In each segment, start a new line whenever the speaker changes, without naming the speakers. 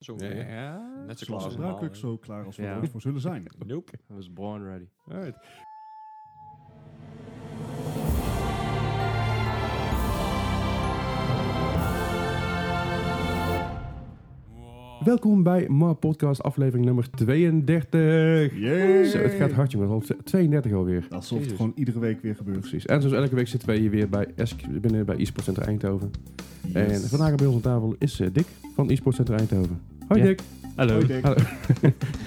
Zo.
Ja, ja.
Net zo
Zoals
klaar.
gebruikelijk, zo klaar als we
Ja.
er ooit voor zullen zijn.
Nope.
I was born ready. Alright. Welkom bij Ma Podcast, aflevering nummer 32.
Yay!
Zo, het gaat hard, jongen. Half 32 alweer.
Alsof het
Jezus.
gewoon iedere week weer gebeurt.
Precies. En zoals elke week zitten wij hier weer bij, Esk, binnen bij eSport Center Eindhoven. En
Yes.
vandaag bij ons aan tafel is eh, Dick van eSport Center Eindhoven. Hoi
Ja.
Dick.
Hallo.
Hoi, Dick.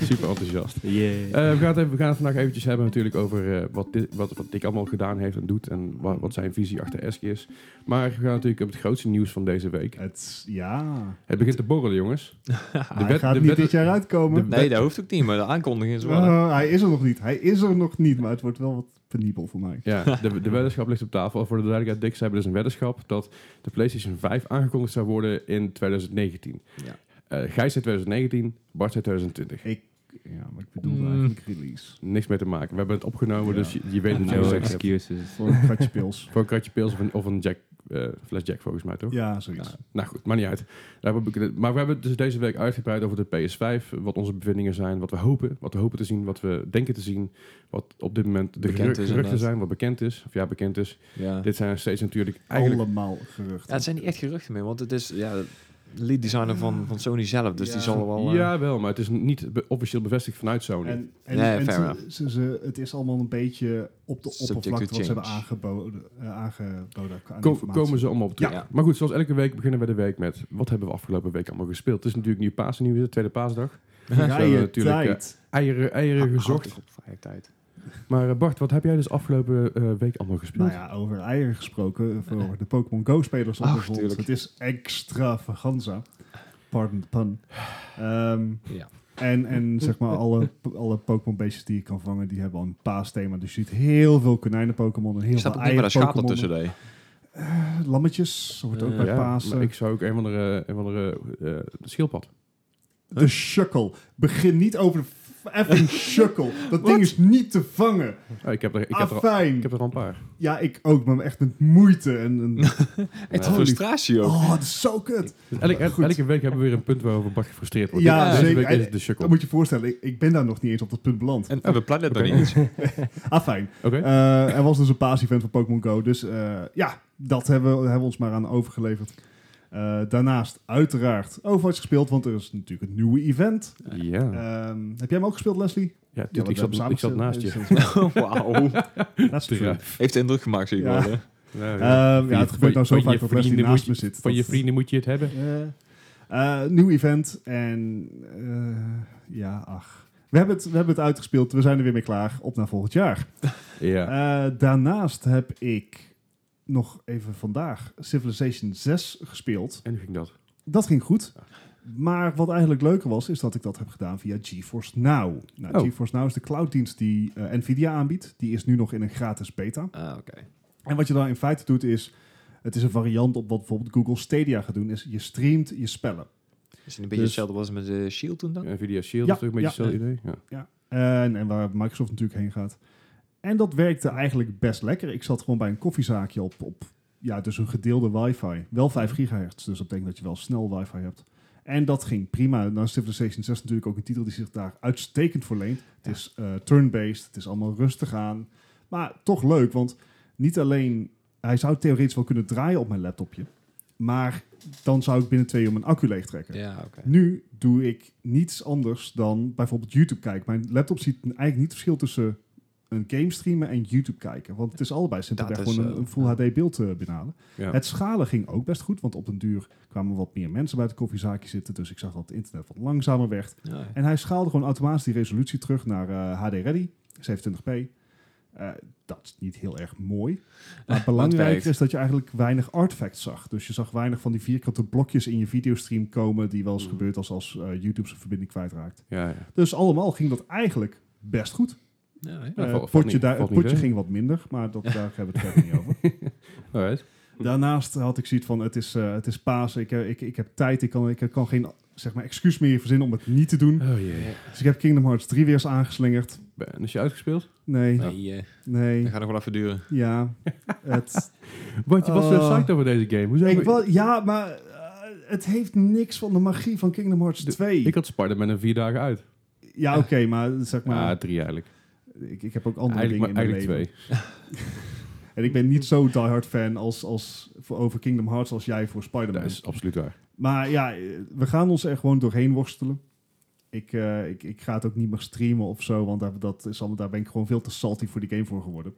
Super enthousiast.
Yeah.
Eh, we, gaan het even- we gaan het vandaag eventjes hebben natuurlijk over eh, wat, dit, wat, wat Dick allemaal gedaan heeft en doet en wa- wat zijn visie achter Esk is. Maar we gaan natuurlijk op het grootste nieuws van deze week.
Het, ja.
Het begint te borrelen, jongens.
hij
wet-
gaat
de
niet
wet-
dit jaar uitkomen.
Nee, dat hoeft ook niet, maar de aankondiging is wel.
Eh, hij is er nog niet. Hij is er nog niet, maar het wordt wel wat penibel voor mij.
Ja, de, de weddenschap ligt op tafel. Voor de duidelijkheid, Dick, ze hebben dus een weddenschap dat de PlayStation 5 aangekondigd zou worden in 2019.
Ja.
Eh, Gijs zei 2019, Bart zei 2020.
Ja, maar ik bedoel
Mm.
eigenlijk release.
Niks mee te maken. We hebben het opgenomen,
Ja.
dus je, je weet het
No
niet. Zeg, eh,
excuses.
Voor een kratje pils.
Voor een kratje pils of een, of een jack, eh, fles jack volgens mij, toch?
Ja, zoiets.
Nou, nou goed, maar niet uit. Daar heb ik- Maar we hebben het dus deze week uitgebreid over de PS5. Wat onze bevindingen zijn, wat we hopen. Wat we hopen te zien, wat we denken te zien. Wat op dit moment de
Bekend
geru-
is
geruchten
inderdaad.
zijn, wat bekend is. Of ja, bekend is.
Ja.
Dit zijn nog steeds natuurlijk eigenlijk...
Allemaal
Ja,
geruchten.
het zijn niet echt geruchten meer, want het is ja, de lead designer van, van Sony zelf, dus
Ja.
die zal wel... eh,
Jawel, maar het is niet be- officieel bevestigd vanuit Sony.
En, en,
Nee,
en
fair
ze-
enough.
ze, ze- het is allemaal een beetje op de
Subject
oppervlakte
to
wat ze hebben
change.
aangeboden. eh, aangeboden aan
Ko-
informatie.
komen ze allemaal op terug.
Ja.
Maar goed, zoals elke week beginnen we de week met... Wat hebben we afgelopen week allemaal gespeeld? Het is natuurlijk nu Pasen, nu is het tweede paasdag.
Vrije
Zo, natuurlijk, eh,
tijd.
Eieren, eieren gezocht.
Houd op, Ah, vrije tijd.
Maar eh, Bart, wat heb jij dus afgelopen eh, week allemaal gespeeld?
Nou ja, over eieren gesproken, voor de Pokémon Go-spelers
Ach,
onder ons.
tuurlijk.
Het is extravaganza. Pardon the pun. Ehm,
Ja.
en, en zeg maar, alle, alle Pokémon-beestjes die je kan vangen, die hebben al een paasthema. Dus je ziet heel veel konijnen-Pokémon en heel
Ik snap
veel
ook niet waar dat schaap
eieren-Pokémon.
ertussen deed.
Eh, Lammetjes, dat wordt ook
Eh,
bij
Ja,
Pasen.
maar ik zou ook een van de, eh, een van de schildpad.
De sukkel. Begin niet over de f- effing sukkel. Dat ding is niet te vangen.
Ah, ik, heb er, ik, heb er al,
Afijn.
ik heb er al een paar.
Ja, ik ook, maar echt met moeite. En, en,
Echt
Ja.
frustratie ook.
oh, dat is zo kut.
Dus elke, el-
Goed.
elke week hebben we weer een punt waarover Bart gefrustreerd wordt.
Ja,
Deze
zeker.
week is het de sukkel.
Dan moet je je voorstellen, ik, ik ben daar nog niet eens op dat punt beland.
En, en we plannen het
Oké.
nog niet.
Ah, fijn.
Oké.
Eh, er was dus een paas-event van Pokémon Go. Dus eh, ja, dat hebben we, hebben we ons maar aan overgeleverd. Eh, daarnaast uiteraard Overwatch gespeeld, want er is natuurlijk een nieuwe event.
ja,
Ehm, heb jij hem ook gespeeld, Leslie?
ja
Ja,
tuurlijk, ik,
want we
zat, ik zat
hebben
naast je.
samen gespeeld.
Wauw.
That's true.
Ja.
Heeft indruk gemaakt, zie ik
Ja.
wel. hè.
Nou,
Ehm,
ja. Van
ja,
je-
het gebeurt nou zo
van je
vaak dat Leslie
vrienden
naast
moet
me zit.
Van je
Dat-
vrienden moet je het hebben.
Eh, eh, nieuw event en eh, ja, ach. We hebben, het, we hebben het uitgespeeld, we zijn er weer mee klaar. Op naar volgend jaar.
Ja.
Eh, daarnaast heb ik nog even vandaag Civilization 6 gespeeld.
en hoe ging dat?
Dat ging goed. Maar wat eigenlijk leuker was, is dat ik dat heb gedaan via GeForce Now. Nou,
Oh.
GeForce Now is de clouddienst die eh, Nvidia aanbiedt. Die is nu nog in een gratis beta.
Ah, oké.
En wat je dan in feite doet is, het is een variant op wat bijvoorbeeld Google Stadia gaat doen, is je streamt je spellen.
Is het een beetje
Dus-
hetzelfde als met eh, de Shield E toen dan?
Nvidia Shield
Ja,
is toch een beetje
ja.
hetzelfde idee? Ja.
En, en waar Microsoft natuurlijk heen gaat. En dat werkte eigenlijk best lekker. Ik zat gewoon bij een koffiezaakje op, op ja, dus een gedeelde wifi. Wel 5 gigahertz, dus dat betekent dat je wel snel wifi hebt. En dat ging prima. Nou, Civilization 6 is natuurlijk ook een titel die zich daar uitstekend voor leent. Het
Ja.
is eh, turn-based, het is allemaal rustig aan. Maar toch leuk, want niet alleen... Hij zou theoretisch wel kunnen draaien op mijn laptopje. Maar dan zou ik binnen twee uur mijn accu leegtrekken.
Ja, oké.
Nu doe ik niets anders dan bijvoorbeeld YouTube kijken. Mijn laptop ziet eigenlijk niet het verschil tussen een game streamen en YouTube kijken. Want het is allebei simpelweg
Dat is
gewoon
zo.
een, een full HD beeld eh, benaderen.
Ja.
Het schalen ging ook best goed, want op den duur kwamen wat meer mensen bij het koffiezaakje zitten. Dus ik zag dat het internet wat langzamer werd.
Ja.
En hij schaalde gewoon automatisch die resolutie terug naar eh, HD Ready, 27p. Eh, dat is niet heel erg mooi. Maar
werkt.
belangrijker is dat je eigenlijk weinig artifacts zag. Dus je zag weinig van die vierkante blokjes in je videostream komen... die wel eens
Mm.
gebeurt als, als eh, YouTube zijn verbinding kwijtraakt.
Ja, ja.
Dus allemaal ging dat eigenlijk best goed.
Ja, ja.
Ja,
Eh,
valt-
het
valt
potje,
niet-
daar,
valt
het
niet
potje
tegen.
ging wat minder, maar dat, daar hebben we het verder niet over.
Alright.
Daarnaast had ik zoiets van, het is, eh het is Pasen, ik, eh, ik, ik heb tijd, ik kan, ik kan geen zeg maar, excuus meer verzinnen om het niet te doen.
Oh jee.
Dus ik heb Kingdom Hearts 3 weer eens aangeslingerd.
Ben, Is je uitgespeeld?
Nee,
Nee, eh,
nee,
dat gaat nog wel even duren.
ja. het,
Want je was zo
Oh.
psyched over deze game. Hoezo?
ik wel, ja, maar eh, het heeft niks van de magie van Kingdom Hearts
De-
2.
Ik had Spider-Man er vier dagen uit.
ja, oké, maar zeg maar,
ah, drie eigenlijk.
ik, ik heb ook andere
Eigenlijk,
dingen
maar,
in mijn
eigenlijk
leven.
twee.
En ik ben niet zo diehard fan als, als voor, over Kingdom Hearts als jij voor Spider-Man.
Dat is absoluut waar.
Maar ja, eh, we gaan ons er gewoon doorheen worstelen. Ik, eh, ik, ik ga het ook niet meer streamen of zo, want daar, dat is allemaal, daar ben ik gewoon veel te salty voor die game voor geworden.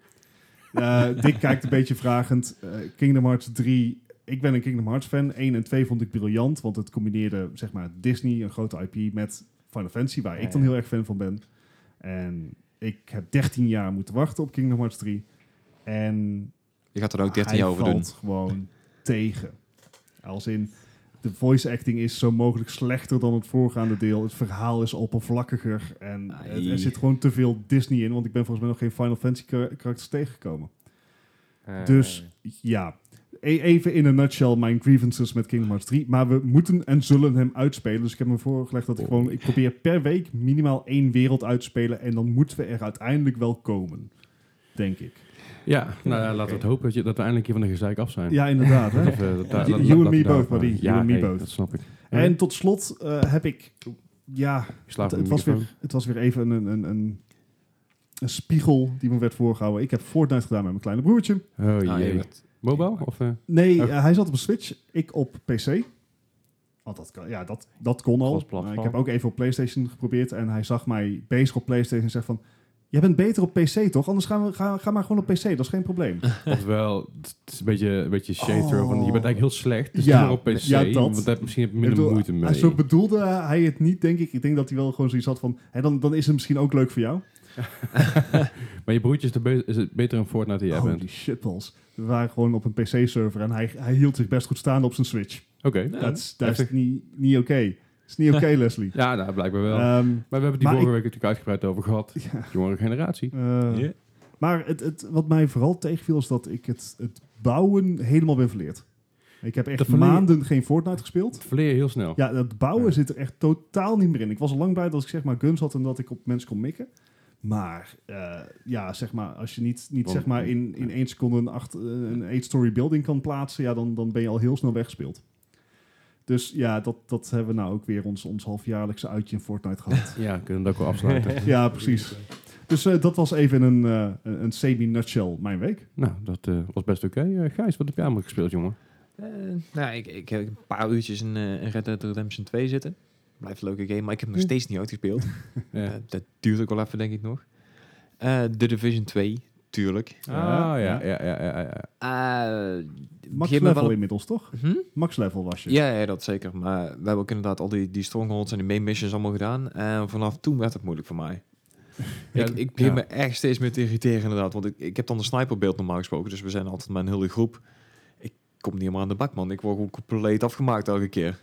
Eh Dick kijkt een beetje vragend. Eh, Kingdom Hearts 3, ik ben een Kingdom Hearts fan. 1 en 2 vond ik briljant, want het combineerde zeg maar Disney, een grote IP, met Final Fantasy, waar ik dan heel erg fan van ben. En ik heb 13 jaar moeten wachten op Kingdom Hearts 3. En
Je gaat er ook 13
Ah, hij
jaar over doen.
valt gewoon tegen. Als in, de voice acting is zo mogelijk slechter dan het voorgaande deel. Het verhaal is oppervlakkiger. En het- er
Ai.
zit gewoon te veel Disney in. Want ik ben volgens mij nog geen Final Fantasy kar- karakters tegengekomen. Dus ja, E- even in een nutshell mijn grievances met Kingdom Hearts 3. Maar we moeten en zullen hem uitspelen. Dus ik heb me voorgelegd
Oh.
dat ik gewoon... Ik probeer per week minimaal één wereld uit te spelen. En dan moeten we er uiteindelijk wel komen. Denk ik.
Ja, nou ja, laten we het hopen dat, je, dat we eindelijk hier van de gezeik af zijn.
Ja, inderdaad. Hè?
eh,
Dat we- dat- dat-
You-
dat-
you
dat-
and
dat-
me
dat-
both, buddy. You
Ja,
and me
hey,
both.
dat snap ik.
En tot slot eh, heb ik, ja,
Ik slaap op
het, het
de
was
microfoon.
weer, het was weer even een, een, een, een spiegel die me werd voorgehouden. Ik heb Fortnite gedaan met mijn kleine broertje.
Oh
Ah,
jee.
je bent-
Mobile? Of, eh,
Nee,
Oh.
eh, hij zat op een Switch, ik op PC. Want dat, kan, ja, dat, dat kon al.
Alles platform.
Maar ik heb ook even op PlayStation geprobeerd en hij zag mij bezig op PlayStation en zegt van... Jij bent beter op PC, toch? Anders gaan we, ga, ga maar gewoon op PC, dat is geen probleem.
Ofwel, het is een beetje, een beetje shade
Oh.
throw, want je bent eigenlijk heel slecht. Dus
Ja,
ja, op PC,
ja, dat.
want daar misschien heb je minder
Ik bedoel, eh,
moeite mee.
Zo bedoelde hij het niet, denk ik. Ik denk dat hij wel gewoon zoiets had van... Hè, dan, dan is het misschien ook leuk voor jou.
Maar je broertje is, de be- is het beter in Fortnite dan jij
Holy
bent.
shitballs. We waren gewoon op een PC-server en hij, hij hield zich best goed staande op zijn Switch.
Oké.
Ja.
Dat is- dat is niet niet oké. Dat is niet oké, Leslie.
Ja, nou, blijkbaar wel.
Ehm,
maar we hebben die
maar
vorige week natuurlijk uitgebreid over gehad.
ja,
Jongere generatie.
eh,
Ja.
Maar het, het, wat mij vooral tegenviel is dat ik het, het bouwen helemaal ben verleerd. Ik heb
Dat
echt
van die-
maanden geen Fortnite gespeeld.
Het verleer je heel snel.
Ja, dat bouwen
Ja.
zit er echt totaal niet meer in. Ik was al lang blij dat ik zeg maar guns had en dat ik op mensen kon mikken. Maar eh, ja, zeg maar, als je niet, niet
Want-
zeg maar in, in één seconde een, acht, eh, een eight-story building kan plaatsen, ja, dan, dan ben je al heel snel weggespeeld. Dus ja, dat, dat hebben we nou ook weer ons, ons halfjaarlijkse uitje in Fortnite gehad.
Ja, kunnen we dat ook wel afsluiten.
ja, precies. Dus eh, dat was even een, eh, een een semi-nutshell mijn week.
nou, dat eh, was best oké. Eh, Gijs, wat heb jij allemaal gespeeld, jongen?
Eh, nou, ik, ik heb een paar uurtjes in, eh, in Red Dead Redemption 2 zitten. Blijft een leuke game, maar ik heb hem
Hm.
nog steeds niet uitgespeeld.
Ja.
Eh, dat duurt ook wel even, denk ik nog. Eh The Division 2, tuurlijk.
ah, ja, ja, ja, ja, ja, ja.
Eh,
Max
begin me
level
wel-
inmiddels, toch?
Hm?
Max level was je.
Ja, ja, dat zeker. Maar we hebben ook inderdaad al die, die strongholds en die main missions allemaal gedaan. En vanaf toen werd het moeilijk voor mij.
Ja,
ik, ik begin
ja.
me echt steeds meer te irriteren inderdaad. Want ik, ik heb dan een sniperbeeld normaal gesproken. Dus we zijn altijd met een hele groep. Ik kom niet helemaal aan de bak, man. Ik word gewoon compleet afgemaakt elke keer.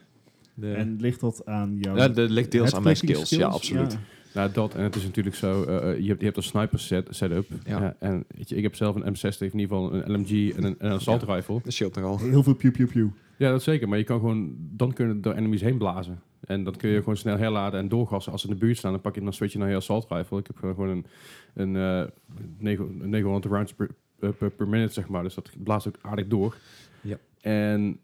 De-
En ligt dat aan jouw...
ja, dat ligt deels aan mijn
headclicking
skills. Ja, absoluut.
Nou, dat. En het is natuurlijk zo, eh, eh, je, hebt, je hebt een sniper set, setup.
Ja.
Ja, en weet je, ik heb zelf een M60, in ieder geval een LMG en een, en een assault rifle.
Dat scheelt nogal.
Heel veel pew pew pew.
Ja, dat zeker. Maar je kan gewoon, dan kunnen er door enemies heen blazen. En dan kun je gewoon snel herladen en doorgassen. Als ze in de buurt staan, dan pak je dan switch je naar je assault rifle. Ik heb gewoon gewoon een, een eh, negen- 900 rounds per, eh, per, per minute, zeg maar. Dus dat blaast ook aardig door.
Ja.
En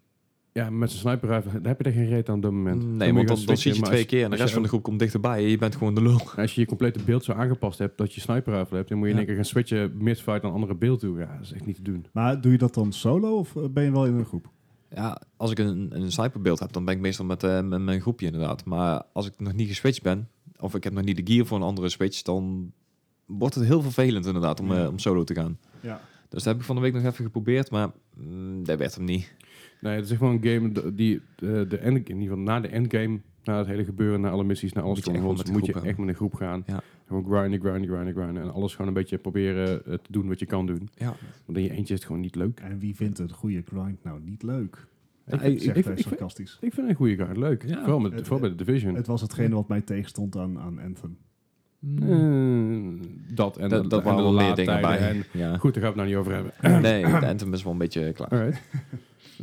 ja, met zo'n sniper rifle, daar heb je er geen reet aan op dat moment. moet
Nee,
je
want
gaan
dan, dan zit
switchen,
je
maar
twee
als-
keer en de
als je
rest van de groep komt dichterbij. En je bent gewoon de lul.
En Als je je complete beeld zo aangepast hebt dat je sniper rifle hebt, dan moet je in
Ja.
één keer gaan switchen midfight naar een andere beeld toe. Ja, dat is echt niet te doen.
Maar doe je dat dan solo of eh, ben je wel in een groep?
Ja, als ik een, een sniperbeeld heb, dan ben ik meestal met, eh, met mijn groepje inderdaad. Maar als ik nog niet geswitcht ben, of ik heb nog niet de gear voor een andere switch, dan wordt het heel vervelend inderdaad om,
Ja.
eh, om solo te gaan.
Ja.
Dus dat heb ik van de week nog even geprobeerd, maar mm, dat werd hem niet.
Nee, het is echt wel een game d- die de, de end, in ieder geval na de endgame, na het hele gebeuren, na alle missies, na alles
Moet je echt wel
strongholds,
met de
moet je
groep
echt met een groep gaan.
Ja.
Gewoon grinden, grinden, grinden, grinden. En alles gewoon een beetje proberen eh, te doen wat je kan doen.
Ja.
Want in je eentje is het gewoon niet leuk.
En wie vindt een goede grind nou niet leuk?
Ja,
ik,
Ik zeg
ik-
het
ik- ik-
sarcastisch.
ik vind een goede kaart leuk.
Ja.
Vooral, met,
Het-
vooral bij de Division.
Het was hetgene wat mij tegenstond aan, aan Anthem.
Eh, dat en
Hmm. dat
de-
dat waren
en de
wel meer dingen
laadtijden
bij.
en-
Ja.
goed, daar gaan we het nou niet over hebben.
Nee, de Anthem is wel een beetje klaar.
Alright.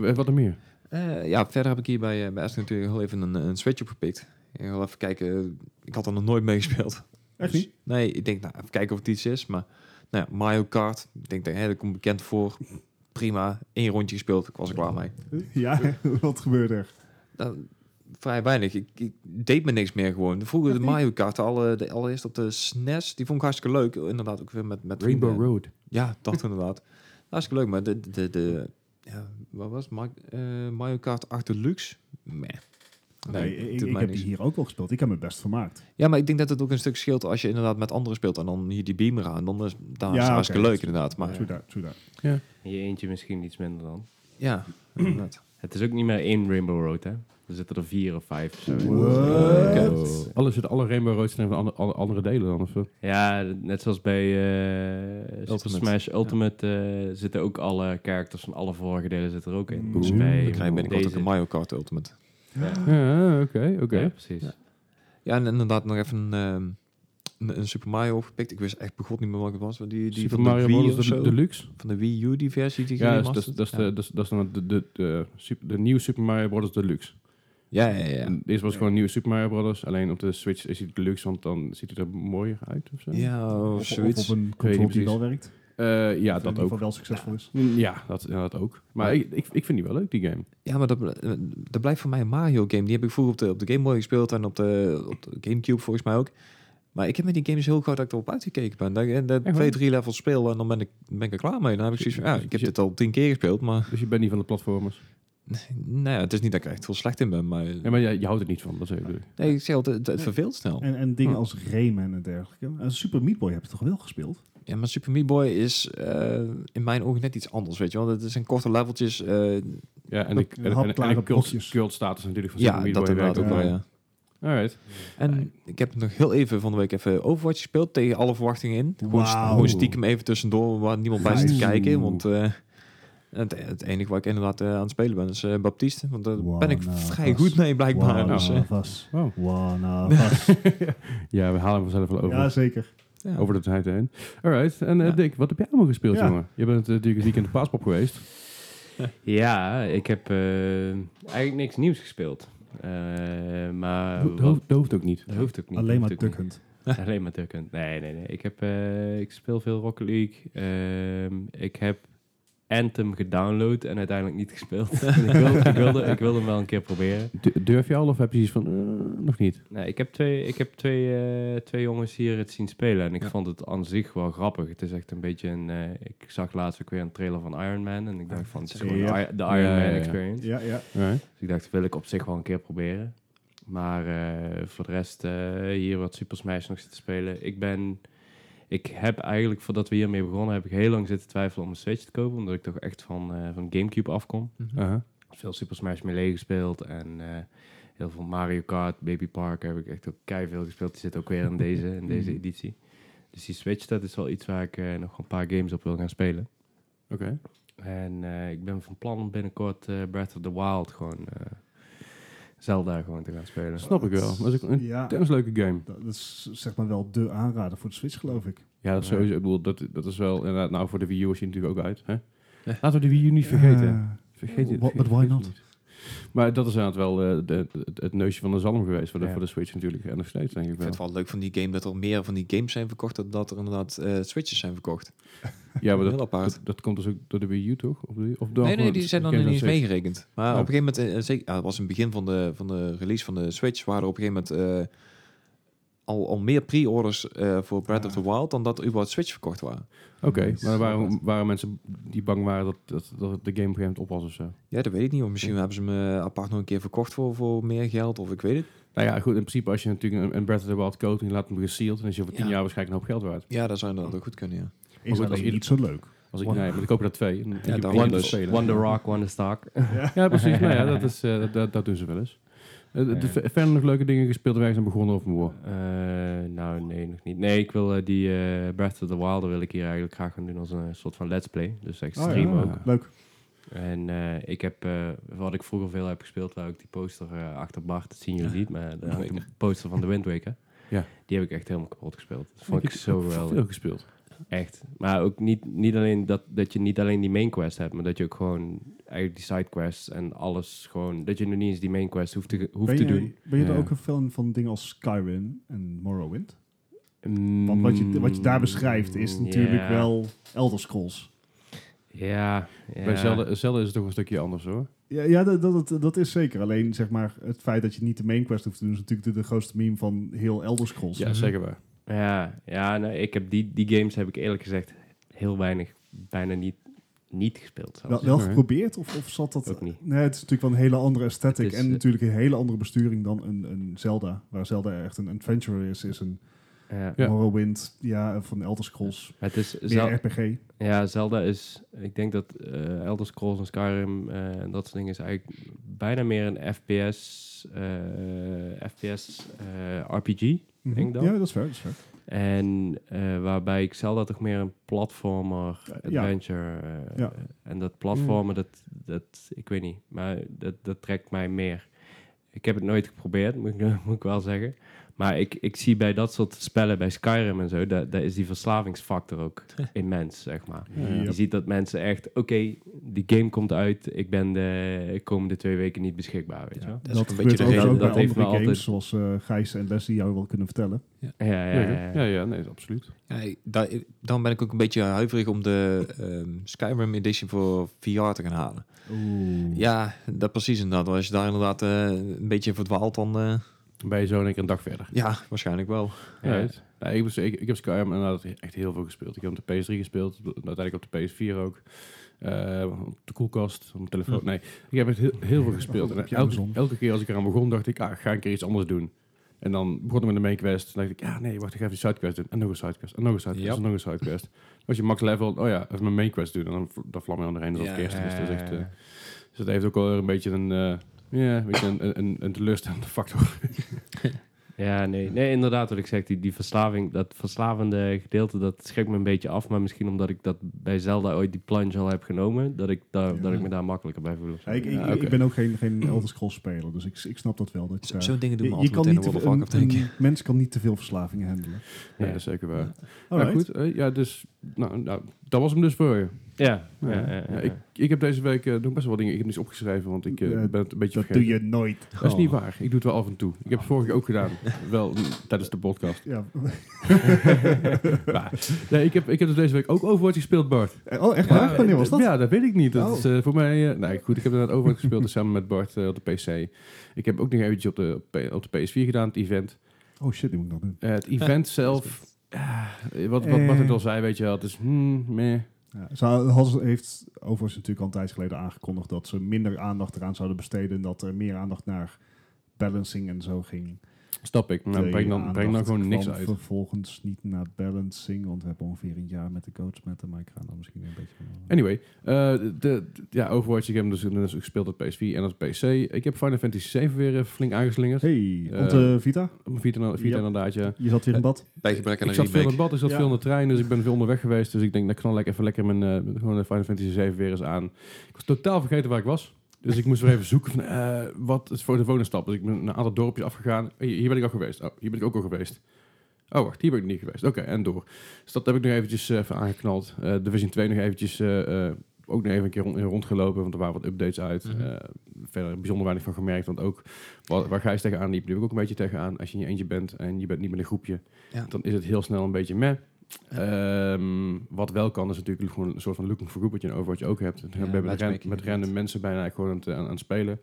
Eh, Wat er meer?
Eh, ja, verder heb ik hier bij, eh, bij Aston natuurlijk heel even een, een switch opgepikt. Ik wil even kijken, ik had er nog nooit mee gespeeld.
Echt
Dus-
niet?
Nee, ik denk, nou, even kijken of het iets is. Maar nou ja, Mario Kart, ik denk, dat- hè, dat komt bekend voor. Prima, één rondje gespeeld, ik was er klaar mee.
Ja, wat gebeurde er?
Nou, vrij weinig. Ik, ik deed me niks meer gewoon. Vroeger de
Echt niet?
Mario Kart, alle, de allereerst op de SNES, die vond ik hartstikke leuk. Inderdaad, ook weer met, met
Rainbow
vrienden.
Road.
Ja, dat inderdaad. Hartstikke leuk, maar de, de, de, de- ja, wat was het? Ma- eh, Mario Kart 8 Deluxe? Meh.
Nee,
doet
ik,
mij
ik heb
niks.
die hier ook wel gespeeld. Ik heb me best vermaakt.
Ja, maar ik denk dat het ook een stuk scheelt als je inderdaad met anderen speelt en dan hier die beamer aan. Dan is daar
Ja,
is het hartstikke
oké.
leuk inderdaad. Maar
Maar zo daar, zo daar.
In je eentje misschien iets minder dan.
ja, inderdaad.
Het is ook niet meer één Rainbow Road, hè? Er zitten er vier of vijf. of Zo.
What?
Alles zitten alle Rainbow Roads zijn van andere, alle andere delen dan of zo.
Ja, net zoals bij eh, Super
Ultimate.
Smash Ultimate eh, zitten ook alle characters van alle vorige delen zitten er ook in. Dus
Oeh.
bij
Dan krijg je binnenkort ook
deze-
een Mario Kart Ultimate.
Ja, Ah, oké,
Ja,
oké.
precies.
Ja. Ja, en inderdaad nog even ehm, een, een Super Mario opgepikt. Ik wist echt begot niet meer wat het was. maar Die, die
Super
van de
Mario
Wii
Bros.
of
de-
zo.
Deluxe.
van de Wii U die versie die
Ja, dus dat is- dat is-
geremasterd
dat is
ja.
de- dat is- dat is dan de- de- de super- de nieuwe Super Mario Bros. Deluxe.
ja, ja, ja. ja.
En Deze was gewoon een nieuwe Super Mario Bros. Alleen op de Switch is hij deluxe, want dan ziet het er mooier uit of zo.
Ja,
Oh,
Of-
of
of
zoiets.
op een controle die
precies.
wel werkt.
Eh, ja
Of in
dat
ieder geval
ook. Mm,
wel succesvol is.
Ja, dat, ja, dat ook. Maar ik, ik, ik vind die wel leuk, die game.
Ja, maar dat, eh, dat blijft voor mij een Mario game. Die heb ik vroeger op de, op de Game Boy gespeeld en op de, op de Gamecube volgens mij ook. Maar ik heb met die games heel gauw dat ik erop uitgekeken ben. Dat, ik- dat ik
Echt
twee,
waar?
drie levels speel en dan ben ik, ben ik er klaar mee. Dan heb ik zoiets van, ja, ik heb
Shit.
dit al tien keer gespeeld, maar
Dus je bent niet van de platformers.
nou ja, het is niet dat ik er echt heel slecht in ben. Maar eh,
Ja, maar jij, je houdt er niet van, dat is even
nee, ik zeg al, het, het verveelt snel.
En, en
Hm.
dingen als Rayman en dergelijke. Eh, Super Meat Boy heb je toch wel gespeeld?
Ja, maar Super Meat Boy is eh, in mijn ogen net iets anders, weet je wel. Het zijn korte leveltjes. eh,
Ja, en ik en, en, en,
hapklare
de cult-
blokjes.
cult status natuurlijk van
ja,
Super Meat
dat
Boy
inderdaad
werkt
ook
ook
wel,
wel.
ja.
Alright.
En ik heb nog heel even van de week even Overwatch gespeeld, tegen alle verwachtingen in. Gewoon, st-
Wauw.
gewoon stiekem even tussendoor, waar niemand bij zit te
Nice.
kijken. Want eh, het, het enige waar ik inderdaad eh, aan het spelen ben, is eh, Baptiste. Want daar
Wow,
ben ik
nou,
vrij
dat is-
goed mee, blijkbaar.
Wanna
Dus, eh,
was.
Oh.
Wanna was.
Ja, we halen hem vanzelf wel over,
ja, zeker.
ja.
over de tijd heen. Alright. En eh,
Ja.
Dick, wat heb jij allemaal gespeeld,
Ja.
jongen? Je bent eh, natuurlijk het weekend de paaspop geweest.
Ja, ik heb eh, eigenlijk niks nieuws gespeeld. Eh, maar
Dat
wat-
hoeft- dat hoeft ook niet.
dat hoeft ook niet.
Alleen
hoeft
maar
ook niet.
dukkend.
Alleen maar Duck Hunt. Nee, nee, nee. Ik, heb, eh, ik speel veel Rocket League. Ehm, ik heb Anthem gedownload en uiteindelijk niet gespeeld. ik, wilde, ik, wilde, ik wilde hem wel een keer proberen.
Du- Durf je al of heb je iets van, eh, nog niet?
Nee, ik heb, twee, ik heb twee, eh, twee jongens hier het zien spelen en ik
Ja.
vond het aan zich wel grappig. Het is echt een beetje een... eh, ik zag laatst ook weer een trailer van Iron Man en ik dacht van, het is gewoon
Ja.
de I- de
Ja,
Iron
ja,
Man
ja.
experience.
Ja, ja.
Alright.
Dus ik dacht, wil ik op zich wel een keer proberen. Maar eh, voor de rest, eh, hier wat Super Smash nog zitten spelen. Ik ben... Ik heb eigenlijk, voordat we hiermee begonnen, heb ik heel lang zitten twijfelen om een Switch te kopen. Omdat ik toch echt van, eh, van Gamecube afkom.
Mhm.
Aha.
Veel Super Smash Melee gespeeld en eh, heel veel Mario Kart, Baby Park heb ik echt ook veel gespeeld. Die zit ook weer in deze, in deze editie. Dus die Switch, dat is wel iets waar ik eh, nog een paar games op wil gaan spelen.
Oké.
En eh, ik ben van plan om binnenkort eh, Breath of the Wild gewoon... eh, Zelda gewoon te gaan spelen.
Snap ik wel. Dat is ook een
Ja,
intens leuke game.
dat is zeg maar wel de aanrader voor de Switch, geloof ik.
Ja, dat
Ja.
sowieso. Ik bedoel, dat, dat is wel inderdaad. Nou, voor de Wii U is hij natuurlijk ook uit. Hè?
Ja.
Laten we de Wii U niet vergeten.
Ja.
Vergeet het.
Wha- but why
vergeet het
not?
niet. Maar dat is inderdaad wel eh, de- het, het neusje van de zalm geweest voor de,
Ja.
voor de Switch natuurlijk. En nog steeds, denk ik
Ik
wel.
vind het wel leuk van die game dat er meer van die games zijn verkocht dan dat er inderdaad eh, switches zijn verkocht.
Ja, maar dat,
Heel apart.
dat, dat komt dus ook door de Wii U, toch? Of, de- of door
nee, nee,
gewoon-
die zijn dan
Oké,
niet eens
dat is-
meegerekend. Maar
Oh.
op een gegeven moment, eh, eh, zeker, ah, het was in het begin van de, van de release van de Switch, waren er op een gegeven moment eh, al, al meer pre-orders eh, voor Breath of the Wild dan dat er überhaupt Switch verkocht waren.
Oké, maar er waren, waren mensen die bang waren dat, dat, dat het de game op een gegeven moment op was of zo.
Ja, dat weet ik niet. Of misschien hebben ze me apart nog een keer verkocht voor, voor meer geld, of ik weet het.
Nou ja, goed, in principe als je natuurlijk een, een Breath of the Wild koopt en je laat hem gesealed, dan is je voor tien
Ja.
jaar waarschijnlijk een hoop geld waard.
Ja, dat zou inderdaad ook goed kunnen, ja.
goed,
Is
als
alleen
je-
niet zo leuk.
Als ik, nee, maar dan koop je er twee. En, en je-
daarom
en je
One,
Wonder-
moet spelen.
One the Rock, One the Stock.
Ja, precies. nou ja, dat, is, eh, dat- dat, dat doen ze wel eens. Eh, de- ver- Verder nog leuke dingen gespeeld waar je aan begonnen of moe.
Eh, nou, nee, nog niet. Nee, ik wil eh, die eh, Breath of the Wild wil ik hier eigenlijk graag gaan doen als een soort van let's play. Dus echt
Oh, ja.
streamen ook.
Leuk.
En eh, ik heb, eh, wat ik vroeger veel heb gespeeld, waar ook die poster eh, achter Bart, dat zien jullie niet, maar daar hangt een poster van de Wind Waker.
Ja.
Die heb ik echt helemaal kapot gespeeld. Dat vond ik zo geweldig.
Veel gespeeld.
Echt. Maar ook niet, niet alleen dat, dat je niet alleen die main quest hebt, maar dat je ook gewoon eigenlijk die side quests en alles gewoon, dat je nog niet eens die main quest hoeft te, hoeft
Ben
te
je,
doen.
ben je er
Ja.
ook een fan van dingen als Skyrim en Morrowind?
Mm,
Want wat je, wat je daar beschrijft is natuurlijk
ja.
wel Elder Scrolls.
Ja, ja.
Bij Zelda, Zelda is het toch een stukje anders hoor.
Ja, ja dat, dat, dat- dat is zeker. Alleen zeg maar, het feit dat je niet de main quest hoeft te doen, is natuurlijk de, de grootste meme van heel Elder Scrolls.
Ja, zeker waar.
Ja, ja nee, ik heb die, die games heb ik eerlijk gezegd heel weinig, bijna niet, niet gespeeld zelfs.
Wel, wel
Oké.
geprobeerd of, of zat dat...
Ook niet.
Nee, het is natuurlijk wel een hele andere aesthetic
Het is,
en
eh,
natuurlijk een hele andere besturing dan een, een Zelda. Waar Zelda echt een adventure is, is een
Ja.
Ja.
Morrowind, ja, van Elder Scrolls,
Het is
meer
Zel-
RPG.
ja, Zelda is, ik denk dat eh, Elder Scrolls en Skyrim eh, en dat soort dingen is eigenlijk bijna meer een FPS, eh, FPS eh, RPG.
Mhm.
denk dat.
Ja, dat is waar, dat is waar.
En eh, waarbij ik Zelda toch meer een platformer
Ja.
adventure. eh,
Ja. Mm.
En dat platformen, dat, dat, ik weet niet, maar dat, dat trekt mij meer. Ik heb het nooit geprobeerd, moet ik, moet ik wel zeggen. Maar ik, ik zie bij dat soort spellen, bij Skyrim en zo, daar, daar is die verslavingsfactor ook immens, zeg maar.
Ja, ja.
Je
Yep.
ziet dat mensen echt, oké, die game komt uit, ik ben de komende twee weken niet beschikbaar, weet je wel.
Dat,
Dat,
is ook een beetje
gebeurt
de
ook,
reden.
ook
reden.
Dat
bij
heeft
andere
me
games,
altijd-
zoals eh, Gijs en Les die jou wel kunnen vertellen.
Ja, ja, ja.
ja, ja, nee, absoluut.
Ja, ik- da- daarom ben ik ook een beetje huiverig om de ehm, Skyrim Edition voor VR te gaan halen.
Oeh.
Ja, dat precies inderdaad. Als je daar inderdaad eh, een beetje in verdwaalt, dan eh,
Dan Ben je zo in één keer een dag verder.
ja, waarschijnlijk wel.
Ja.
Ja. Nee, ik, was- ik, ik heb Skyrim inderdaad echt heel veel gespeeld. Ik heb op de PS3 gespeeld, uiteindelijk op de PS4 ook. Eh, op de koelkast, op mijn telefoon. Nee, ik heb echt heel, heel veel gespeeld.
Hm. Op
En
je
elke,
Amazon.
elke keer als ik eraan begon, dacht ik, ah, ga ik er iets anders doen. En dan begon ik met de main quest. Dan dacht ik, ja, nee, wacht, ik ga even die sidequest doen. En nog een sidequest, en nog een sidequest,
Ja.
en nog een sidequest. Als je max level, oh ja, even mijn main quest doen. En dan, v- dan vlam je aan de heen, dat het eerste. Dus dat, is echt, eh, dus dat heeft ook wel een beetje een, eh ja, een, beetje een, een, een teleurstellende factor.
Ja, nee, nee, inderdaad wat ik zeg, die, die verslaving, dat verslavende gedeelte, dat schrikt me een beetje af. Maar misschien omdat ik dat bij Zelda ooit die plunge al heb genomen, dat ik, daar,
Ja.
dat ik me daar makkelijker bij voel. of zo.
Ja, ik, ik,
Ja,
ik
oké.
ben ook geen, geen Elder Scrolls speler, dus ik, ik snap dat wel. Dat je,
Zo-
daar-
Zo'n dingen doen we
je, je
altijd
kan
meteen in
niet te
World of
veel,
Warcraft,
een,
denk ik.
een mens kan niet te veel verslavingen handelen.
Ja,
Ja.
dat is zeker waar.
Alright.
Ja, goed, eh, ja, dus nou, nou, dat was hem dus voor je.
Ja, ja, ja, ja,
Ja,
ja.
ik, ik heb deze week eh, doe ik best wel wat dingen. Ik heb niets opgeschreven, want ik eh,
Ja,
ben het een beetje
Dat doe
vergeten.
je nooit. Oh.
Dat is niet waar. Ik doe het wel af en toe. Ik heb het vorige keer ook gedaan. wel mm, tijdens de podcast.
Ja.
Maar, nee, ik, heb, ik heb dus deze week ook Overwatch gespeeld, Bart.
Oh, echt waar? Wanneer was dat?
Ja, dat weet ik niet. Dat
Oh.
is eh, voor mij... eh, nee, goed. Ik heb inderdaad Overwatch gespeeld dus samen met Bart eh, op de PC. Ik heb ook nog eventjes op de, op, P- op de PS4 gedaan, het event.
Oh shit, die moet ik nog doen.
Eh, het event zelf... ja, wat, wat, wat ik al zei, weet je wel. Het is... hmm, meh.
Ja, ze had- ze heeft overigens natuurlijk al een tijd geleden aangekondigd dat ze minder aandacht eraan zouden besteden en dat er meer aandacht naar balancing en zo ging.
Stap ik. Maar
Die
breng Nou, dan, breng dan
aandacht
gewoon niks
kwam
uit.
vervolgens niet naar balancing, want we hebben ongeveer een jaar met de coach met hem, maar ik ga dan misschien weer een beetje...
Anyway, eh, de, de- ja, Overwatch, ik heb hem dus, dus gespeeld op PS4 en op PC. Ik heb Final Fantasy 7 weer even flink aangeslingerd.
Hey,
Eh,
op de Vita?
Op mijn Vita, Vita
Ja.
inderdaad, ja.
Je zat weer in bad?
Bij gebrek aan
Ik
een
zat veel in het
remake.
bad, ik zat
Ja.
veel in de trein, dus ik ben veel onderweg geweest. Dus ik denk, dat knal ik even lekker mijn eh, gewoon de Final Fantasy 7 weer eens aan. Ik was totaal vergeten waar ik was. Dus ik moest weer even zoeken van, eh, wat is voor de volgende stap? Dus ik ben een aantal dorpjes afgegaan. Hey, Hier ben ik al geweest. Oh, hier ben ik ook al geweest. Oh, wacht, hier ben ik niet geweest. Oké, en door. Dus dat heb ik nog eventjes eh, even aangeknald. Eh, Division 2 nog eventjes, eh, eh, ook nog even een keer rond, rondgelopen, want er waren wat updates uit.
Mhm.
Eh, verder bijzonder weinig van gemerkt, want ook waar, waar Gijs tegenaan liep, liep ik ook een beetje tegenaan. Als je in je eentje bent en je bent niet met een groepje,
Ja.
dan is het heel snel een beetje meh. Ehm, wat wel kan, is natuurlijk gewoon een soort van looking for group wat je in Overwatch ook hebt. We hebben met,
matchmaking
ran- met random mensen bijna eigenlijk gewoon aan het, aan, aan het spelen.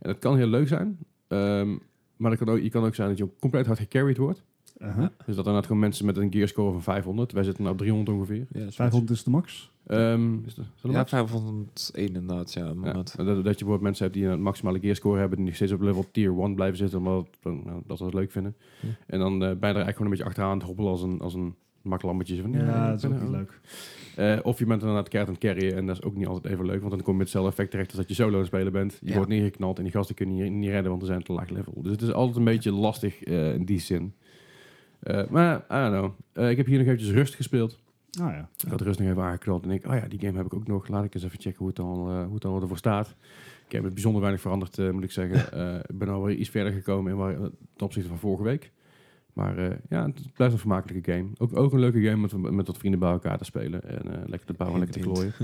En dat kan heel leuk zijn, ehm, maar dat kan ook, je kan ook zijn dat je compleet hard gecarried wordt.
Aha.
Dus dat inderdaad gewoon mensen met een gearscore van 500. Wij zitten nou op 300 ongeveer.
Ja, zoiets.
500 is de max?
Ehm, is dat, is dat een
Ja,
max?
501 inderdaad, ja.
Ja,
moment.
dat, dat je bijvoorbeeld mensen hebt die een maximale gearscore hebben... die nog steeds op level tier 1 blijven zitten... omdat nou, dat ze dat leuk vinden.
Ja.
En dan eh ben je er eigenlijk gewoon een beetje achteraan te hobbelen... als een, als een maklammetje. Van,
Ja,
ik
dat is
ben
ook
er
niet
ook.
leuk.
Eh, of je bent inderdaad keihard aan het carryen en dat is ook niet altijd even leuk, want dan kom je met hetzelfde effect terecht als dat je solo aan het spelen bent. Je
Ja.
wordt neergeknald en die gasten kunnen hier niet redden, want ze zijn te laag level. Dus het is altijd een beetje lastig eh, in die zin. Eh, maar, I don't know. Eh, ik heb hier nog eventjes rust gespeeld.
Nou ja.
Ik had rust nog even aangeknald en ik, oh ja, die game heb ik ook nog. Laat ik eens even checken hoe het dan, eh, hoe het dan ervoor staat. Ik heb het bijzonder weinig veranderd, eh, moet ik zeggen. Eh, ik ben alweer iets verder gekomen in waar, ten opzichte van vorige week. Maar eh, ja, het blijft een vermakelijke game. Ook, ook een leuke game met, met wat vrienden bij elkaar te spelen. En eh, lekker te bouwen, lekker te klooien.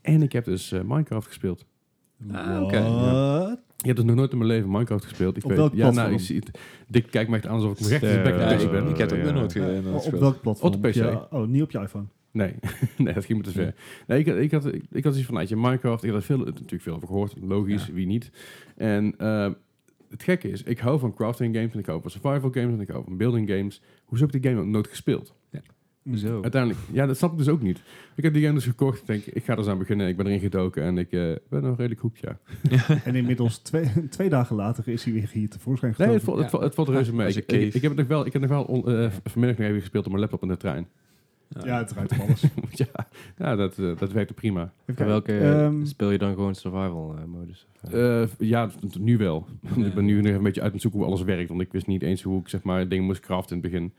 En ik heb dus eh, Minecraft gespeeld.
Ah, oké.
What?
Ik heb dus nog nooit in mijn leven Minecraft gespeeld. Ik
Op welk
ja, nou,
platform?
ik zie het. Dick kijkt me echt aan alsof ik eh, me recht in zijn bek aan
Ja,
het
Eh, ik,
lezen ben.
ik heb het ook
Ja.
nog nooit ge-
Eh,
inderdaad
op
gespeeld.
welk platform?
Op de PC.
Ja, oh, niet op je iPhone.
Nee, nee dat ging me te ver. Nee, ik, had- ik, had, ik, ik had iets van, weet je, Minecraft, ik had er veel, natuurlijk veel over gehoord, logisch, wie niet. En eh, het gekke is, ik hou van crafting games en ik hou van survival games en ik hou van building games. Hoezo heb ik die game ook nooit gespeeld?
Zo.
Uiteindelijk, ja, dat snap ik dus ook niet. Ik heb die game dus gekocht, ik denk, ik ga er eens aan beginnen, ik ben erin gedoken en ik eh, ben nog redelijk hoekt, ja.
En inmiddels twee, twee dagen later is hij weer hier tevoorschijn
Nee,
gekomen.
het valt, het, valt- het valt reuze mee.
Als
Ik,
een
ik, ik
cave.
heb het nog wel, ik heb nog wel on- eh, vanmiddag nog even gespeeld op mijn laptop in de trein.
ja, het ruikt op alles. Even
ja, ja dat, eh, dat werkte prima.
kijken.
Welke
Ehm,
speel je dan gewoon survival eh, modus? Of, eh,
Eh, ja, t- nu wel.
Ja.
ik ben nu nog een beetje uit aan het zoeken hoe alles werkt. Want ik wist niet eens hoe ik zeg maar dingen moest craften in het begin.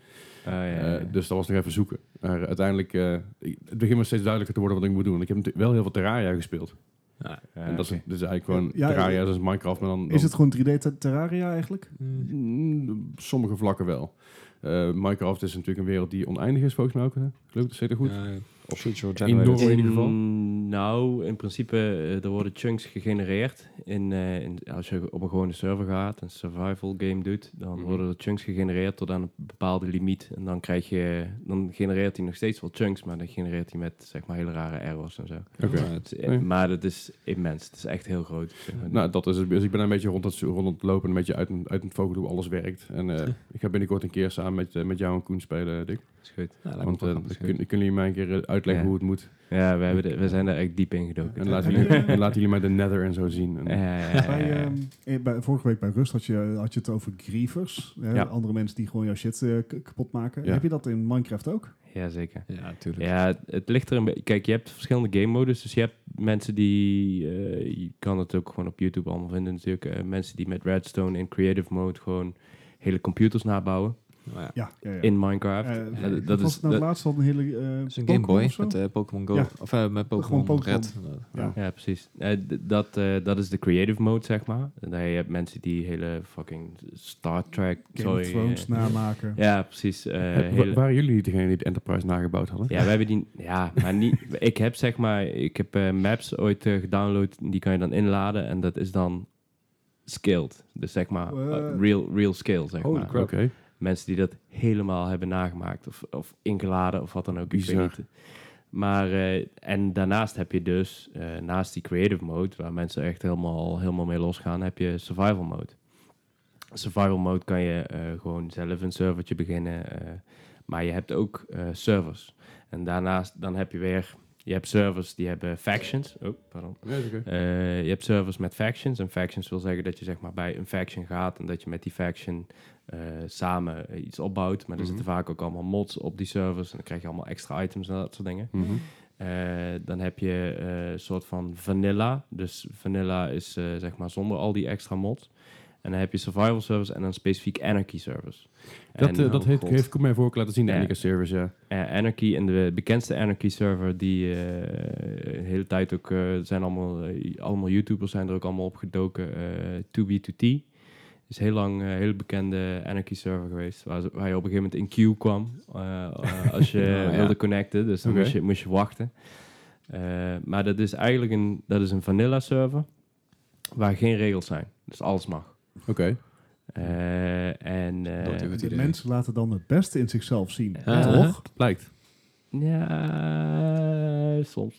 ah, ja, ja,
Eh,
ja.
dus dat was nog even zoeken. Maar uiteindelijk, eh, ik- het begint me steeds duidelijker te worden wat ik moet doen. Want ik heb natuurlijk wel heel veel Terraria gespeeld.
Ja,
en dat is,
oké.
dat is eigenlijk gewoon
Ja,
Terraria,
eh,
dat is dus Minecraft. Maar dan, dan-
is het gewoon 3D ter- Terraria eigenlijk?
Mm, sommige vlakken wel. Eh, Minecraft is natuurlijk een wereld die oneindig is volgens mij ook. hè? Geloof ik dat zeker goed.
Of Future
Indoor- in ieder geval?
Ehm, Nou, in principe, eh, er worden chunks gegenereerd. In, eh, in- als je op een gewone server gaat, een survival game doet, dan
Mhm.
worden er chunks gegenereerd tot aan een bepaalde limiet. En dan krijg je, dan genereert hij nog steeds wel chunks, maar dan genereert hij met zeg maar hele rare errors en zo.
Oké.
Het is-
Nee.
Maar dat is immens. Het is echt heel groot. zeg maar.
Nou, dat is het. Dus ik ben een beetje rond het, rond het lopen, een beetje uit, uit het vogel hoe alles werkt. En eh, ik ga binnenkort een keer samen met, eh, met jou en Koen spelen, Dick.
is goed.
Want eh, dan kun- kunnen jullie mij een keer eh, uitleggen
Ja.
hoe het moet.
Ja, we, hebben de- we zijn daar echt diep in gedoken.
En
Ja.
laten
Ja.
jullie,
Ja.
en laten jullie mij de nether en zo zien. En,
Ja, ja, ja, ja,
Bij,
ja.
ehm, eh, bij, vorige week bij Rust had je, had je het over grievers. Hè?
Ja.
Andere mensen die gewoon jouw shit eh, k- kapot maken.
Ja.
Heb je dat in Minecraft ook?
ja, zeker.
Ja, natuurlijk.
Ja, het, het ligt er een beetje. Kijk, je hebt verschillende game modus. Dus je hebt mensen die. eh, je kan het ook gewoon op YouTube allemaal vinden, natuurlijk. eh, mensen die met Redstone in creative mode gewoon hele computers nabouwen
Nou ja.
Ja. ja, ja.
in Minecraft.
Eh,
Eh,
wat
dat
was
is.
het nou
dat-
laatst al een hele... eh,
Dat is een
Pokémon
Game Boy
of zo?
met eh, Pokémon Go.
Ja.
Of eh, met
Gewoon
Pokémon
Pokémon.
Red.
Ja.
ja, precies. Eh, d- dat, eh, dat is de creative mode, zeg maar. En daar heb je mensen die hele fucking Star Trek.
Game
sorry,
of Thrones
eh,
namaken.
Ja, precies. eh,
Eh, wa-
hele-
Waren jullie niet degene die de Enterprise nagebouwd hadden?
Ja, we hebben die. Ja, maar niet. Ik heb zeg maar. Ik heb eh, maps ooit eh, gedownload. Die kan je dan inladen. En dat is dan scaled. Dus zeg maar. eh,
What?
real, real scale, zeg
Holy
maar.
crap. Oké.
Mensen die dat helemaal hebben nagemaakt. Of, of ingeladen of wat dan ook. Ik
Bizar.
weet niet. Maar. eh, en daarnaast heb je dus. eh, naast die creative mode. Waar mensen echt helemaal, helemaal mee losgaan. Heb je survival mode. Survival mode kan je eh, gewoon zelf een servertje beginnen. eh, maar je hebt ook eh, servers. En daarnaast dan heb je weer... Je hebt servers die hebben factions. Oh, pardon.
Ja, is oké.
Eh, je hebt servers met factions. En factions wil zeggen dat je zeg maar, bij een faction gaat... en dat je met die faction eh, samen eh, iets opbouwt. Maar er
Mhm.
zitten vaak ook allemaal mods op die servers... en dan krijg je allemaal extra items en dat soort dingen.
Mhm.
Eh, dan heb je eh, een soort van vanilla. Dus vanilla is eh, zeg maar zonder al die extra mods. En dan heb je survival service en een specifiek anarchy service.
Dat,
En-
eh, dat
oh
heeft,
god.
heeft Koen mij voor ook laten zien, de
Ja.
Annika Service, ja.
Eh, anarchy en de bekendste anarchy server die eh, de hele tijd ook eh, zijn allemaal, eh, allemaal YouTubers zijn er ook allemaal opgedoken. eh 2B2T is heel lang een heel bekende anarchy server geweest waar, ze- waar je op een gegeven moment in queue kwam eh, eh, als je
Oh, ja.
wilde connecten, dus dan
Oké.
moest, je, moest je wachten. Eh, maar dat is eigenlijk een, dat is een vanilla server waar geen regels zijn, dus alles mag.
Oké.
Eh, en eh,
Dat doe ik. Goed
De
idee. Ah,
mensen laten dan het beste in zichzelf zien.
Eh,
Toch?
Lijkt.
Ja, eh, soms.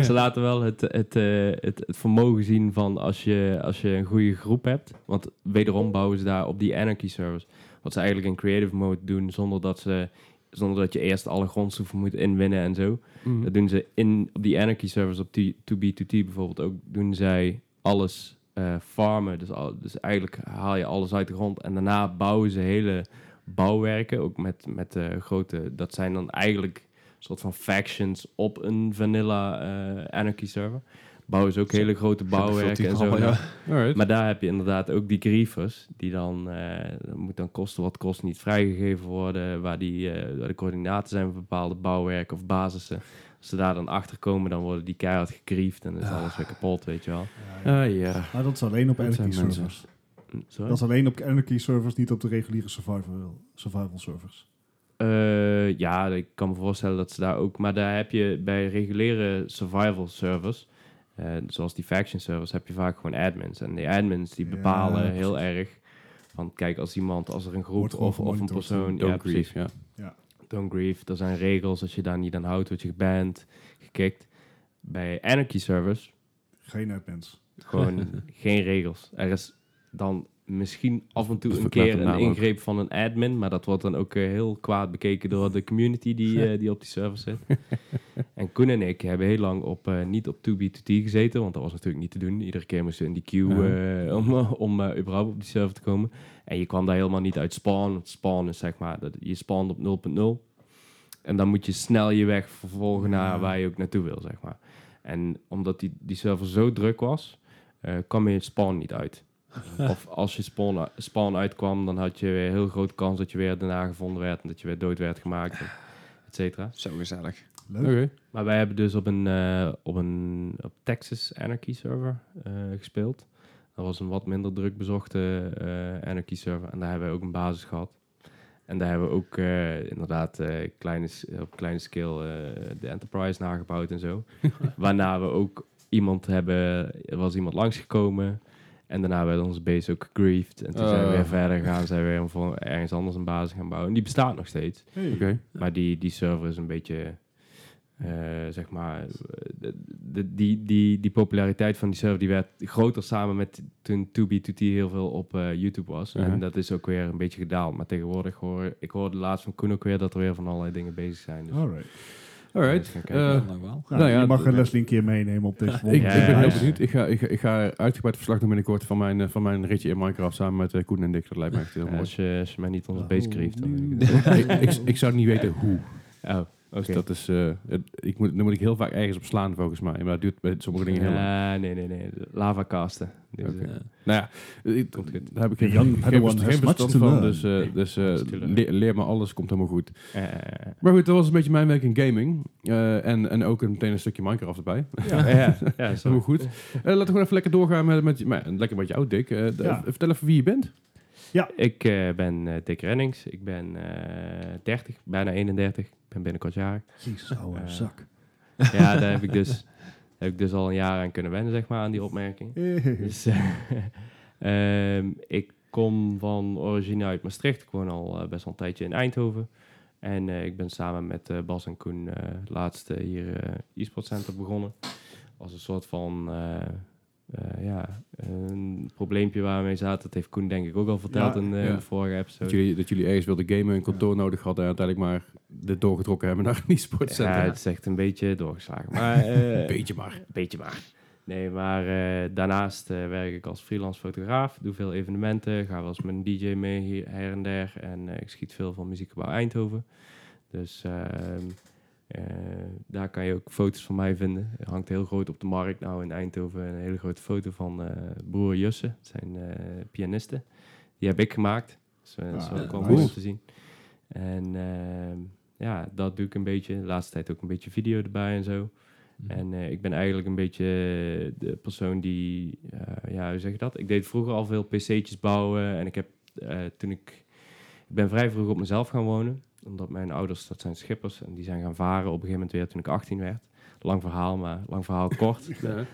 Ze laten wel het, het, eh, het, het vermogen zien van als je, als je een goede groep hebt. Want wederom bouwen ze daar op die anarchy servers. Wat ze eigenlijk in creative mode doen zonder dat, ze, zonder dat je eerst alle grondstoffen moet inwinnen en zo.
Mhm.
Dat doen ze in, op die anarchy servers, op die 2B2T bijvoorbeeld ook, doen zij alles eh, farmen. Dus, al, dus eigenlijk haal je alles uit de grond. En daarna bouwen ze hele bouwwerken, ook met, met eh, grote... Dat zijn dan eigenlijk soort van factions op een vanilla eh, anarchy server. Bouwen ze ook hele grote bouwwerken en zo.
Ja.
Alright.
Maar daar heb je inderdaad ook die grievers, die dan, eh, dat moet dan kosten wat kost niet vrijgegeven worden, waar, die, eh, waar de coördinaten zijn van bepaalde bouwwerken of basissen. Als ze daar dan achter komen, dan worden die keihard gegriefd en
Ah.
is alles weer kapot, weet je wel.
Ah, ja.
Maar dat is alleen op
Dat
Anarchy
zijn mensen.
servers.
Sorry?
Dat is alleen op Anarchy servers, niet op de reguliere survival, survival servers.
Eh, ja, ik kan me voorstellen dat ze daar ook... Maar daar heb je bij reguliere survival servers... eh, zoals die faction servers, heb je vaak gewoon admins. En die admins die
Ja,
bepalen heel
precies.
erg... Van kijk, als iemand, als er een
Wordt
groep
gewoon
of, of een
gemonitord,
persoon...
Don't
Ja, precies.
grieve, ja.
Don't grieve. Er zijn regels. Als je daar niet aan houdt, word je geband, gekikt. Bij Anarchy servers
Geen netpens.
gewoon geen regels. Er is dan misschien af en toe
Dat
een
verklaart
keer
de
een
naam ook.
ingreep van een admin, maar dat wordt dan ook eh, heel kwaad bekeken door de community die, eh, die op die server zit. en Koen en ik hebben heel lang op, eh, niet op 2B2T gezeten, want dat was natuurlijk niet te doen. Iedere keer moesten we in die queue eh, om, om eh, überhaupt op die server te komen. En je kwam daar helemaal niet uit spawn. Want spawn is zeg maar, dat, je spawnt op 0.0. En dan moet je snel je weg vervolgen naar waar je ook naartoe wil, zeg maar. En omdat die, die server zo druk was, eh, kwam je spawn niet uit. of als je spawn, spawn uitkwam, dan had je weer heel grote kans dat je weer daarna gevonden werd en dat je weer dood werd gemaakt, en et cetera.
Zo gezellig.
Leuk.
Oké.
Maar wij hebben dus op een, eh, op een op Texas Anarchy server eh, gespeeld. Dat was een wat minder druk bezochte eh, Anarchy server. En daar hebben we ook een basis gehad. En daar hebben we ook eh, inderdaad eh, kleine, s- op kleine scale eh, de Enterprise nagebouwd en zo. Waarna we ook iemand hebben, er was iemand langsgekomen. En daarna werd onze base ook gegriefd. En toen zijn we
Eh.
weer verder gegaan. Zijn we weer voor ergens anders een basis gaan bouwen. En die bestaat nog steeds.
Hey.
Oké.
Maar die, die server is een beetje, eh, zeg maar, eh, de, de- die, die, die populariteit van die server die werd groter samen met toen 2B2T heel veel op eh, YouTube was.
Mhm.
En dat is ook weer een beetje gedaald. Maar tegenwoordig hoor ik hoorde laatst van Koen ook weer dat er weer van allerlei dingen bezig zijn. Dus
Alright.
Alright.
Even
Eh,
kijken.
Ja, nou wel.
Nou,
Nou ja,
je mag
dat-
eh, Leslie een keer meenemen op deze
Ik,
volgende
Ja,
ik ben
ja,
heel
ja.
benieuwd. Ik ga, ik, ga- ik ga uitgebreid verslag doen binnenkort van mijn, eh, van mijn ritje in Minecraft samen met eh, Koen en Dick. Dat lijkt me echt heel
Ja,
mooi.
als, je, als je mij niet onze
Oh,
base grieft, dan weet ik
ik,
het.
ik, ik zou niet weten hoe.
Oh, oké.
Dus dat is, eh, het- ik moet, dan moet ik heel vaak ergens op slaan volgens mij. Maar dat duurt bij sommige dingen heel lang.
Ja, Eh, nee, nee, nee. Lava casten. Dus,
Oké.
eh,
Ja.
Nou ja, ik,
Komt goed.
daar heb ik geen,
Young
geen,
Padawan
verstand-
has
geen
much
verstand
to
van.
learn.
Dus, eh, dus eh,
natuurlijk.
leer, leer me alles, komt helemaal goed.
eh,
Maar goed, dat was een beetje mijn week in gaming. Eh, en, en ook een- meteen een stukje Minecraft erbij.
ja, ja, ja,
Dat
zo.
is goed. Eh, laten we gewoon even lekker doorgaan met, met, met lekker met jou, Dick. Eh, d-
Ja.
Vertel even wie je bent.
Ik eh, ben eh, Dick Rennings. Ik ben eh, 30, bijna 31. Ik ben binnenkort jaar.
Jezus, ouwe
Eh,
zak.
Ja, daar heb ik dus, heb ik dus al een jaar aan kunnen wennen, zeg maar, aan die opmerking.
eh,
Dus, eh, ehm, ik kom van origine uit Maastricht. Ik woon al eh, best wel een tijdje in Eindhoven. En eh, ik ben samen met eh, Bas en Koen eh laatst eh, hier eh, e-sport center begonnen. Als een soort van, eh, eh, ja, een probleempje waar we mee zaten. Dat heeft Koen denk ik ook al verteld
Ja,
in eh,
ja.
de vorige episode.
Dat jullie, dat jullie ergens wilden gamen, een kantoor nodig hadden en uiteindelijk maar dit doorgetrokken hebben naar een e-sportcentrum.
Ja, het is echt een beetje doorgeslagen. Maar, eh,
Beetje maar.
beetje maar. Nee, maar eh, daarnaast eh, werk ik als freelance fotograaf. Doe veel evenementen. Ga wel eens met een DJ mee hier, her en der. En eh, ik schiet veel van Muziekgebouw Eindhoven. Dus ehm, eh, daar kan je ook foto's van mij vinden. Er hangt heel groot op de markt nou in Eindhoven. Een hele grote foto van eh, broer Jussen. Dat zijn eh, pianisten. Die heb ik gemaakt. Dus eh, dat is
Ah,
wel ook wel
nice.
mooi om te zien. En ehm, ja, dat doe ik een beetje. De laatste tijd ook een beetje video erbij en zo.
Mhm.
En eh, ik ben eigenlijk een beetje de persoon die, eh, ja, hoe zeg je dat? Ik deed vroeger al veel pc'tjes bouwen en ik heb eh, toen ik, ik ben vrij vroeg op mezelf gaan wonen. Omdat mijn ouders, dat zijn schippers en die zijn gaan varen op een gegeven moment weer toen ik 18 werd. Lang verhaal, maar lang verhaal kort.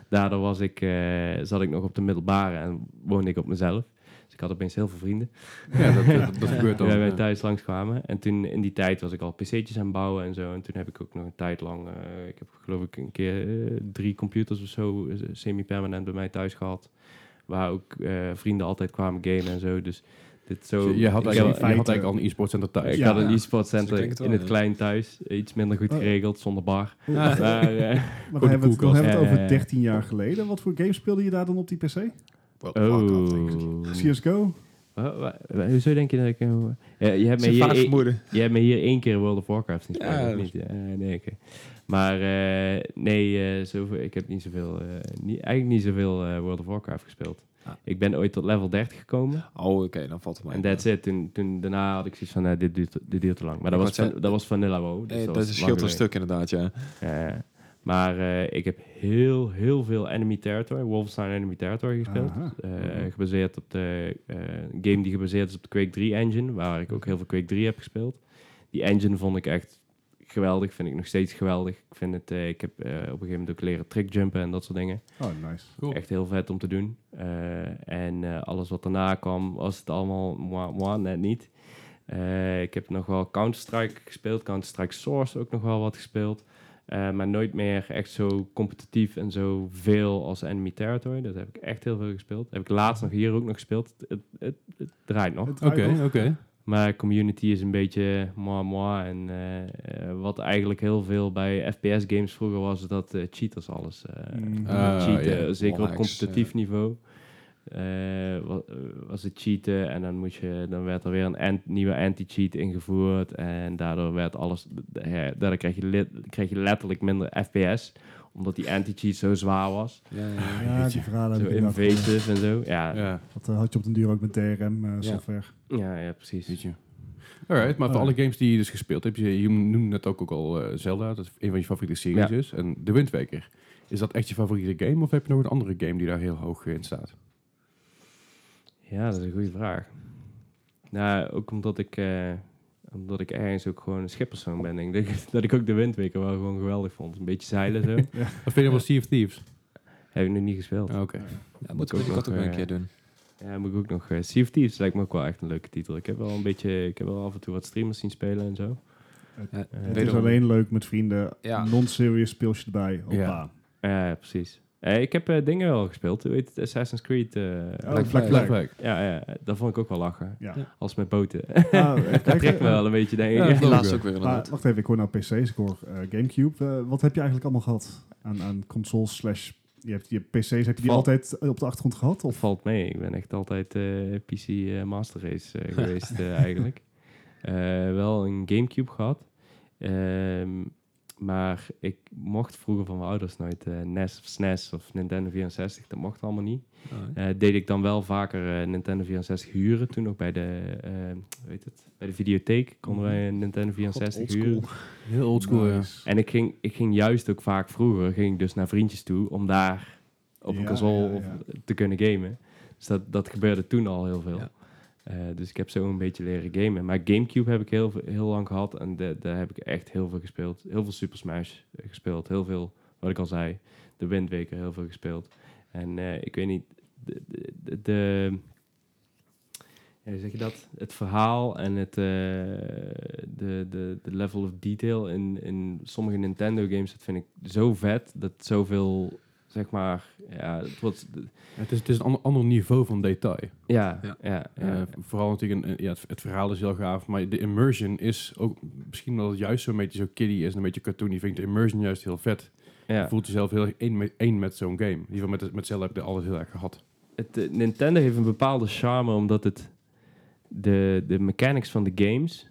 Daardoor was ik, eh, zat ik nog op de middelbare en woonde ik op mezelf. Dus ik had opeens heel veel vrienden
Ja, dat, dat, dat gebeurt dan.
toen wij
eh.
thuis langskwamen. En toen in die tijd was ik al pc'tjes aan het bouwen en zo. En toen heb ik ook nog een tijd lang, eh, ik heb geloof ik een keer eh, drie computers of zo eh, semi-permanent bij mij thuis gehad. Waar ook eh, vrienden altijd kwamen gamen en zo. Dus dit zo.
je, je had
ik
eigenlijk,
in
heb-
je had
feite-
eigenlijk al een e-sportcenter thuis.
Nou, ik
Ja.
had een e-sport
Zo
center
klinkt Dus het wel,
in het
ja.
klein thuis. Iets minder goed
Oh. Ah.
geregeld, zonder bar.
Hoe-
Maar, eh,
Maar dan hebben we het, dan
koelkast.
hebben we het
Ja, ja,
over
ja.
13 jaar geleden. Wat voor games speelde je daar dan op die PC?
Oh.
CSGO?
Wa- wa- wa- Hoezo denk je dat ik... eh, eh, je hebt me
Zijn vader
hier,
vermoeden.
Jij hebt me hier één keer World of Warcraft niet
Ja,
gespeeld, of
dat
niet? Ja, nee, oké. Maar eh, nee, eh, zoveel, ik heb niet zoveel, eh, niet, eigenlijk niet zoveel eh, World of Warcraft gespeeld.
Ah.
Ik ben ooit tot level 30 gekomen.
Oh, oké, dan valt het mij.
En that's it. Toen, toen daarna had ik zoiets van, nee, dit, duurt, dit duurt te lang. Maar dat
Ik
was,
wou
van, dat was Vanilla WoW. Dus
Nee,
dat
dat is
was
een
lang
schild een
geleden.
stuk inderdaad, ja.
Ja, ja. maar eh, ik heb heel, heel veel Enemy Territory, Wolfenstein Enemy Territory gespeeld.
Aha.
Eh,
Mhm.
gebaseerd op de eh, game die gebaseerd is op de Quake 3 engine, waar ik ook heel veel Quake 3 heb gespeeld. Die engine vond ik echt geweldig, vind ik nog steeds geweldig. Ik vind het, eh, ik heb eh, op een gegeven moment ook leren trickjumpen en dat soort dingen.
Oh, nice.
Cool.
Echt heel vet om te doen. Eh, en eh, alles wat daarna kwam, was het allemaal moi, moi, net niet. Eh, ik heb nog wel Counter-Strike gespeeld, Counter-Strike Source ook nog wel wat gespeeld. Eh, maar nooit meer echt zo competitief en zo veel als Enemy Territory. Dat heb ik echt heel veel gespeeld. Heb ik laatst nog hier ook nog gespeeld. Het, het, het, het draait nog.
Het
Oké,
draait
oké.
nog.
Maar community is een beetje moi moi. En eh, eh, wat eigenlijk heel veel bij FPS games vroeger was, dat eh, cheaters alles eh,
Mm.
Ah,
cheaten.
ja,
Zeker op
likes,
competitief
ja.
niveau. Eh, wa- eh, was het cheaten en dan, moest je, dan werd er weer een ant- nieuwe anti-cheat ingevoerd. En daardoor werd alles. d- ja, daardoor kreeg je, lit- kreeg je letterlijk minder FPS. Omdat die anti-cheat zo zwaar was.
Ja, die verhalen
Zo
heb ik inderdaad gehoord.
invasive en zo. Ja, ja.
Ja,
Dat eh, had je op den duur ook met DRM-software.
ja, precies.
weet je. Alright, maar voor
Oh.
alle games die je dus gespeeld hebt, je, je noemde net ook, ook al eh, Zelda, dat is een van je favoriete series
Ja.
is, en De Windweker. Is dat echt je favoriete game of heb je nog een andere game die daar heel hoog in staat?
Ja, dat is een goede vraag. Nou, ook omdat ik, eh, omdat ik ergens ook gewoon een schippersoon ben. Ik denk dat ik ook de windweker wel gewoon geweldig vond. Een beetje zeilen zo.
Of vind je wel Sea of Thieves?
Heb ik nog niet gespeeld.
Oké.
Ja, moet
Moet ik
ik
ook
dat ook
nog,
wel een
eh,
keer doen.
Ja, moet ik ook nog. eh Sea of Thieves lijkt me ook wel echt een leuke titel. Ik heb wel een beetje, ik heb wel af en toe wat streamers zien spelen en zo.
Ja,
eh,
Het is
wederom.
alleen leuk met vrienden.
Ja.
Non-serious speelsje erbij. Hoppa.
Ja.
Ja, ja, precies. Eh, ik heb eh, dingen wel gespeeld. Hoe heet het? Assassin's Creed. eh,
Oh,
Black
Black
Black
Flag.
Flag.
ja, ja, dat vond ik ook wel lachen.
Ja.
Als met boten.
Nou, eh,
dat
kijk,
trekt me
eh,
wel een beetje, denk ik.
Ja,
Ja,
dat
laatst
ook,
ook weer
Maar
inderdaad.
wacht even, ik hoor nou PC's, ik hoor eh, Gamecube. Eh, wat heb je eigenlijk allemaal gehad aan, aan consoles slash... Je hebt je PC's, heb je die
Val-
altijd op de achtergrond gehad?
Dat
Of?
valt mee. Ik ben echt altijd eh, PC eh, Master Race eh, geweest eh, eigenlijk. Eh, wel een Gamecube gehad. Ehm, maar ik mocht vroeger van mijn ouders nooit eh, NES of SNES of Nintendo 64. Dat mocht allemaal niet. Eh, deed ik dan wel vaker eh, Nintendo 64 huren. Toen ook bij de, eh, hoe heet het? bij de videotheek konden wij een Nintendo 64 huren.
Heel oldschool, ja.
Nice.
En ik ging, ik ging juist ook vaak vroeger ging ik dus naar vriendjes toe om daar op een
Ja,
console
ja,
of
ja.
te kunnen gamen. Dus dat, dat gebeurde toen al heel veel.
Ja.
Eh, dus ik heb zo een beetje leren gamen. Maar Gamecube heb ik heel, veel- heel lang gehad en da- daar heb ik echt heel veel gespeeld. Heel veel Super Smash eh, gespeeld. Heel veel, wat ik al zei, de Wind Waker heel veel gespeeld. En eh, ik weet niet, de, de, de, de- ja, hoe zeg je dat? Het verhaal en het, eh, de, de, de level of detail in, in sommige Nintendo games, dat vind ik zo vet. Dat zoveel, zeg maar, ja, het wordt,
Het is, het is een ander, ander niveau van detail.
ja, ja,
Ja.
ja,
Eh, vooral natuurlijk, een, een- ja, het, het verhaal is heel gaaf, maar de immersion is ook, misschien omdat het juist zo'n beetje zo kiddie is en een beetje cartoony, vind ik de immersion juist heel vet.
ja.
Je voelt jezelf heel erg één met, één met zo'n game. In ieder geval met, het- met Zelda heb ik dat altijd heel erg gehad.
het, eh, Nintendo heeft een bepaalde charme, omdat het de, de mechanics van de games,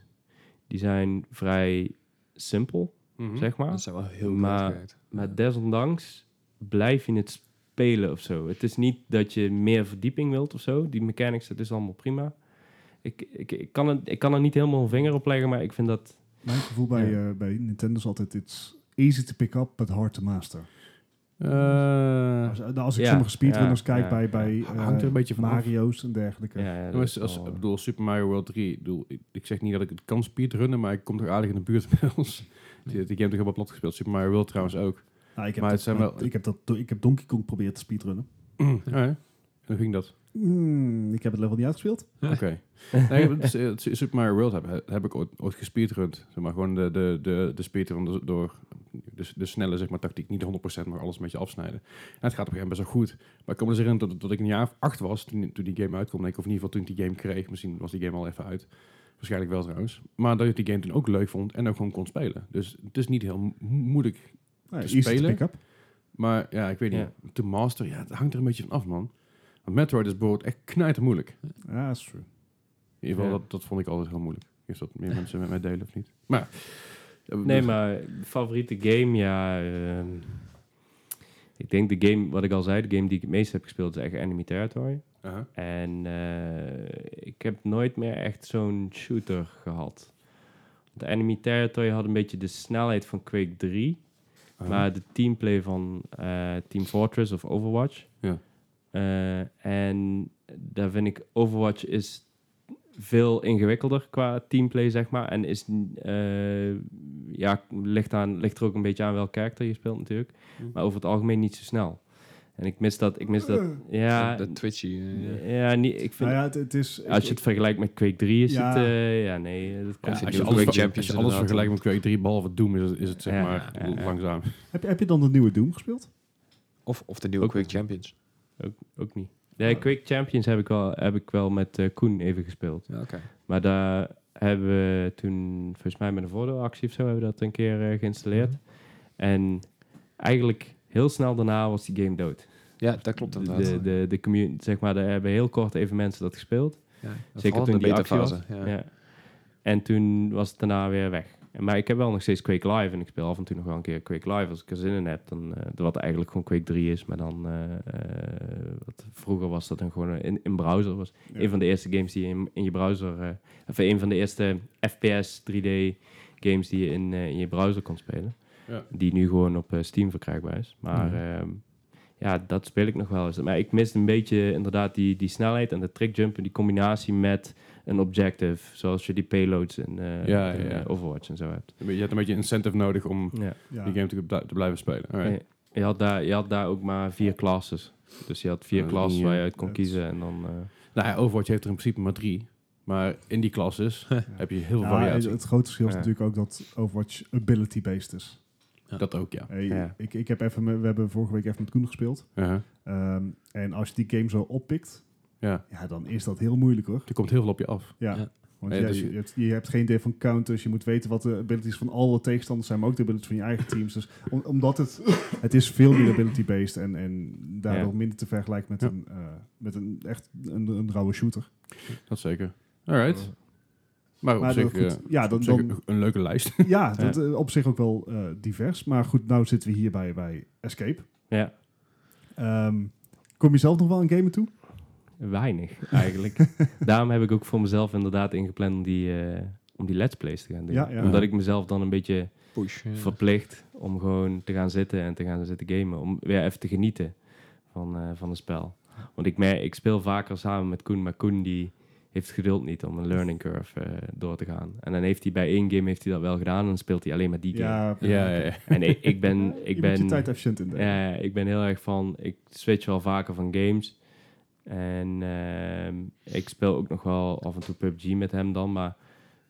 die zijn vrij simpel,
Hm?
zeg maar.
Dat zijn wel heel goed
Maar-
uitgewerkt.
Maar desondanks blijf je het spelen of zo. Het is niet dat je meer verdieping wilt of zo. Die mechanics, dat is allemaal prima. Ik, ik, ik, kan, het, ik kan er niet helemaal een vinger op leggen, maar ik vind dat...
Mijn gevoel bij, eh, bij Nintendo is altijd... It's easy to pick up, but hard to master.
Eh,
Als, nou, als ik
Ja,
sommige speedrunners
ja,
kijk
ja.
bij, bij eh,
Hangt er een beetje van af.
Mario's en dergelijke.
Ja, ja, dat
maar
is
als, als,
wel-
ik bedoel, Super Mario World 3, ik, bedoel, ik- ik zeg niet dat ik het kan speedrunnen, maar ik kom toch aardig in de buurt bij ons. Die, die game heb ik helemaal plat gespeeld. Super Mario World trouwens ook.
Nou, ik, heb
Maar het
dat,
zijn wel-
ik, heb dat, ik heb Donkey Kong proberen te speedrunnen.
Ja, Ah, hè? En hoe ging dat?
Mm, ik heb het level niet uitgespeeld.
Oké. Nee, dus, eh, het Super Mario World heb, heb ik ooit, ooit gespeedrund. Zeg maar gewoon de, de, de, de speedrun door- door de, de snelle zeg maar, tactiek. Niet 100%, maar alles een beetje afsnijden. En het gaat op een gegeven moment best wel goed. Maar ik kom me dus herinneren dat, dat ik een jaar of acht was toen, toen die game uitkwam. Denk ik, of in ieder geval toen ik die game kreeg. Misschien was die game al even uit. Waarschijnlijk wel trouwens. Maar dat ik die game toen ook leuk vond en ook gewoon kon spelen. Dus het is niet heel mo- moeilijk.
Nou,
Te
easy
spelen?
to pick up.
Maar ja, ik weet niet.
Ja.
To master, ja, het hangt er een beetje van af, man. Want Metroid is bijvoorbeeld echt knijter moeilijk.
Ja, that's true.
In ieder geval,
Ja.
dat, dat vond ik altijd heel moeilijk. Is dat meer mensen met mij delen of niet? Maar, ja,
Nee,
dat-
maar favoriete game, ja... ehm, ik denk de game, wat ik al zei, de game die ik het meest heb gespeeld is echt Enemy Territory.
Aha.
En eh, ik heb nooit meer echt zo'n shooter gehad. De Enemy Territory had een beetje de snelheid van Quake 3.
Aha.
Maar de teamplay van eh, Team Fortress of Overwatch.
Ja.
Eh, en daar vind ik Overwatch is veel ingewikkelder qua teamplay, zeg maar. En is, n- eh, ja, ligt, aan, ligt er ook een beetje aan welk karakter je speelt natuurlijk.
Mm.
Maar over het algemeen niet zo snel. En En ik mis dat, ik mis dat, ja,
dat Twitchy. eh, ja.
ja, niet, ik vind,
Eh. Nou ja, het, het is...
als je het vergelijkt met Quake 3 is
Ja.
het, eh, ja nee, eh, dat kan
Ja,
als,
niet.
als
je
je
alles,
Quake
ver-
Champions
als je alles
inderdaad,
vergelijkt met Quake 3, behalve Doom, is, het- is het zeg
Ja,
maar
ja, ja.
langzaam.
heb, heb je dan de nieuwe Doom gespeeld?
Of, of de nieuwe
Ook-
Quake Champions.
ook niet. Nee, Quake Champions heb ik wel, heb ik wel met eh, Koen even gespeeld.
Ja, oké.
Maar daar hebben we toen, volgens mij met een voordeelactie of zo, hebben we dat een keer eh, geïnstalleerd.
Mhm.
En eigenlijk heel snel daarna was die game dood. Dus
Ja, dat klopt
de,
inderdaad.
de, de, de community, zeg maar, daar hebben heel kort even mensen dat gespeeld.
Ja,
Zeker
vooral
toen
in de
die actie
beta-fase.
Ja.
Ja.
En toen was het daarna weer weg. En- Maar ik heb wel nog steeds Quake Live en ik speel af en toe nog wel een keer Quake Live als ik er zin in heb. Dan, eh, wat eigenlijk gewoon Quake 3 is, maar dan eh, eh, wat vroeger was dat dan gewoon in, in browser. Was
Ja.
Een van de eerste games die je in, in je browser, eh, of een van de eerste FPS 3D games die je in, eh, in je browser kon spelen.
Ja.
Die nu gewoon op eh, Steam verkrijgbaar is. Maar ehm, ja, dat speel ik nog wel eens. Maar ik mis een beetje inderdaad die, die snelheid en de trickjump en die combinatie met een objective, zoals je die payloads en eh
Ja,
in,
ja, ja.
eh, Overwatch en zo hebt.
Je hebt een beetje incentive nodig om
Ja.
Ja.
die game te, bl- te blijven spelen. Alright.
Nee, Je, had daar, je had daar ook maar vier classes. Dus je had vier
Ja,
classes
ja.
waar je uit kon
Dat-
kiezen en dan... eh,
Nou ja, Overwatch heeft er in principe maar drie. Maar in die classes heb je heel veel
Nou, het,
variatie.
het grote verschil is
Ja.
natuurlijk ook dat Overwatch ability-based is.
Dat ook, ja.
Hey,
Ja.
ik, ik heb even, met- we hebben vorige week even met Koen gespeeld.
Uh-huh.
Ehm, en als je die game zo oppikt,
Ja,
ja, dan is dat heel moeilijk hoor.
er komt heel veel op je af.
Ja.
Ja.
Want
Ja,
ja,
dus
je,
je-
je hebt, je hebt geen idee van counters. Je moet weten wat de abilities van alle tegenstanders zijn, maar ook de abilities van je eigen teams. Dus om- omdat het, het is veel meer ability-based en, en daardoor
Ja.
minder te vergelijken met,
Ja.
een, eh, met een echt een, een rauwe shooter.
Dat zeker. Alright. Maar op
Maar
zich,
dat-
eh,
goed, ja, dan,
op zich
dan,
een leuke lijst.
ja, dat, eh, op zich ook wel eh, divers. Maar goed, nou zitten we hier bij, bij Escape.
ja,
Ehm, kom je zelf nog wel aan gamen toe?
weinig eigenlijk. Daarom heb ik ook voor mezelf inderdaad ingepland om die, eh, om die let's plays te gaan doen.
Ja, ja.
Omdat ik mezelf dan een beetje
Push. ja.
verplicht om gewoon te gaan zitten en te gaan zitten gamen. Om weer even te genieten van, eh, van het spel. Want ik, mer- ik speel vaker samen met Koen, maar Koen die heeft het geduld niet om een learning curve eh, door te gaan. En dan heeft hij bij één game heeft hij dat wel gedaan en dan speelt hij alleen maar die game.
Ja,
ja, ja, ja.
En ik, ik ben...
Je
Ik
moet je
ben
tijd efficiënt in denken.
ja, Eh, ik ben heel erg van... Ik switch wel vaker van games. En ehm, ik speel ook nog wel af en toe PUBG met hem dan. Maar,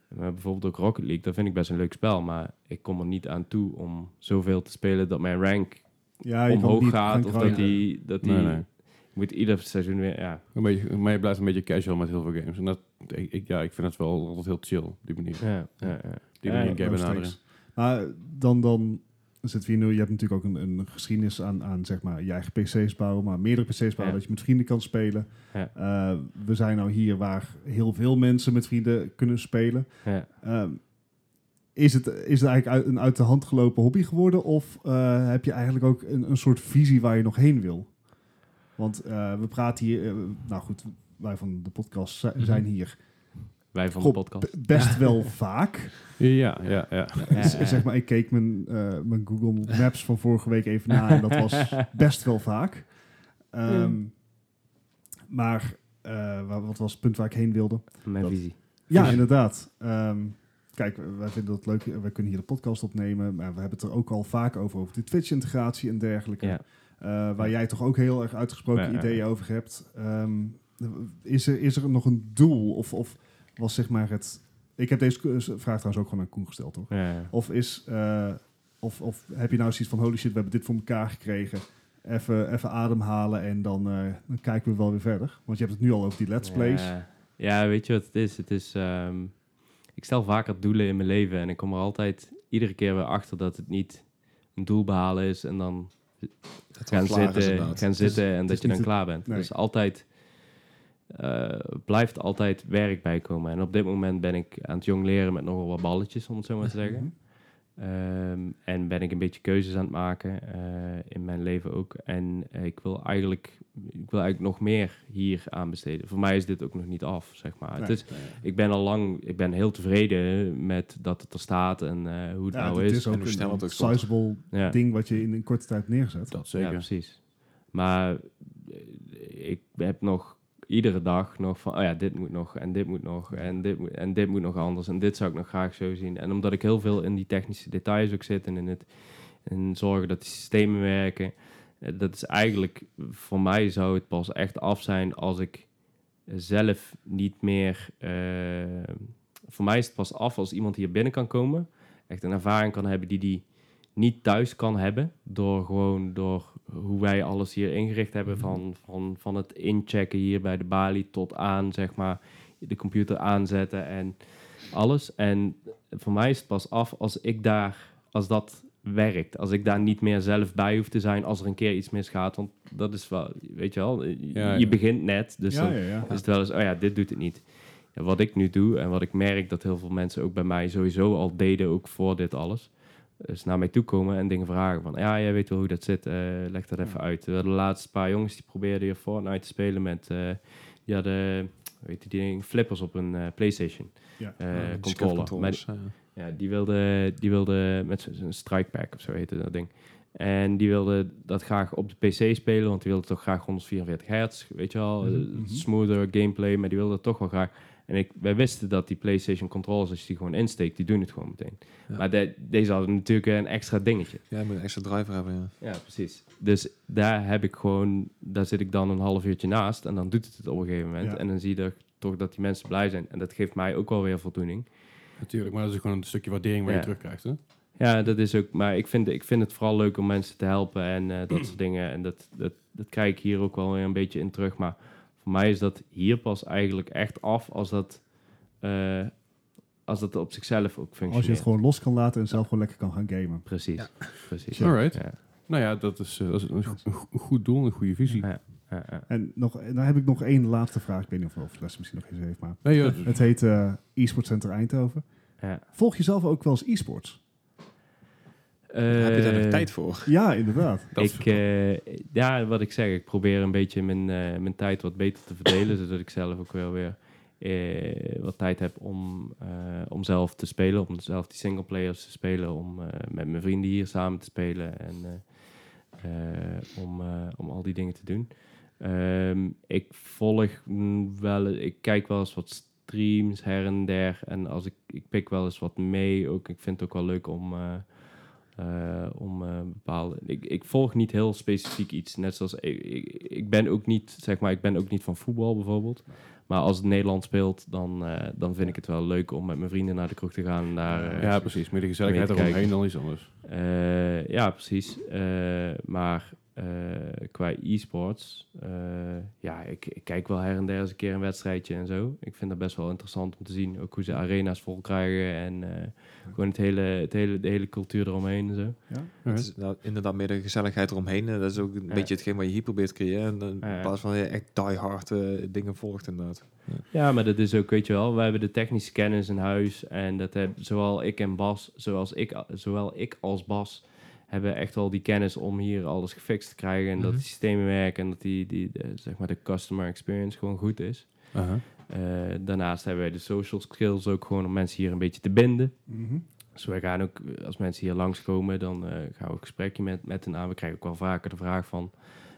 maar bijvoorbeeld ook Rocket League, dat vind ik best een leuk spel. Maar ik kom er niet aan toe om zoveel te spelen dat mijn rank
Ja, je kan
omhoog
niet
gaat.
gaan
Of dat
grinden.
die... Dat die
Nee, nee.
ik Moet ieder seizoen weer... Ja,
Een beetje, maar je blijft een beetje casual met heel veel games. En dat, ik, ik- ja, ik vind het wel altijd heel chill, op die manier.
ja, ja, ja.
Die
Ja,
manier
ja,
een game
no
benaderen.
stakes. Maar dan, dan zit we hier nu. Je hebt natuurlijk ook een, een geschiedenis aan, aan zeg maar, je eigen PC's bouwen, maar meerdere PC's bouwen,
Ja.
dat je met vrienden kan spelen.
Ja.
Eh, we zijn nou hier waar heel veel mensen met vrienden kunnen spelen.
ja.
Ehm, is, het, is het eigenlijk uit- een uit de hand gelopen hobby geworden? Of eh, heb je eigenlijk ook een, een soort visie waar je nog heen wil? Want eh, we praten hier, eh, nou goed, wij van de podcast zi-
Mhm.
zijn hier
Wij van
Goh,
de podcast.
b- best wel vaak.
Ja, ja, ja.
Ja,
Z- Zeg maar, ik keek mijn, eh, mijn Google Maps van vorige week even na en nou, dat was best wel vaak. Ehm, Maar eh, wa- wat was het punt waar ik heen wilde?
Mijn
dat-
visie.
Ja, inderdaad. Ehm, kijk, w- wij vinden dat leuk. We kunnen hier de podcast opnemen, maar we hebben het er ook al vaak over, over de Twitch-integratie en dergelijke.
Ja.
Eh, waar jij toch ook heel erg uitgesproken
Ja, ja, ja.
ideeën over hebt. Ehm, is, er, is er nog een doel? Of, of was zeg maar het... Ik heb deze k- vraag trouwens ook gewoon aan Koen gesteld, hoor.
Ja, ja.
Of, is, eh, of, of heb je nou zoiets van, holy shit, we hebben dit voor elkaar gekregen. Even, even ademhalen en dan, eh, dan kijken we wel weer verder. Want je hebt het nu al over die let's plays.
Ja. Ja, weet je wat het is? Het is ehm, ik stel vaker doelen in mijn leven en ik kom er altijd iedere keer weer achter dat het niet een doel behalen is en dan
Dat
gaan
wel klaar is
zitten,
inderdaad.
gaan
Het is-
zitten en dat
is
je dan
niet
klaar bent.
nee.
Dus altijd eh, blijft altijd werk bij komen. En op dit moment ben ik aan het jong leren met nogal wat balletjes, om het zo maar te
Mhm.
zeggen. Ehm, en ben ik een beetje keuzes aan het maken eh, in mijn leven ook. En eh, ik, wil eigenlijk, ik wil eigenlijk nog meer hier aan besteden. Voor mij is dit ook nog niet af, zeg maar. Het
Nee.
is, ik ben al lang, ik ben heel tevreden met dat het er staat en eh, hoe het
Ja,
nou
dit
is.
is ook
en hoe snel
een
het ook komt.
sizable
ja.
ding wat je in een korte tijd neerzet.
Dat
Ja,
zeker.
precies. Maar eh, ik heb nog iedere dag nog van, oh ja, dit moet nog en dit moet nog en dit moet, en dit moet nog anders en dit zou ik nog graag zo zien. En omdat ik heel veel in die technische details ook zit en in het en zorgen dat de systemen werken Eh, Dat is eigenlijk, voor mij zou het pas echt af zijn als ik zelf niet meer... eh, voor mij is het pas af als iemand hier binnen kan komen. Echt een ervaring kan hebben die die niet thuis kan hebben. Door gewoon door hoe wij alles hier ingericht hebben. Van, van, van het inchecken hier bij de balie tot aan, zeg maar, de computer aanzetten en alles. En voor mij is het pas af als ik daar, als dat werkt. Als ik daar niet meer zelf bij hoef te zijn als er een keer iets misgaat. Want dat is wel, weet je wel, je,
Ja,
je
ja.
begint net. Dus
ja,
dan-
ja, ja.
is het wel eens, oh ja, dit doet het niet. En wat ik nu doe en wat ik merk dat heel veel mensen ook bij mij sowieso al deden, ook voor dit alles, is naar mij toe komen en dingen vragen van, ja, jij weet wel hoe dat zit, eh, leg dat even uit. Eh, De laatste paar jongens die probeerden hier Fortnite te spelen met, eh die hadden, weet je, die ding, flippers op een eh, PlayStation
Ja.
eh,
Ja, Ah, die
controller. Maar
controllers, eh.
ja, die wilde, die wilde met z'n- zo'n strike pack of zo heette dat ding. En die wilde dat graag op de PC spelen, want die wilde toch graag 144 hertz, weet je wel. eh,
Mhm, mhm.
Smoother gameplay, maar die wilde dat toch wel graag. En ik, wij wisten dat die PlayStation controllers, als je die gewoon insteekt, die doen het gewoon meteen.
Ja.
Maar de- deze hadden natuurlijk een extra dingetje.
Ja, je moet een extra driver hebben, ja.
Ja, precies. Dus daar heb ik gewoon, daar zit ik dan een half uurtje naast en dan doet het het op een gegeven moment.
Ja.
En dan zie je dat- toch dat die mensen blij zijn. En dat geeft mij ook wel weer voldoening.
Natuurlijk, maar dat is gewoon een stukje waardering waar
Ja.
je terugkrijgt. Hè?
Ja, dat is ook. Maar ik vind, ik vind het vooral leuk om mensen te helpen en eh, dat soort dingen. En dat, dat, dat krijg ik hier ook wel weer een beetje in terug. Maar voor mij is dat hier pas eigenlijk echt af als dat, eh, als dat op zichzelf ook functioneert.
Als je het gewoon los kan laten en zelf gewoon lekker kan gaan gamen.
Precies. precies.
Ja. Alright.
Ja.
Nou ja, dat is, eh, dat is een, go- een go- een goed doel, een goede visie.
Ja, ja, ja.
En nog, en dan heb ik nog één laatste vraag. Ik weet niet of- of Les misschien nog eens heeft, maar...
Nee, ja, dus-
Het heet eh e-sport center Eindhoven.
Ja.
Volg je zelf ook wel eens e-sports?
Heb je daar
Eh,
nog tijd voor?
Ja, inderdaad.
dat is-
ik, eh, ja, wat ik zeg, ik probeer een beetje mijn, eh, mijn tijd wat beter te verdelen, zodat ik zelf ook wel weer eh, wat tijd heb om, eh, om zelf te spelen, om zelf die singleplayers te spelen, om eh, met mijn vrienden hier samen te spelen en eh, eh, om, eh, om al die dingen te doen. Ehm, ik volg mm, wel, ik kijk wel eens wat streams her en der en als ik, ik pik wel eens wat mee ook. Ik vind het ook wel leuk om... eh, eh, om eh, bepaalde. Ik, ik volg niet heel specifiek iets. Net zoals ik, ik, ik ben ook niet, zeg maar, ik ben ook niet van voetbal bijvoorbeeld. Maar als het Nederland speelt, dan, eh, dan vind ik het wel leuk om met mijn vrienden naar de kroeg te gaan. en Daar, eh,
ja, precies. Met de gezelligheid
Moet je kijken.
eromheen dan iets anders.
eh, ja, precies. Eh, maar eh, qua e-sports, eh, ja, ik, ik kijk wel her en der eens een keer een wedstrijdje en zo. Ik vind dat best wel interessant om te zien. Ook hoe ze arena's vol krijgen en eh, gewoon het hele, het hele, de hele cultuur eromheen en zo.
Het is nou, inderdaad meer de gezelligheid eromheen. En dat is ook een
Ja.
beetje hetgeen wat je hier probeert te creëren. En, eh, in
Ja, ja.
plaats van dat je echt die hard eh, dingen volgt inderdaad.
Ja, maar dat is ook, weet je wel, we hebben de technische kennis in huis. En dat hebben zowel ik en Bas, zoals ik, zowel ik als Bas, hebben echt wel die kennis om hier alles gefixt te krijgen. En dat
Mhm.
de systemen werken en dat die, die de, zeg maar de customer experience gewoon goed is.
Aha.
Eh, daarnaast hebben wij de social skills ook gewoon om mensen hier een beetje te binden.
Mhm.
Dus wij gaan ook, eh, als mensen hier langskomen, dan eh, gaan we een gesprekje met, met hen aan. We krijgen ook wel vaker de vraag van,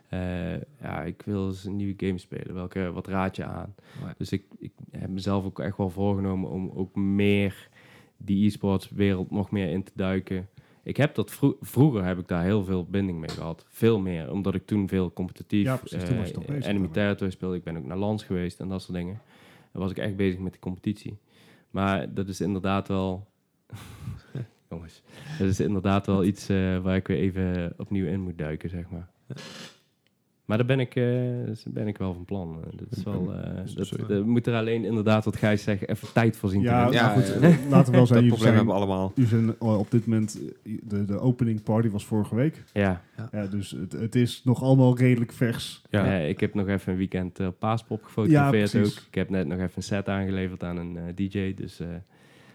eh, ja, ik wil eens een nieuwe game spelen. Welke, wat raad je aan?
Oh ja.
Dus ik, ik heb mezelf ook echt wel voorgenomen om ook meer die e-sports wereld nog meer in te duiken. Ik heb dat vro- vroeger heb ik daar heel veel binding mee gehad. Veel meer, omdat ik toen veel competitief
Ja, precies, toen was je
eh,
toch bezig
enemy
daarmee.
territory speelde. Ik ben ook naar lands geweest en dat soort dingen. Dan was ik echt bezig met de competitie. Maar dat is inderdaad wel... Jongens, dat is inderdaad wel iets eh, waar ik weer even opnieuw in moet duiken, zeg maar. Maar daar ben ik, eh, dus daar ben ik wel van plan. Eh, Dat is wel, eh,
Dus-
dat,
sorry.
dat moet er alleen inderdaad, wat Gijs zegt, even tijd voor zien te
Ja,
hebben.
Ja,
maar goed,
ja, ja.
eh, laten we wel
Dat
zijn,
probleem
jullie zijn,
hebben we allemaal.
jullie zijn eh, op dit moment, eh, de, de opening party was vorige week.
Ja,
Ja, dus het, het is nog allemaal redelijk vers.
Ja.
eh, ik heb nog even een weekend eh, paaspop gefotografeerd
Ja, precies.
ook. Ik heb net nog even een set aangeleverd aan een eh, DJ, dus eh,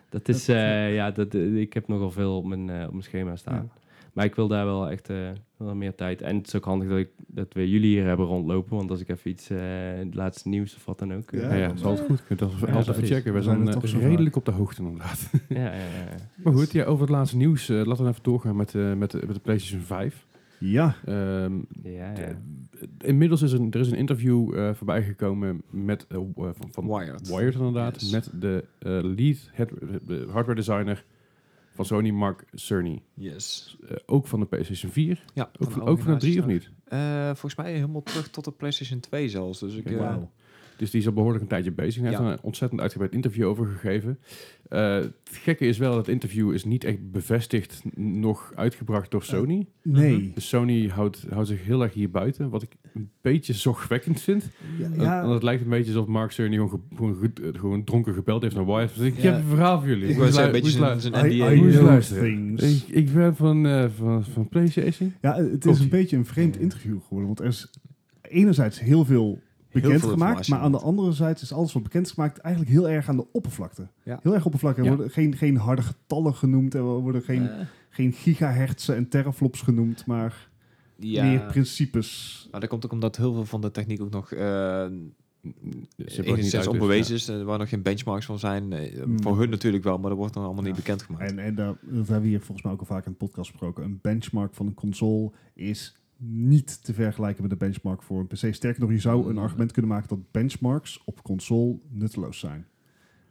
dat is, eh, ja, dat, eh, ik heb nogal veel op mijn, eh, op mijn schema staan. Maar ik wil daar wel echt eh, wel meer tijd. En het is ook handig dat, ik, dat we jullie hier hebben rondlopen, want als ik even iets, eh, het laatste nieuws of wat dan ook. eh,
Ja,
Ja, ja, zal het goed kunnen. Dat
Ja,
als even
precies.
checken. We
We zijn
zijn
er
eh,
toch zo
redelijk op de hoogte inderdaad.
ja, ja, ja.
Maar goed, ja, over het laatste nieuws. eh, laten we even doorgaan met, eh, met, de- met de PlayStation 5.
Ja,
Ehm,
ja, ja.
de- inmiddels is een, er is een interview eh voorbij gekomen met, eh, w- eh, van, van
Wired.
Wired inderdaad.
Yes.
Met de eh, lead head- de hardware designer Van Sony Mark Cerny.
Yes.
Eh, ook van de PlayStation 4.
Ja,
Ook van, ook van de 3 of niet?
Eh, volgens mij helemaal terug tot de PlayStation 2 zelfs. Dus ik,
Oké,
eh,
Wauw.
Dus die is al behoorlijk een tijdje bezig. Hij heeft
Ja.
een ontzettend uitgebreid interview over gegeven. Eh, het gekke is wel, het interview is niet echt bevestigd, n- nog uitgebracht door Sony.
Nee.
Dus Sony houdt, houdt zich heel erg hier buiten, wat ik een beetje zorgwekkend vind.
Ja,
Ja. Want
ja,
het lijkt een beetje alsof Mark Cerny gewoon, ge- gewoon, ge- eh, gewoon dronken gebeld heeft naar wife. Ik
Ja.
heb een verhaal voor jullie.
ik was een
Moet
beetje
je
zijn,
luisteren.
zijn
I,
NDA.
I
Moet je
know
luisteren.
things.
Ik, ik ben van, eh, van, van PlayStation.
Ja, het is
Klopt.
een beetje een vreemd interview geworden. Want er is enerzijds heel veel
veel
bekend gemaakt.
informatie,
Maar aan de andere zijde is alles wat bekend is gemaakt eigenlijk heel erg aan de oppervlakte.
Ja.
Heel erg oppervlakte. Er
Ja.
worden geen, geen harde getallen genoemd. Er worden geen,
Eh,
geen gigahertzen en teraflops genoemd. Maar
ja.
meer principes.
Maar dat komt ook omdat heel veel van de techniek ook nog eh
Dus
E
heb ik ook niet
enigszins
uit, dus,
onbewezen is. eh, Waar nog geen benchmarks van zijn. Eh,
Hmm.
Voor hun natuurlijk wel, maar dat wordt dan allemaal
Ja.
niet bekendgemaakt.
En, en daar, dat hebben we hier volgens mij ook al vaak in de podcast besproken. Een benchmark van een console is niet te vergelijken met een benchmark voor een PC. Sterker nog, je zou
Mm.
een argument kunnen maken dat benchmarks op console nutteloos zijn.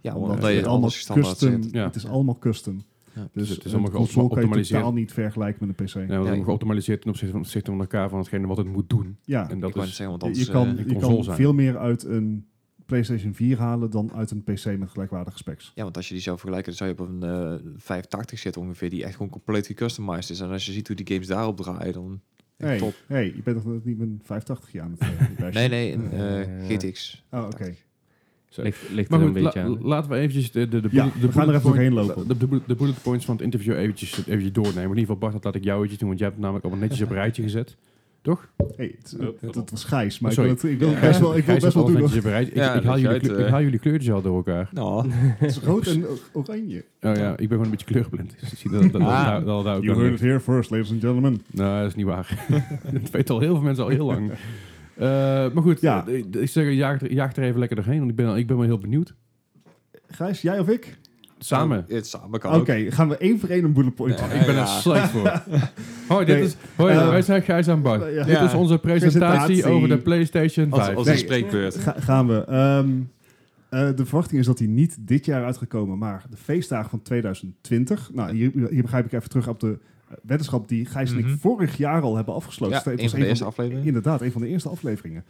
Ja,
Omdat
omdat
het
je
allemaal
alles standaard
custom,
zit.
Ja.
Het is allemaal custom.
Ja.
Dus,
Dus het is
een
allemaal
console kan je
geoptimaliseerd.
totaal niet vergelijken met een PC.
Ja, we
Nee.
hebben geoptimaliseerd ten opzichte van, opzichte van elkaar van hetgene wat het moet doen.
Ja,
En
Ik
dat
wou
is
net zeggen, want
je
anders...
kan,
eh,
een
je
console
kan
zijn.
veel meer uit een PlayStation 4 halen dan uit een PC met gelijkwaardige specs.
ja, want als je die zou vergelijken, dan zou je op een eh 580 zitten ongeveer, die echt gewoon compleet gecustomized is. En als je ziet hoe die games daarop draaien, dan echt
Hey,
top.
hey, je bent nog niet met een 580 jaar aan het eh, bashen?
Nee, nee, een,
Eh,
eh, GTX.
Oh, oké.
Ligt, ligt
Maar
er een
goed,
beetje
la-
aan.
laten we eventjes de, de, de,
Ja,
bullet- de
we gaan er even
bullet
doorheen
point-
lopen.
De, de bullet- de bullet points van het interview eventjes, eventjes doornemen. In ieder geval Bart, dat laat ik jou eventjes doen, want jij hebt het namelijk allemaal netjes op een rijtje gezet.
Hey, het,
Oh,
het- het was Gijs, maar ik wil,
sorry.
het, ik wil het best wel, ik wil
Gijs
het best wel
had
doen.
alles netjes
hoor.
op een rijtje. Ik,
Ja,
ik haal
dat
jullie,
uit,
kleur- ik
eh.
haal jullie kleurtjes al door elkaar.
Nou,
Het is rood en o- oranje.
Oh ja, ik ben gewoon een beetje kleurblind. Dus ik zie dat dat, dat,
Ah.
dat- dat- dat ook
You
wel
heard it here first, ladies and gentlemen.
Nou, dat is niet waar. dat weten al heel veel mensen al heel lang. Eh, maar goed,
Ja.
eh, ik ik zeg, jaag er, jaag er even lekker doorheen, want ik ben, al- ik ben wel heel benieuwd.
Gijs, jij of ik?
Samen.
het samen kan
Oké,
ook.
gaan we één voor één een bullet point.
Ja.
Ik ben er slecht voor. Hoi, dit
Nee,
is, hoi
eh,
wij zijn Gijs en Bart.
ja.
Dit is onze presentatie
Presentatie.
over de PlayStation
Als,
5.
als een
Nee.
spreekbeurt.
Ga- gaan we. Ehm, eh, de verwachting is dat hij niet dit jaar uitgekomen, maar de feestdagen van 2020. Nou, hier, hier begrijp ik even terug op de eh, wetenschap die Gijs en
Mhm.
ik vorig jaar al hebben afgesloten.
Ja,
Het was
een van de eerste
de-
afleveringen.
Inderdaad, een van de eerste afleveringen.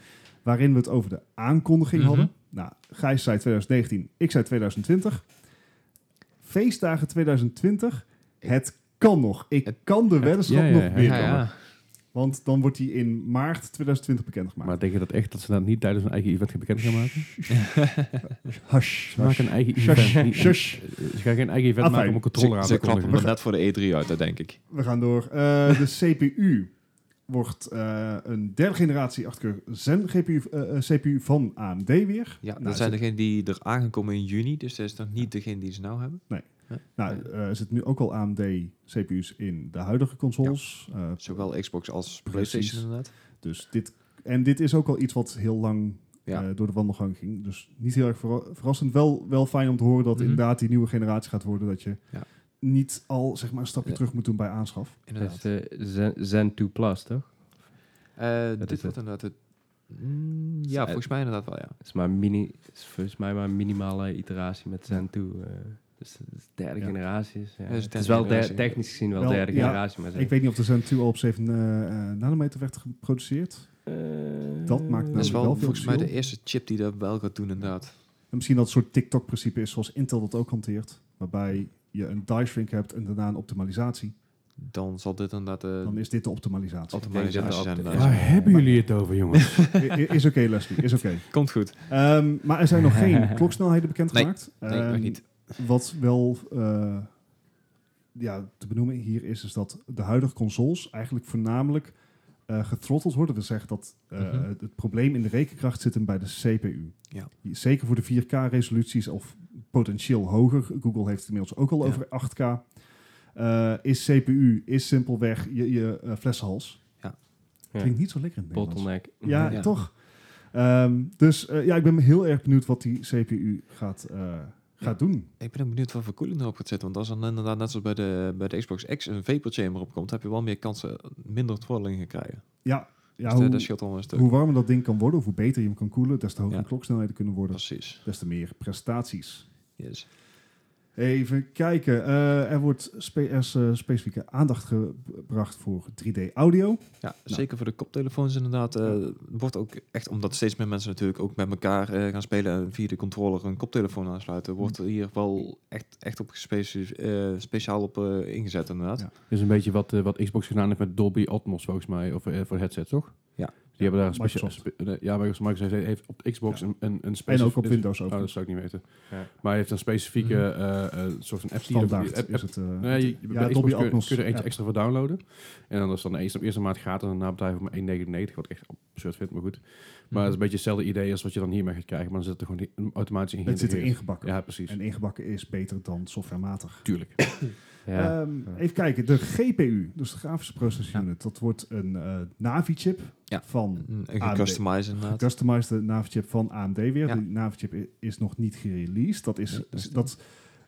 Waarin we het over de aankondiging
Mhm.
hadden. Nou, Gijs zei 2019, ik zei 2020. Feestdagen 2020. Het kan nog. Ik
Het-
kan de
het-
weddenschap
ja, ja, ja.
nog weer.
Ja, ja.
Want dan wordt die in maart 2020 bekendgemaakt.
Maar denk je dat echt dat ze dat niet tijdens hun eigen event bekend gaan maken?
Hush,
Ze maken een eigen event.
Shush,
niet-
shush.
Ze gaan geen eigen event
Afijn.
maken om een controller
Ze,
aan
ze
te
klappen
kondigen.
er net voor de E3 uit, dat denk ik.
We gaan door. Eh, de CPU wordt eh, een derde generatie 8 Zen GPU, eh, eh, CPU van AMD weer.
Ja,
Nou,
dat zijn degenen die er aangekomen in juni, dus dat is nog niet degene die ze nou hebben.
Nou, eh, er zitten nu ook al AMD CPU's in de huidige consoles. Eh,
Zowel Xbox als
Precies.
PlayStation inderdaad.
dus dit, en dit is ook al iets wat heel lang
Ja.
eh, door de wandelgang ging. Dus niet heel erg verra- verrassend. Wel, wel fijn om te horen dat
Mhm.
inderdaad die nieuwe generatie gaat worden. Dat je
Ja.
niet al zeg maar, een stapje
Ja.
terug moet doen bij aanschaf.
Dat is
Inderdaad.
de Zen, Zen 2 Plus, toch?
Eh,
dat
dit
is het.
wordt inderdaad het... Mm, ja,
Eh,
volgens mij inderdaad wel, ja.
Dat is, maar mini, is volgens mij maar een minimale iteratie met Zen 2. eh. dus het is derde
Ja.
generatie. is, ja.
Ja, is
het
derde
is wel de-
generatie.
technisch gezien wel,
Wel,
derde
ja.
generatie. Maar
Ik weet niet of de Zen 2 al op 7 eh, eh, nanometer werd geproduceerd.
Eh,
dat maakt
Dat is
namelijk
wel
wel veel
volgens mij de
verschil.
eerste chip die dat wel gaat doen inderdaad.
En misschien dat het soort TikTok-principe is zoals Intel dat ook hanteert. Waarbij je een die shrink hebt en daarna een optimalisatie.
Dan zal dit inderdaad de
Dan is dit de optimalisatie.
Ik denk
optimalisatie
dat
zijn eh,
de
inderdaad.
opti-
Waar hebben jullie het over, jongens?
I- i- is oké, Leslie. Is oké.
Komt goed.
Ehm, maar er zijn nog geen kloksnelheden bekendgemaakt.
Nee, nog
Ehm,
niet.
Wat wel eh, ja, te benoemen hier is, is dat de huidige consoles eigenlijk voornamelijk eh getrotteld worden. We zeggen dat eh,
Mhm.
het, het probleem in de rekenkracht zit hem bij de CPU.
Ja.
Zeker voor de 4K-resoluties of potentieel hoger. Google heeft het inmiddels ook al
Ja.
over 8K. Eh, is CPU, is simpelweg je, je eh, flessenhals.
Ja.
Ja.
Klinkt niet zo lekker in het Nederlands.
Bottleneck.
Mhm.
Ja,
Ja.
toch. Ehm, dus eh, ja, ik ben heel erg benieuwd wat die CPU gaat, eh, gaat doen.
Ik ben ook benieuwd wat voor koeling erop gaat zitten. Want als er inderdaad net zoals bij de, bij de Xbox X een vapor chamber op komt, heb je wel meer kansen minder twirling te krijgen.
eh,
Ja,
dus dat-
hoe,
dat scheelt al een stuk.
hoe warmer dat ding kan worden, of hoe beter je hem kan koelen, des te hoger
Ja.
de kloksnelheden kunnen worden,
Precies.
des te meer prestaties.
Yes.
Even kijken. Eh, er wordt spe- er is, eh, specifieke aandacht gebracht voor 3D-audio.
Ja, zeker voor de koptelefoons inderdaad. eh, wordt ook echt, omdat steeds meer mensen natuurlijk ook met elkaar eh, gaan spelen en via de controller een koptelefoon aansluiten,
Mm.
wordt er hier wel echt, echt op gespeci- eh, speciaal op eh, ingezet inderdaad.
Ja.
is een beetje wat, eh, wat Xbox gedaan heeft met Dolby Atmos volgens mij, of eh, voor headsets, toch?
Ja.
Die hebben daar een speciaal...
Microsoft.
spe- eh, ja, maar Microsoft heeft op de Xbox
Ja.
een, een, een
En ook
specif-
op
dus- Oh,
Windows
dat
overigens.
zou ik niet weten.
Ja.
Maar hij heeft een specifieke eh, eh, soort van app die-
Standaard
app-
is het. eh,
Nee, je,
ja,
bij Xbox
Dolby
kun, je-
Atmos
kun je er eentje
app.
extra voor downloaden. En dan is dan eerst op eerste maand gaat en daarna betaal je voor maar 1,99. Wat ik echt absurd vind, maar goed. Maar het is een beetje hetzelfde idee als wat je dan hiermee gaat krijgen. Maar dan zit er gewoon die- automatisch in
het zit er
geïntegreerd.
ingebakken.
Ja, precies.
En ingebakken is beter dan softwarematig.
Tuurlijk.
Mhm. Ja.
Ehm, Even kijken, de GPU, dus de grafische processor unit, dat wordt een eh, Navi-chip
Ja.
van
Een, een
AMD.
gecustomized inderdaad.
customized Navi-chip van AMD weer.
Ja.
De Navi-chip i- is nog niet gereleased. Dat, is,
Nee, dat is-
dat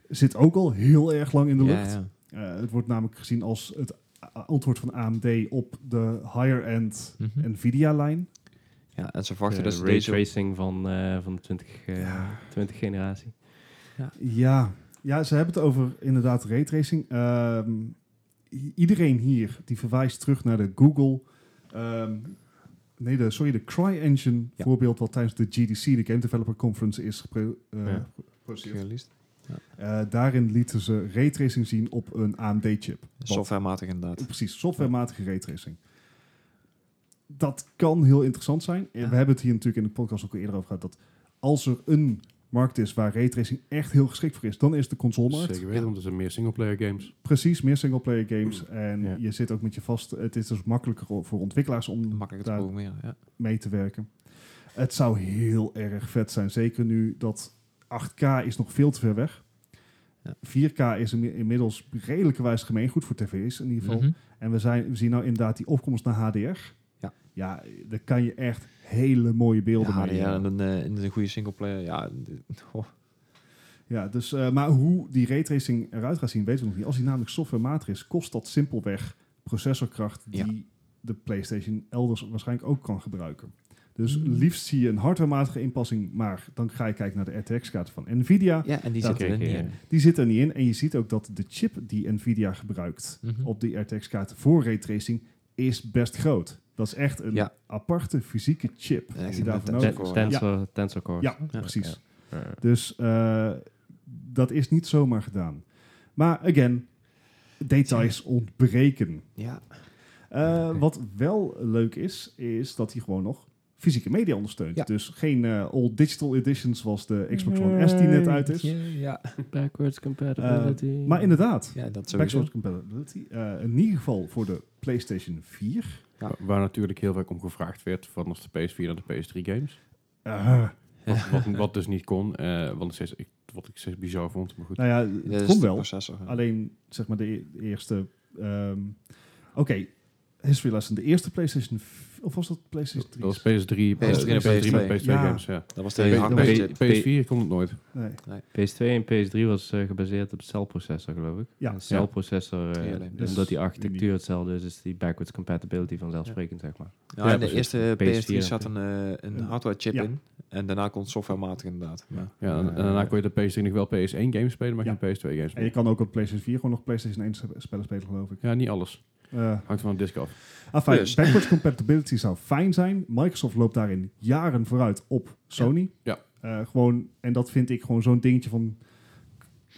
zit ook al heel erg lang in de
Ja,
lucht.
ja.
Eh, het wordt namelijk gezien als het a- antwoord van AMD op de higher-end
Mhm.
Nvidia-lijn.
Ja, en ze
Eh,
verwachten dus dat
de
ze
Eh, ray
deze...
tracing van, eh, van de 20, eh,
Ja.
20 generatie.
Ja. ja, ze hebben het over inderdaad raytracing. Ehm, i- iedereen hier die verwijst terug naar de Google. ehm, nee, de, sorry, de CryEngine
Ja.
voorbeeld, wat tijdens de GDC, de Game Developer Conference, is gepre- eh,
Ja.
geproduceerd.
Released.
Eh, daarin lieten ze raytracing zien op een AMD-chip.
Softwarematig inderdaad.
Precies, softwarematige raytracing. Dat kan heel interessant zijn. En We hebben het hier natuurlijk in de podcast ook al eerder over gehad. Dat als er een markt is waar raytracing echt heel geschikt voor is, dan is het de consolemarkt.
Zeker weten, want er zijn meer singleplayer games.
Precies, meer singleplayer games. En
Ja.
je zit ook met je vast. Het is dus makkelijker o- voor ontwikkelaars om
Makkelijk te
daar
programmeren, ja.
mee te werken. Het zou heel erg vet zijn. Zeker nu dat 8K is nog veel te ver weg.
Ja.
4K is inmi- inmiddels redelijkerwijs gemeengoed voor tv's in ieder geval.
Mhm.
En we, zijn, we zien nou inderdaad die opkomst naar HDR.
Ja.
ja, daar kan je echt hele mooie beelden
Ja,
mee.
ja, en een, eh, en een goede singleplayer. Ja, d- oh,
Ja, dus, eh, maar hoe die raytracing eruit gaat zien, weten we nog niet. Als die namelijk softwarematig is, kost dat simpelweg processorkracht die de PlayStation elders waarschijnlijk ook kan gebruiken. Dus
Hmm.
liefst zie je een hardwarematige inpassing, maar dan ga je kijken naar de RTX-kaart van Nvidia.
ja en die
Dat
zit er
kreeg
niet
je,
in.
Die zit er niet in en je ziet ook dat de chip die Nvidia gebruikt
Mhm.
op die RTX-kaart voor raytracing is best groot. Dat is echt een
Ja.
aparte fysieke chip
Ja,
die
met
daarvoor
dat
nodig
chip.
is.
Ten-
Tensor,
Tensor, tensor cores.
Ja, precies.
Ja.
Dus eh, dat is niet zomaar gedaan. Maar again, details ontbreken.
Ja,
Eh, wat wel leuk is, is dat hij gewoon nog fysieke media ondersteunt.
Ja.
Dus geen eh, all digital editions zoals de Xbox One S die net uit is.
ja.
Backwards
compatibility. Eh, Maar inderdaad,
ja, dat sowieso.
backwards compatibility. eh, in ieder geval voor de PlayStation 4.
Ja.
Wa- Eh, Waar natuurlijk heel vaak om gevraagd werd vanaf de PS4 naar de PS3 games.
Eh,
Wat, wat, wat dus niet kon, eh, want steeds, ik, wat ik steeds bizar vond. Maar goed. dus
nou ja,
Ja,
het
dat is
kon
de
wel.
processor, ja.
Alleen zeg maar de, e- de eerste. ehm, Oké, history lesson. De eerste PlayStation. v- Of was dat PlayStation 3?
Dat was PS3,
PS3 en
PS3 met
PS2.
PS2
Ja.
games, ja.
Dat was
P-
de
P-
hardware chip.
PS4 kon het nooit.
Nee.
PS2 en PS3 was eh, gebaseerd op celprocessor, geloof ik.
Ja.
Een celprocessor, eh,
Ja, alleen.
dus
Dus
omdat die architectuur
uniek.
hetzelfde is, is die backwards compatibility vanzelfsprekend, zeg maar.
Ja, in de
precies.
eerste PS3
PS4
zat een, eh, een
Ja.
hardware chip
Ja.
in. En daarna kon het softwarematig inderdaad. Maar,
Ja, en, en
Eh,
daarna kon je de PS3 nog wel PS1 games spelen, maar
Ja.
geen PS2 games
En je
meer.
kan ook op PlayStation 4 gewoon nog PlayStation 1 sp- spellen spelen, geloof ik.
Ja, niet alles.
Eh
Hangt van de disc af.
enfin,
Dus.
backwards compatibility zou fijn zijn. Microsoft loopt daarin jaren vooruit op Sony.
Ja.
Eh, gewoon, en dat vind ik gewoon zo'n dingetje van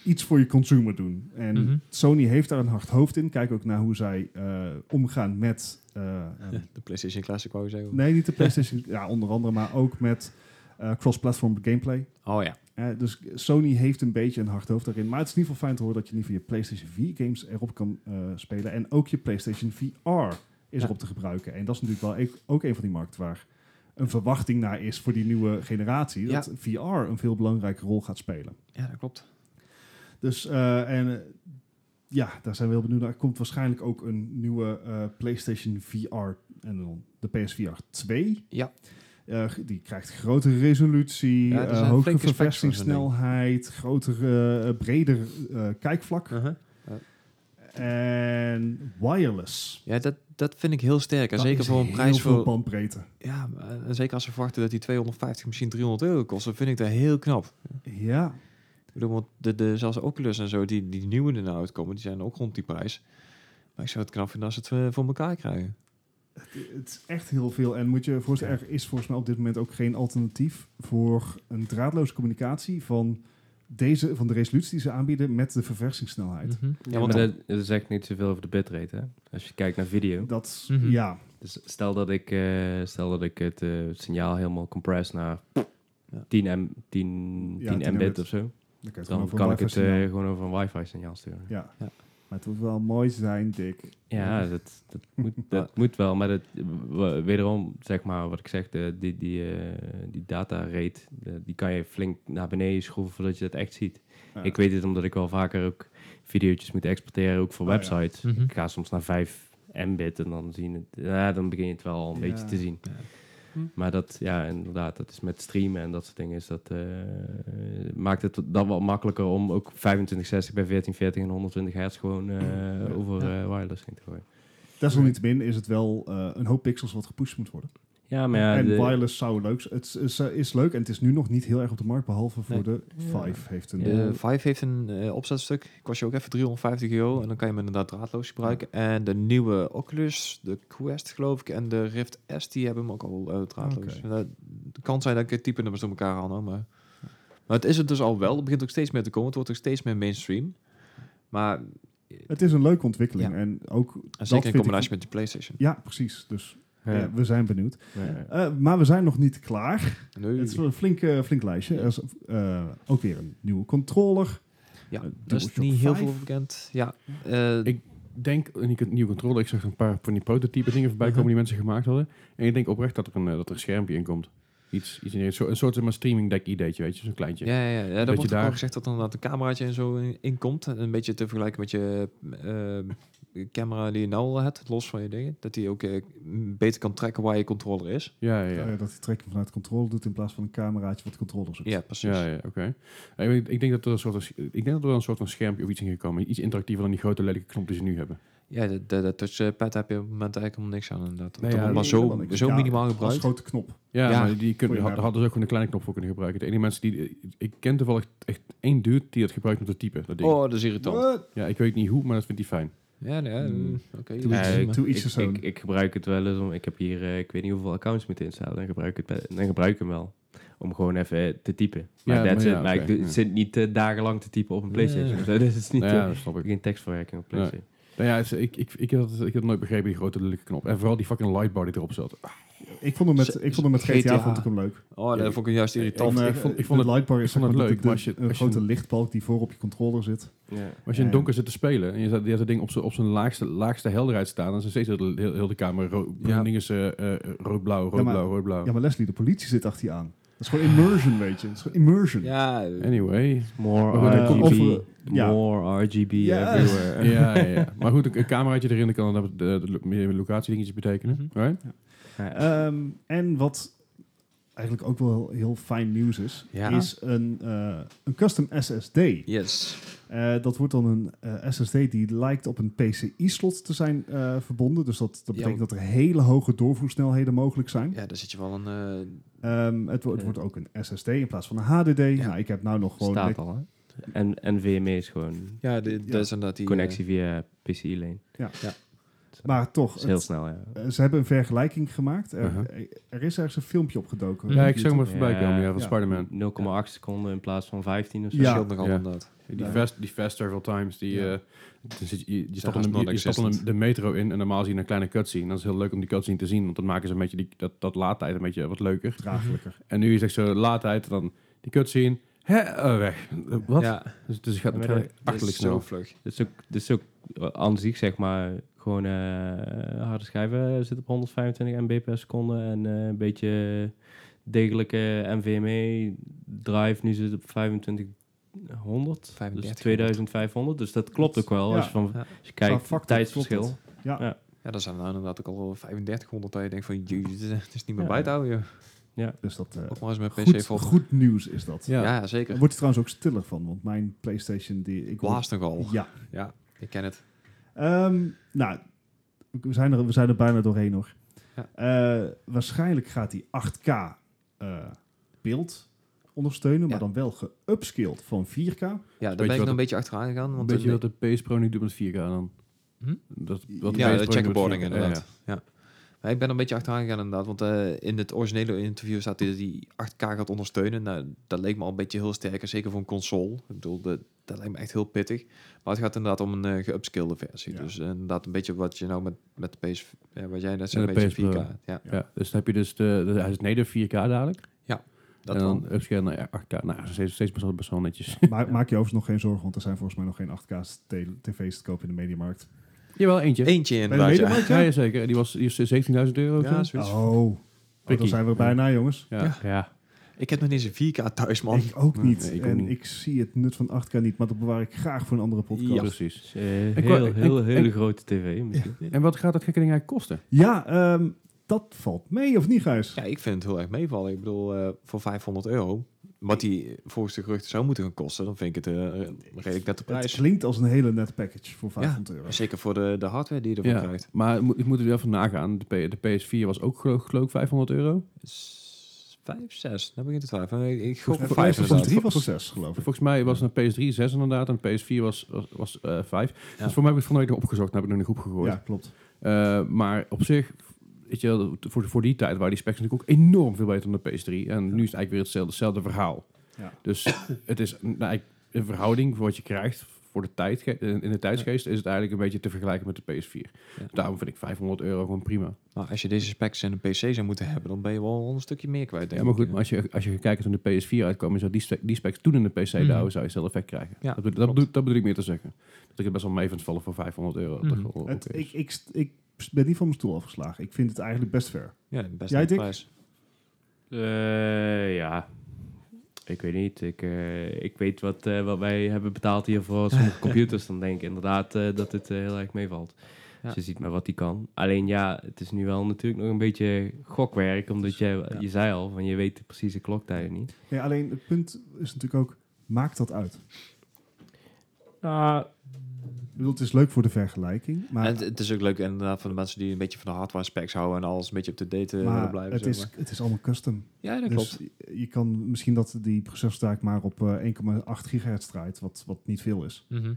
iets voor je consumer doen. En
Mhm.
Sony heeft daar een hard hoofd in. Kijk ook naar hoe zij eh, omgaan met... eh, ehm,
De PlayStation Classic wou je zeggen.
nee, niet de PlayStation, ja, onder andere, maar ook met eh, cross-platform gameplay.
Oh ja.
Eh, dus Sony heeft een beetje een hard hoofd daarin. Maar het is in ieder geval fijn te horen dat je in ieder geval je PlayStation 4 games erop kan eh, spelen. En ook je PlayStation VR is
Ja.
erop te gebruiken. En dat is natuurlijk wel e- ook een van die markten waar een verwachting naar is voor die nieuwe generatie.
Ja.
Dat VR een veel belangrijke rol gaat spelen.
Ja, dat klopt.
Dus eh, en eh, ja, daar zijn we heel benieuwd naar. Er komt waarschijnlijk ook een nieuwe eh, PlayStation VR en dan de PSVR 2.
Ja.
Eh, g- die krijgt grotere resolutie,
Ja, er
eh,
zijn
hogere
flinke specs voor zo'n
verversingssnelheid, grotere, eh, breder eh, kijkvlak
Uh-huh.
en wireless.
Ja, dat, dat vind ik heel sterk. En
Dat
zeker
is
voor een
heel
prijs
veel
voor...
bandbreedte.
Ja, eh, en zeker als ze verwachten dat die 250, misschien 300 euro kost, dan vind ik dat heel knap.
Ja.
Ik bedoel, want de, de, zelfs Oculus en zo, die, die nieuwe er nou uitkomen, die zijn ook rond die prijs. Maar ik zou het knap vinden als ze het eh, voor elkaar krijgen.
Het is echt heel veel. En moet je je voorstellen, er is volgens mij op dit moment ook geen alternatief voor een draadloze communicatie van, deze, van de resolutie die ze aanbieden met de verversingssnelheid.
Mhm.
Ja, want
maar dat, dat zegt niet zoveel over de bitrate, hè? Als je kijkt naar video.
Dat, is-
Mhm.
ja,
Dus stel dat ik, eh, stel dat ik het eh, signaal helemaal compress naar
Ja.
10, m, 10,
Ja,
10
10
mbit
mbit.
of zo.
dan kan, je het
Dan
gewoon
kan ik het eh,
ja.
gewoon over een wifi signaal sturen. Ja,
ja.
Ja.
Maar het moet wel mooi zijn, Dick.
dat, dat, moet, dat moet wel. Maar dat, w- wederom, zeg maar, wat ik zeg, de, die, die, eh, die data rate, de- die kan je flink naar beneden schroeven voordat je dat echt ziet.
Ja.
Ik weet dit omdat ik wel vaker ook video's moet exporteren, ook voor
Oh, ja.
websites.
Mhm.
Ik ga soms naar 5 mbit en dan, zien het, ja, dan begin je het wel al een
Ja.
beetje te zien.
Ja.
Maar dat, ja, inderdaad, dat is met streamen en dat soort dingen. Is dat, eh, maakt het dan wel makkelijker om ook 2560 bij 1440 en 120 hertz gewoon eh, over eh, wireless heen te gooien.
Desalniettemin is het wel eh, een hoop pixels wat gepusht moet worden.
Ja, maar ja,
en
de-
wireless zou leuk zijn. Het is, is, eh, is leuk en het is nu nog niet heel erg op de markt, behalve voor
Nee.
de
Ja.
5 heeft een...
De Vive heeft een eh, opzetstuk, kost je ook even 350 euro en dan kan je hem inderdaad draadloos gebruiken. En de nieuwe Oculus, de Quest geloof ik, en de Rift S, die hebben hem ook al eh, draadloos.
Oké.
En dat- het kan zijn dat ik het type nummers door elkaar haal, hoor, maar, maar het is het dus al wel. Het begint ook steeds meer te komen, het wordt ook steeds meer mainstream. Maar en
Het is een leuke ontwikkeling
Ja.
en ook...
zeker in
vind ik-
combinatie met de PlayStation.
Ja, precies. Dus
ja,
ja, we zijn benieuwd.
ja, ja.
Eh, maar we zijn nog niet klaar.
Nee.
Het is wel een flink, eh, flink lijstje. Er is eh, ook weer een nieuwe controller.
Ja,
Eh,
er is
DualShock
niet heel
5.
veel bekend. Ja, eh,
Ik- denk, en ik had nieuwe controle, ik zag een paar van die prototype dingen voorbij
Uh-huh.
komen die mensen gemaakt hadden. En ik denk oprecht dat er een, eh, dat er een schermpje in komt. Iets, iets in, zo, een soort zeg maar, streaming deck ideetje, weet je, zo'n kleintje.
Ja, ja, ja. ja
Dat
dat
je
wordt ook
daar-
al gezegd dat er inderdaad een cameraatje en zo in, in komt. En Een beetje te vergelijken met je eh, camera die je nou al hebt, los van je dingen. Dat die ook eh, m- beter kan trekken waar je controller is.
Ja, ja,
Eh,
ja.
dat hij trekken vanuit de controller doet in plaats van een cameraatje wat de controller zoekt.
Ja, precies.
Ja, ja, oké. Ik, weet- ik denk dat er een soort van, ik denk dat er wel een soort van schermpje of iets in gaat komen. Iets interactiever dan die grote lelijke knop die ze nu hebben.
Ja, de, de, de touchpad eh, heb je op het moment eigenlijk helemaal niks aan inderdaad.
Nee,
Dat
ja,
wordt maar
nee,
zo,
helemaal niks.
zo
Ja,
minimaal
Als
gebruikt.
grote knop.
Ja,
Ja.
maar die kunnen,
Goeie
had-
merk.
hadden ze ook gewoon een kleine knop voor kunnen gebruiken. De enige mensen die... Ik ken toevallig echt één dude die dat gebruikt om te typen. Dat ding.
Oh, dat is irritant.
What?
Ja, ik weet niet hoe, maar dat vindt hij fijn.
Ja, nee, ja,
Hmm.
mm, oké.
Doe
ja,
iets-
prima.
doe iets
Eh, ik,
zo.
ik, ik gebruik het wel eens om. Ik heb hier, eh, ik weet niet hoeveel accounts moeten instellen. Dan gebruik ik, het, bij- dan gebruik ik hem wel. Om gewoon even eh, te typen. Maar,
Ja,
that's
maar
it.
ja,
maar
oké,
ik doe-
ja.
zit niet eh, dagenlang te typen op een
Nee.
PlayStation. Dat is niet.
Nou ja,
eh,
dat snap ik.
geen tekstverwerking op
Nee.
PlayStation.
Nou ja, het is- ik, ik, ik, had, ik had nooit begrepen die grote lelijke knop. En vooral die fucking lightbar die erop zat.
Ik vond hem met,
Z-
ik vond hem met
z-
GTA,
GTA.
vond ik hem leuk.
Oh, dat vond ik juist irritant.
vond-
En,
ik
eh,
vond- ik
de
vond het-
lightbar is
ik vond
zeg
het
maar
leuk,
de- de-
maar als je-
een
als je-
grote lichtbalk die voor op je controller zit.
Ja.
Als je in
En-
het donker zit te spelen en je zat- die had dat ding op zijn- op zijn laagste, laagste helderheid staan, dan is steeds heel, de- heel, heel de kamer ro
Ja.
ding is, eh, eh, rood-blauw,
Ja, maar-
rood-blauw, rood-blauw.
Ja, maar Leslie, de politie zit achter je aan. Dat is gewoon immersion, weet je. Dat is gewoon immersion.
Ja, eh,
Anyway.
More
Maar goed,
dan
RGB.
komt- of, eh, ja.
More RGB
Ja.
everywhere.
Ja, ja, ja. Maar goed, een- een cameraatje erin dat kan dan de, de, de, meer locatiedingetjes betekenen.
Mhm.
right? Eh,
Ja.
Ehm, en wat eigenlijk ook wel heel, heel fijn nieuws is,
Ja.
is een, eh, een custom SSD.
yes.
Eh, dat wordt dan een eh, SSD die lijkt op een PCI-slot te zijn eh, verbonden. Dus dat, dat
Ja,
betekent dat er hele hoge doorvoersnelheden mogelijk zijn.
Ja, daar zit je wel een... eh,
Ehm, het, wo- het
Ja.
wordt ook een SSD in plaats van een HDD.
Ja.
Nou, ik heb nou nog gewoon...
Staat
net-
al, hè? En, en VME is gewoon
ja, de, dat is inderdaad die... eh,
connectie via PCI-lane.
maar toch,
Dat is heel
het-
snel, ja.
eh, ze hebben een vergelijking gemaakt. Er, eh,
Uh-huh.
er is ergens een filmpje opgedoken.
Ja,
Ja,
op
ik zag hem
YouTube.
even voorbij
Ja.
komen, ja, van
Ja.
Spider-Man.
0,8 seconden in plaats van 15 of zo.
dat
Ja.
scheelt eh, nogal
Ja.
inderdaad.
Die,
Ja.
fast, die fast several times, die,
Ja.
eh, dan zit je, je, je stapt
haast
in de, je- je stapt in de-
non-existent.
de metro in en normaal zie je een kleine cutscene. Dat is heel leuk om die cutscene te zien, want dan maken ze een beetje die, dat, dat laadtijd een beetje wat leuker.
Draaglijker.
En nu is echt zo laadtijd, dan die cutscene, hè, eh, weg. Eh, Wat?
Ja,
Dus, dus het gaat
Maar
het
dat-
gaat
dat
achterlijk
is zo
snel.
vlug.
Dus ook, dus ook eh, aan zich, zeg maar, gewoon eh, harde schijven zit op 125 MB per seconde. En eh, een beetje degelijke NVMe E drive nu zit op 2500. Dus
3500.
2500. Dus dat klopt ook wel. Als je,
Ja.
van,
Ja.
als je kijkt,
factor
tijdsverschil.
klopt Ja.
Ja.
Ja, dan zijn we nou inderdaad ook al 3500 dat je denkt van, jezus, het is niet meer
Ja.
bij te houden. joh.
Dus dat... eh,
Ook maar eens met PC
goed,
vol.
goed nieuws is dat.
Ja,
Ja.
zeker.
Daar wordt hij trouwens ook stiller van, want mijn PlayStation die ik
Blaast nogal.
Ja.
Ja, ik ken het.
Ehm, nou, we zijn, er, we zijn er bijna doorheen hoor.
Ja.
Eh, waarschijnlijk gaat die 8K eh, beeld ondersteunen, maar
Ja.
dan wel geupskilled van 4K.
Ja, daar
je
ben ik
wat
nog een
de-
beetje achteraan gegaan. Want
Weet je
eh,
wat de PS Pro nu doet met 4K dan?
Hm?
Dat, wat
ja, de
PS Pro nu doet met 4K.
checkerboarding inderdaad.
Ja,
Ja, Maar ik ben er een beetje achteraan gegaan inderdaad, want eh, in het originele interview staat dat die 8K gaat ondersteunen. Nou, dat leek me al een beetje heel sterk, en zeker voor een console. Ik bedoel, de, dat lijkt me echt heel pittig. Maar het gaat inderdaad om een eh, geupskillede versie.
Ja.
Dus inderdaad een beetje wat je nou met, met de PS... eh, wat jij net zei,
Ja,
een
de
beetje
PS
4K. Ja,
ja. Ja, dus dan heb je dus de, de, hij is native 4K dadelijk.
dat
en
dan.
dan upscale naar 8K. Nou, steeds, steeds best wel- best wel netjes.
Maar maak je overigens nog geen zorgen, want er zijn volgens mij nog geen 8K te- tv's te koop in de mediamarkt.
Jawel, eentje.
Eentje
Bij de
inderdaad, ja.
mediamarkt,
Ja,
ja?
ja, zeker. Die was, die was 17.000 euro. of
Ja,
zo.
zoiets.
Oh, oh, dan
Prikkie.
zijn we bijna, jongens.
ja.
Ja.
Ja,
Ik heb nog niet eens een 4K thuis, man.
Ik ook
Nee,
niet.
nee, ik ook
en
niet.
ik zie het nut van 8K niet, maar dat bewaar ik graag voor een andere podcast.
Ja.
Ja,
precies.
dus, eh,
Ik wou-
heel,
ik-
heel,
ik-
hele grote tv. moet je-
En wat gaat dat gekke ding eigenlijk kosten?
ehm, dat valt mee, of niet, Gijs?
Ja, ik vind het heel erg meevallen. Ik bedoel, eh, voor 500 euro, wat die volgens de geruchten zou moeten gaan kosten, dan vind ik het eh, een redelijk nette
het
prijs.
klinkt als een hele net package voor 500 euro.
Zeker voor de, de hardware die je ervan krijgt.
maar ik moet, ik moet er wel van nagaan. De, P- de PS4 was ook geloof, geloof ik 500 euro.
S- Vijf, zes, dan begint het twijfelen. Ik, ik gok
En
voor vijf
PlayStation
inderdaad.
3 was 6, geloof ik.
Volgens mij was het een PS3 6 inderdaad en een PS4 was, was, was 5.
Ja.
Dus voor mij heb ik het van de week nog opgezocht en heb ik nog in de groep gegooid.
Ja, klopt.
Eh, maar op zich, weet je, wel, voor, voor die tijd waren die specs natuurlijk ook enorm veel beter dan de PS3. En nu is het eigenlijk weer hetzelfde, hetzelfde verhaal.
Ja.
Dus het is nou, eigenlijk in verhouding voor wat je krijgt voor de tijd, in de tijdsgeest, is het eigenlijk een beetje te vergelijken met de PS4.
Ja. Nou,
Daarom vind ik 500 euro gewoon prima.
Maar als je deze specs in een PC zou moeten hebben, dan ben je wel een stukje meer kwijt. Denk
Ja, maar
ik.
goed, maar als je, als je kijkt toen de PS4 uitkwam, zou die, spec- die specs toen in de PC
Mhm.
douwen, zou je zelf wegkrijgen.
Ja,
dat, bedoel- dat,
klopt.
bedoel, dat bedoel ik meer te zeggen. Dat ik het best wel mee vind vallen voor 500 euro. Dat
Mhm.
dat wel
Het-
oké is.
ik, ik, st- ik ben niet van mijn stoel afgeslagen. Ik vind het eigenlijk best fair.
Ja, best
Jij,
een
Dick?
prijs.
Eh, ja, ik weet niet. Ik, eh, ik weet wat, eh, wat wij hebben betaald hier voor sommige computers. Dan denk ik inderdaad eh, dat het eh, heel erg meevalt. Dus je ziet maar wat die kan. Alleen ja, het is nu wel natuurlijk nog een beetje gokwerk. Omdat je,
Ja.
je zei al, van je weet de precieze kloktijden niet.
Nee, alleen het punt is natuurlijk ook, maakt dat uit?
Nou,
Ik bedoel, het is leuk voor de vergelijking, maar,
en het, het is ook leuk inderdaad voor de mensen die een beetje van de hardware specs houden en alles een beetje op de date eh, willen
maar
blijven.
het,
zeg
is,
maar.
het is allemaal custom.
Ja, dat
dus
klopt.
je- je kan misschien dat die processorstaak maar op eh, 1,8 gigahertz draait, wat, wat niet veel is.
Mhm.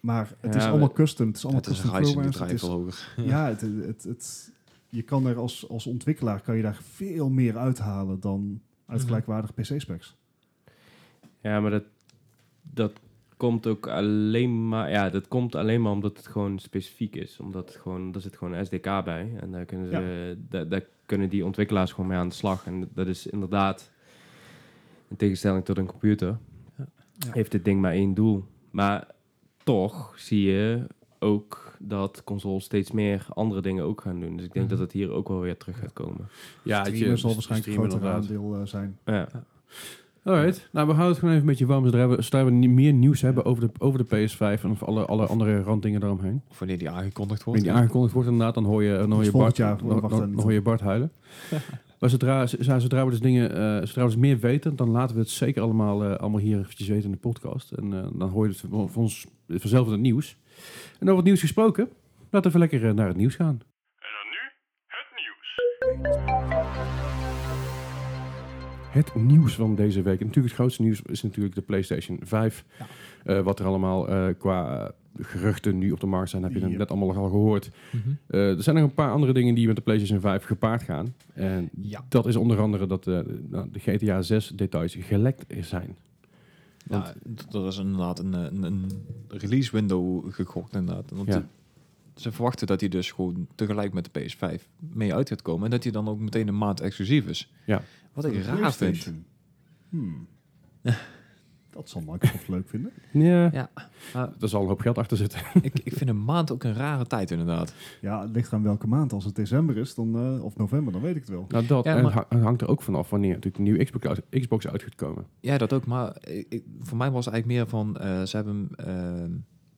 Maar het
Ja,
is
we-
allemaal custom. Het is allemaal
Het is een
custom
Ryzen, die
firmwares, het
draait
is-
veel hoger.
Ja, het, het, het- je kan er als, als ontwikkelaar kan je daar veel meer uithalen dan uit
Mhm.
gelijkwaardige PC-specs.
ja, maar dat, dat komt ook alleen maar... Ja, dat komt alleen maar omdat het gewoon specifiek is. Omdat het gewoon... Daar zit gewoon een SDK bij. En daar kunnen, ze, daar, daar kunnen die ontwikkelaars gewoon mee aan de slag. En dat is inderdaad... In tegenstelling tot een computer...
Ja.
heeft dit ding maar één doel. Maar toch zie je ook dat consoles steeds meer andere dingen ook gaan doen. Dus ik denk
Mhm.
dat het hier ook wel weer terug gaat komen.
ja, dat
Streamen zal
streamen
waarschijnlijk een groter
inderdaad.
aandeel eh, zijn.
Ja.
Alright, nou we houden het gewoon even een beetje warm. Zodra we, zodra we nie- meer nieuws hebben over de, over de PS5 en over alle, alle andere randdingen daaromheen.
Of wanneer die aangekondigd wordt.
Wanneer die aangekondigd wordt inderdaad, dan hoor je, dan hoor
Dus
je,
volgend
Bart,
jaar
dan,
wachten we
dan-
niet.
dan hoor je Bart huilen. maar zodra, zodra, zodra we dus dingen, eh, zodra we dus meer weten, dan laten we het zeker allemaal, eh, allemaal hier eventjes weten in de podcast. En eh, dan hoor je het van van ons, vanzelf in het nieuws. En over het nieuws gesproken, laten we even lekker eh, naar het nieuws gaan.
En dan nu het nieuws.
Het nieuws van deze week. En natuurlijk het grootste nieuws is natuurlijk de PlayStation 5. Eh, wat er allemaal eh, qua eh, geruchten nu op de markt zijn, heb je
Yep.
net allemaal al gehoord.
Mhm.
Eh, er zijn nog een paar andere dingen die met de PlayStation 5 gepaard gaan. En
Ja.
dat is onder andere dat eh, nou, de GTA 6 details gelekt zijn. Want-
Ja, nou, d- er is inderdaad een, eh, een, een release window gegokt inderdaad. Want
Ja.
de- ze verwachten dat hij dus gewoon tegelijk met de PS5 mee uit gaat komen. En dat hij dan ook meteen een maand exclusief is.
Ja.
Wat ik raar vind.
PlayStation. Hmm. dat zal Microsoft leuk vinden.
Ja.
Ja. Ah.
Er zal een hoop geld achter zitten.
ik, ik vind een maand ook een rare tijd inderdaad.
Ja, het ligt aan welke maand. Als het december is dan, eh, of november, dan weet ik het
Ah,
wel.
Nou, dat
Ja,
en
maar-
ha- hangt er ook vanaf wanneer natuurlijk een nieuwe Xbox uit, Xbox uit gaat komen.
Ja, dat ook. Maar eh, ik- voor mij was het eigenlijk meer van... eh, ze hebben eh,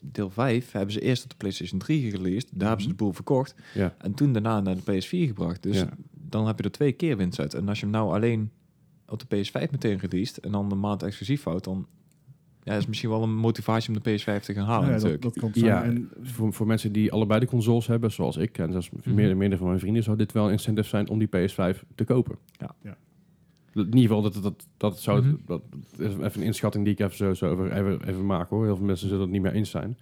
deel 5 hebben ze eerst op de PlayStation 3 gereleased. Daar hebben ze
Mhm.
de boel verkocht.
Ja.
En toen daarna naar de PS4 gebracht. Dus
Ja.
dan heb je er twee keer winst uit. En als je hem nou alleen op de PS5 meteen released... en dan de maand exclusief houdt... dan ja, is misschien wel een motivatie om de PS5 te gaan halen
Nou ja,
natuurlijk.
dat, dat kan zijn.
Ja.
En
Voor, voor mensen die allebei de consoles hebben, zoals ik en zelfs
Mhm.
meer meerdere van mijn vrienden, zou dit wel een incentive zijn om die PS5 te kopen.
Ja.
Ja.
In ieder geval, dat, dat, dat, zou,
Mhm.
dat is even een inschatting die ik even, zo, zo over, even, even maak hoor. Heel veel mensen zullen het niet meer eens zijn.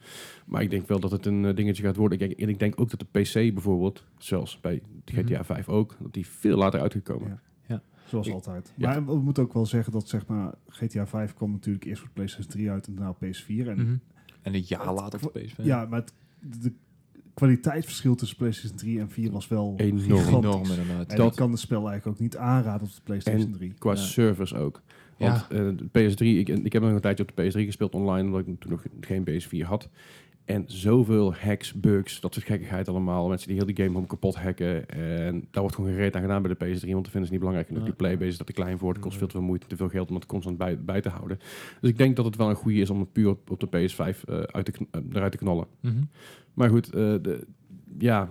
Maar ik denk wel dat het een eh, dingetje gaat worden. Ik denk, en ik denk ook dat de PC bijvoorbeeld, zelfs bij GTA
Mhm.
5 ook, dat die veel later uitgekomen.
Ja. Zoals
Ik-
altijd.
ja.
Maar we moeten ook wel zeggen dat zeg maar, GTA 5 kwam natuurlijk eerst voor PlayStation 3 uit en daarna op PS4. En,
Mhm. En een jaar later op de PS5.
Ja, maar het, de kwaliteitsverschil tussen PlayStation 3 en 4 was wel
Enorm.
gigantisch.
enorm inderdaad.
En
Dat-
ik kan het spel eigenlijk ook niet aanraden op de PlayStation
En-
3.
Qua
Ja.
servers ook. Want eh, de PS3, ik, ik heb nog een tijdje op de PS3 gespeeld online, omdat ik toen nog geen PS4 had. En zoveel hacks, bugs, dat soort gekkigheid allemaal. Mensen die heel die game om kapot hacken. En daar wordt gewoon gereed aan gedaan bij de PS3, want dat vinden ze niet belangrijk genoeg.
Ja.
Die playbase is dat te klein voor, het kost
Ja.
veel te veel moeite, te veel geld om dat constant bij, bij te houden. Dus ik denk dat het wel een goede is om het puur op, op de PS5 eh, uit te, kn- eh, eruit te knallen.
Mhm.
Maar goed, eh, de, ja,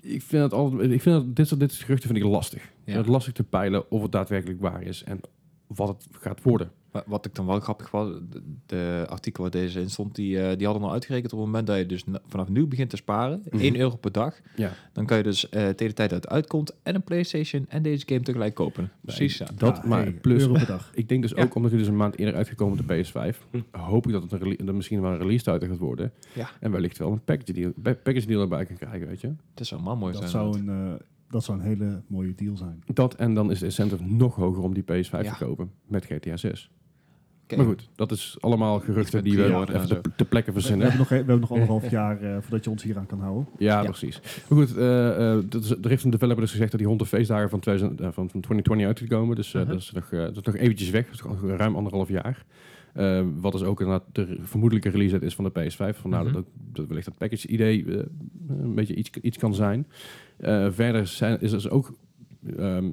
ik vind het altijd, ik vind dat, dit, soort, dit soort geruchten vind ik lastig. Ik vind
Ja.
het lastig te peilen of het daadwerkelijk waar is en wat het gaat worden.
Maar Wat ik dan wel grappig was, de, de artikel waar deze in stond, die, eh, die hadden al uitgerekend op het moment dat je dus na- vanaf nu begint te sparen,
Mhm.
1 euro per dag,
Ja.
dan kan je dus eh tegen de tijd dat het uitkomt en een Playstation en deze game tegelijk kopen. Precies, ja.
Dat,
Ja,
maar
hey,
plus,
euro per dag.
ik denk dus ook omdat hij dus een maand eerder uitgekomen op de PS5, hoop ik dat het een rele- dat misschien wel een release title gaat worden.
Hm. Ja.
En wellicht wel een package deal, pa- package deal erbij kan krijgen, weet je.
Dat zou wel mooi
Dat
zijn.
zou,
inderdaad.
een, eh, dat zou een hele mooie deal zijn.
Dat en dan is de incentive nog hoger om die PS5
Ja.
te kopen met GTA 6.
Oké.
Maar goed, dat is allemaal geruchten
met
die we
pre-orderen en
even te, te plekken
We, we
verzinnen.
hebben nog, e- we hebben nog anderhalf jaar eh, voordat je ons hier aan kan houden.
Ja,
Ja.
precies. Maar goed, eh, eh, dat is- er heeft een developer dus gezegd dat die 100 feestdagen van, 2000, eh, van van 2020 uit te komen. Dus eh,
Mhm.
dat, is nog, eh, dat is nog eventjes weg. Dat is nog ruim anderhalf jaar. Eh, wat dus ook inderdaad de vermoedelijke release date is van de PS5. Vandaar
Mhm.
dat, ook- dat wellicht dat package idee eh, een beetje iets, iets kan zijn. Eh, verder zijn, is er dus ook ehm,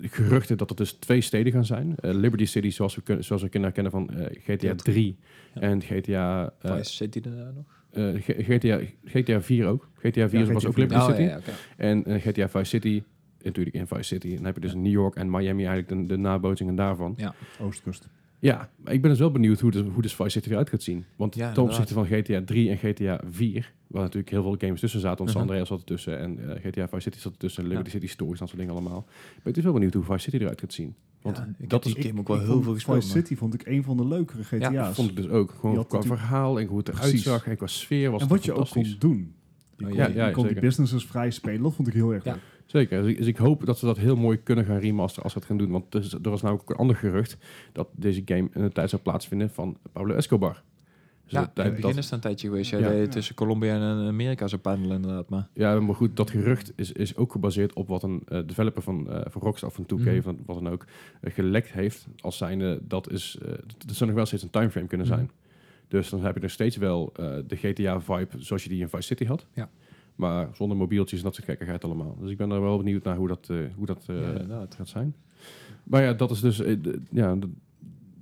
geruchten dat er dus twee steden gaan zijn. Eh, Liberty City, zoals we, kun- zoals we kunnen herkennen van eh, GTA 3
Ja.
en GTA... eh,
Vice City daarna nog?
eh, G- GTA, GTA 4 ook. GTA 4
Ja,
was
GTA
ook Liberty
Oh, ja,
City.
ja, oké.
En eh, GTA Vice City, natuurlijk in Vice City. Dan heb je dus New York en Miami eigenlijk de, de nabootsingen daarvan.
Ja.
Oostkust.
Ja, maar ik ben dus wel benieuwd hoe, de, hoe dus Vice City eruit gaat zien. Want
Ja,
ten opzichte van GTA 3 en GTA 4, waar natuurlijk heel veel games tussen zaten. Want San
Mhm.
Andreas zat ertussen en eh, GTA Vice City zat ertussen. Liberty
Ja.
City Stories en dat soort dingen allemaal. Maar ik ben dus wel benieuwd hoe Vice City eruit gaat zien. Want
Ja, ik
dat
heb
is...
die game ook wel
ik
heel
vond
veel
Vice
gespeeld. man.
City vond ik een van de leukere GTA's.
Ja,
Vond ik dus ook.
Je
Gewoon
had
qua
natuurlijk-
verhaal en hoe het eruit
Precies.
zag en qua sfeer was
en
het
wat je ook
fantastisch.
kon doen. Je
Oh,
kon,
ja,
je
ja,
kon die
zeker.
businesses vrij spelen. Dat vond ik heel erg
Ja.
leuk.
Zeker. Dus ik, dus ik hoop dat ze dat heel mooi kunnen gaan remasteren als ze dat gaan doen. Want er, is- er was namelijk ook een ander gerucht dat deze game in de tijd zou plaatsvinden van Pablo Escobar. Dus
Ja,
dat-
in het
dat-
begin is het een tijdje geweest. Ja,
Ja.
dat je
Ja.
tussen Colombia en eh, Amerika zou pendelen inderdaad. Maar
ja, maar goed, dat gerucht is, is ook gebaseerd op wat een eh, developer van, eh, van Rockstar of van 2K,
Mhm.
van wat dan ook, eh, gelekt heeft. Als zijnde, dat is, eh, d- dat zou nog wel steeds een timeframe kunnen
Mhm.
zijn. Dus dan heb je nog steeds wel eh, de GTA-vibe zoals je die in Vice City had.
Ja.
Maar zonder mobieltjes en dat soort gekkigheid allemaal. Dus ik ben er wel benieuwd naar hoe dat, eh, hoe dat eh,
ja, inderdaad.
gaat zijn. Maar ja, dat is dus... eh, d- ja, d-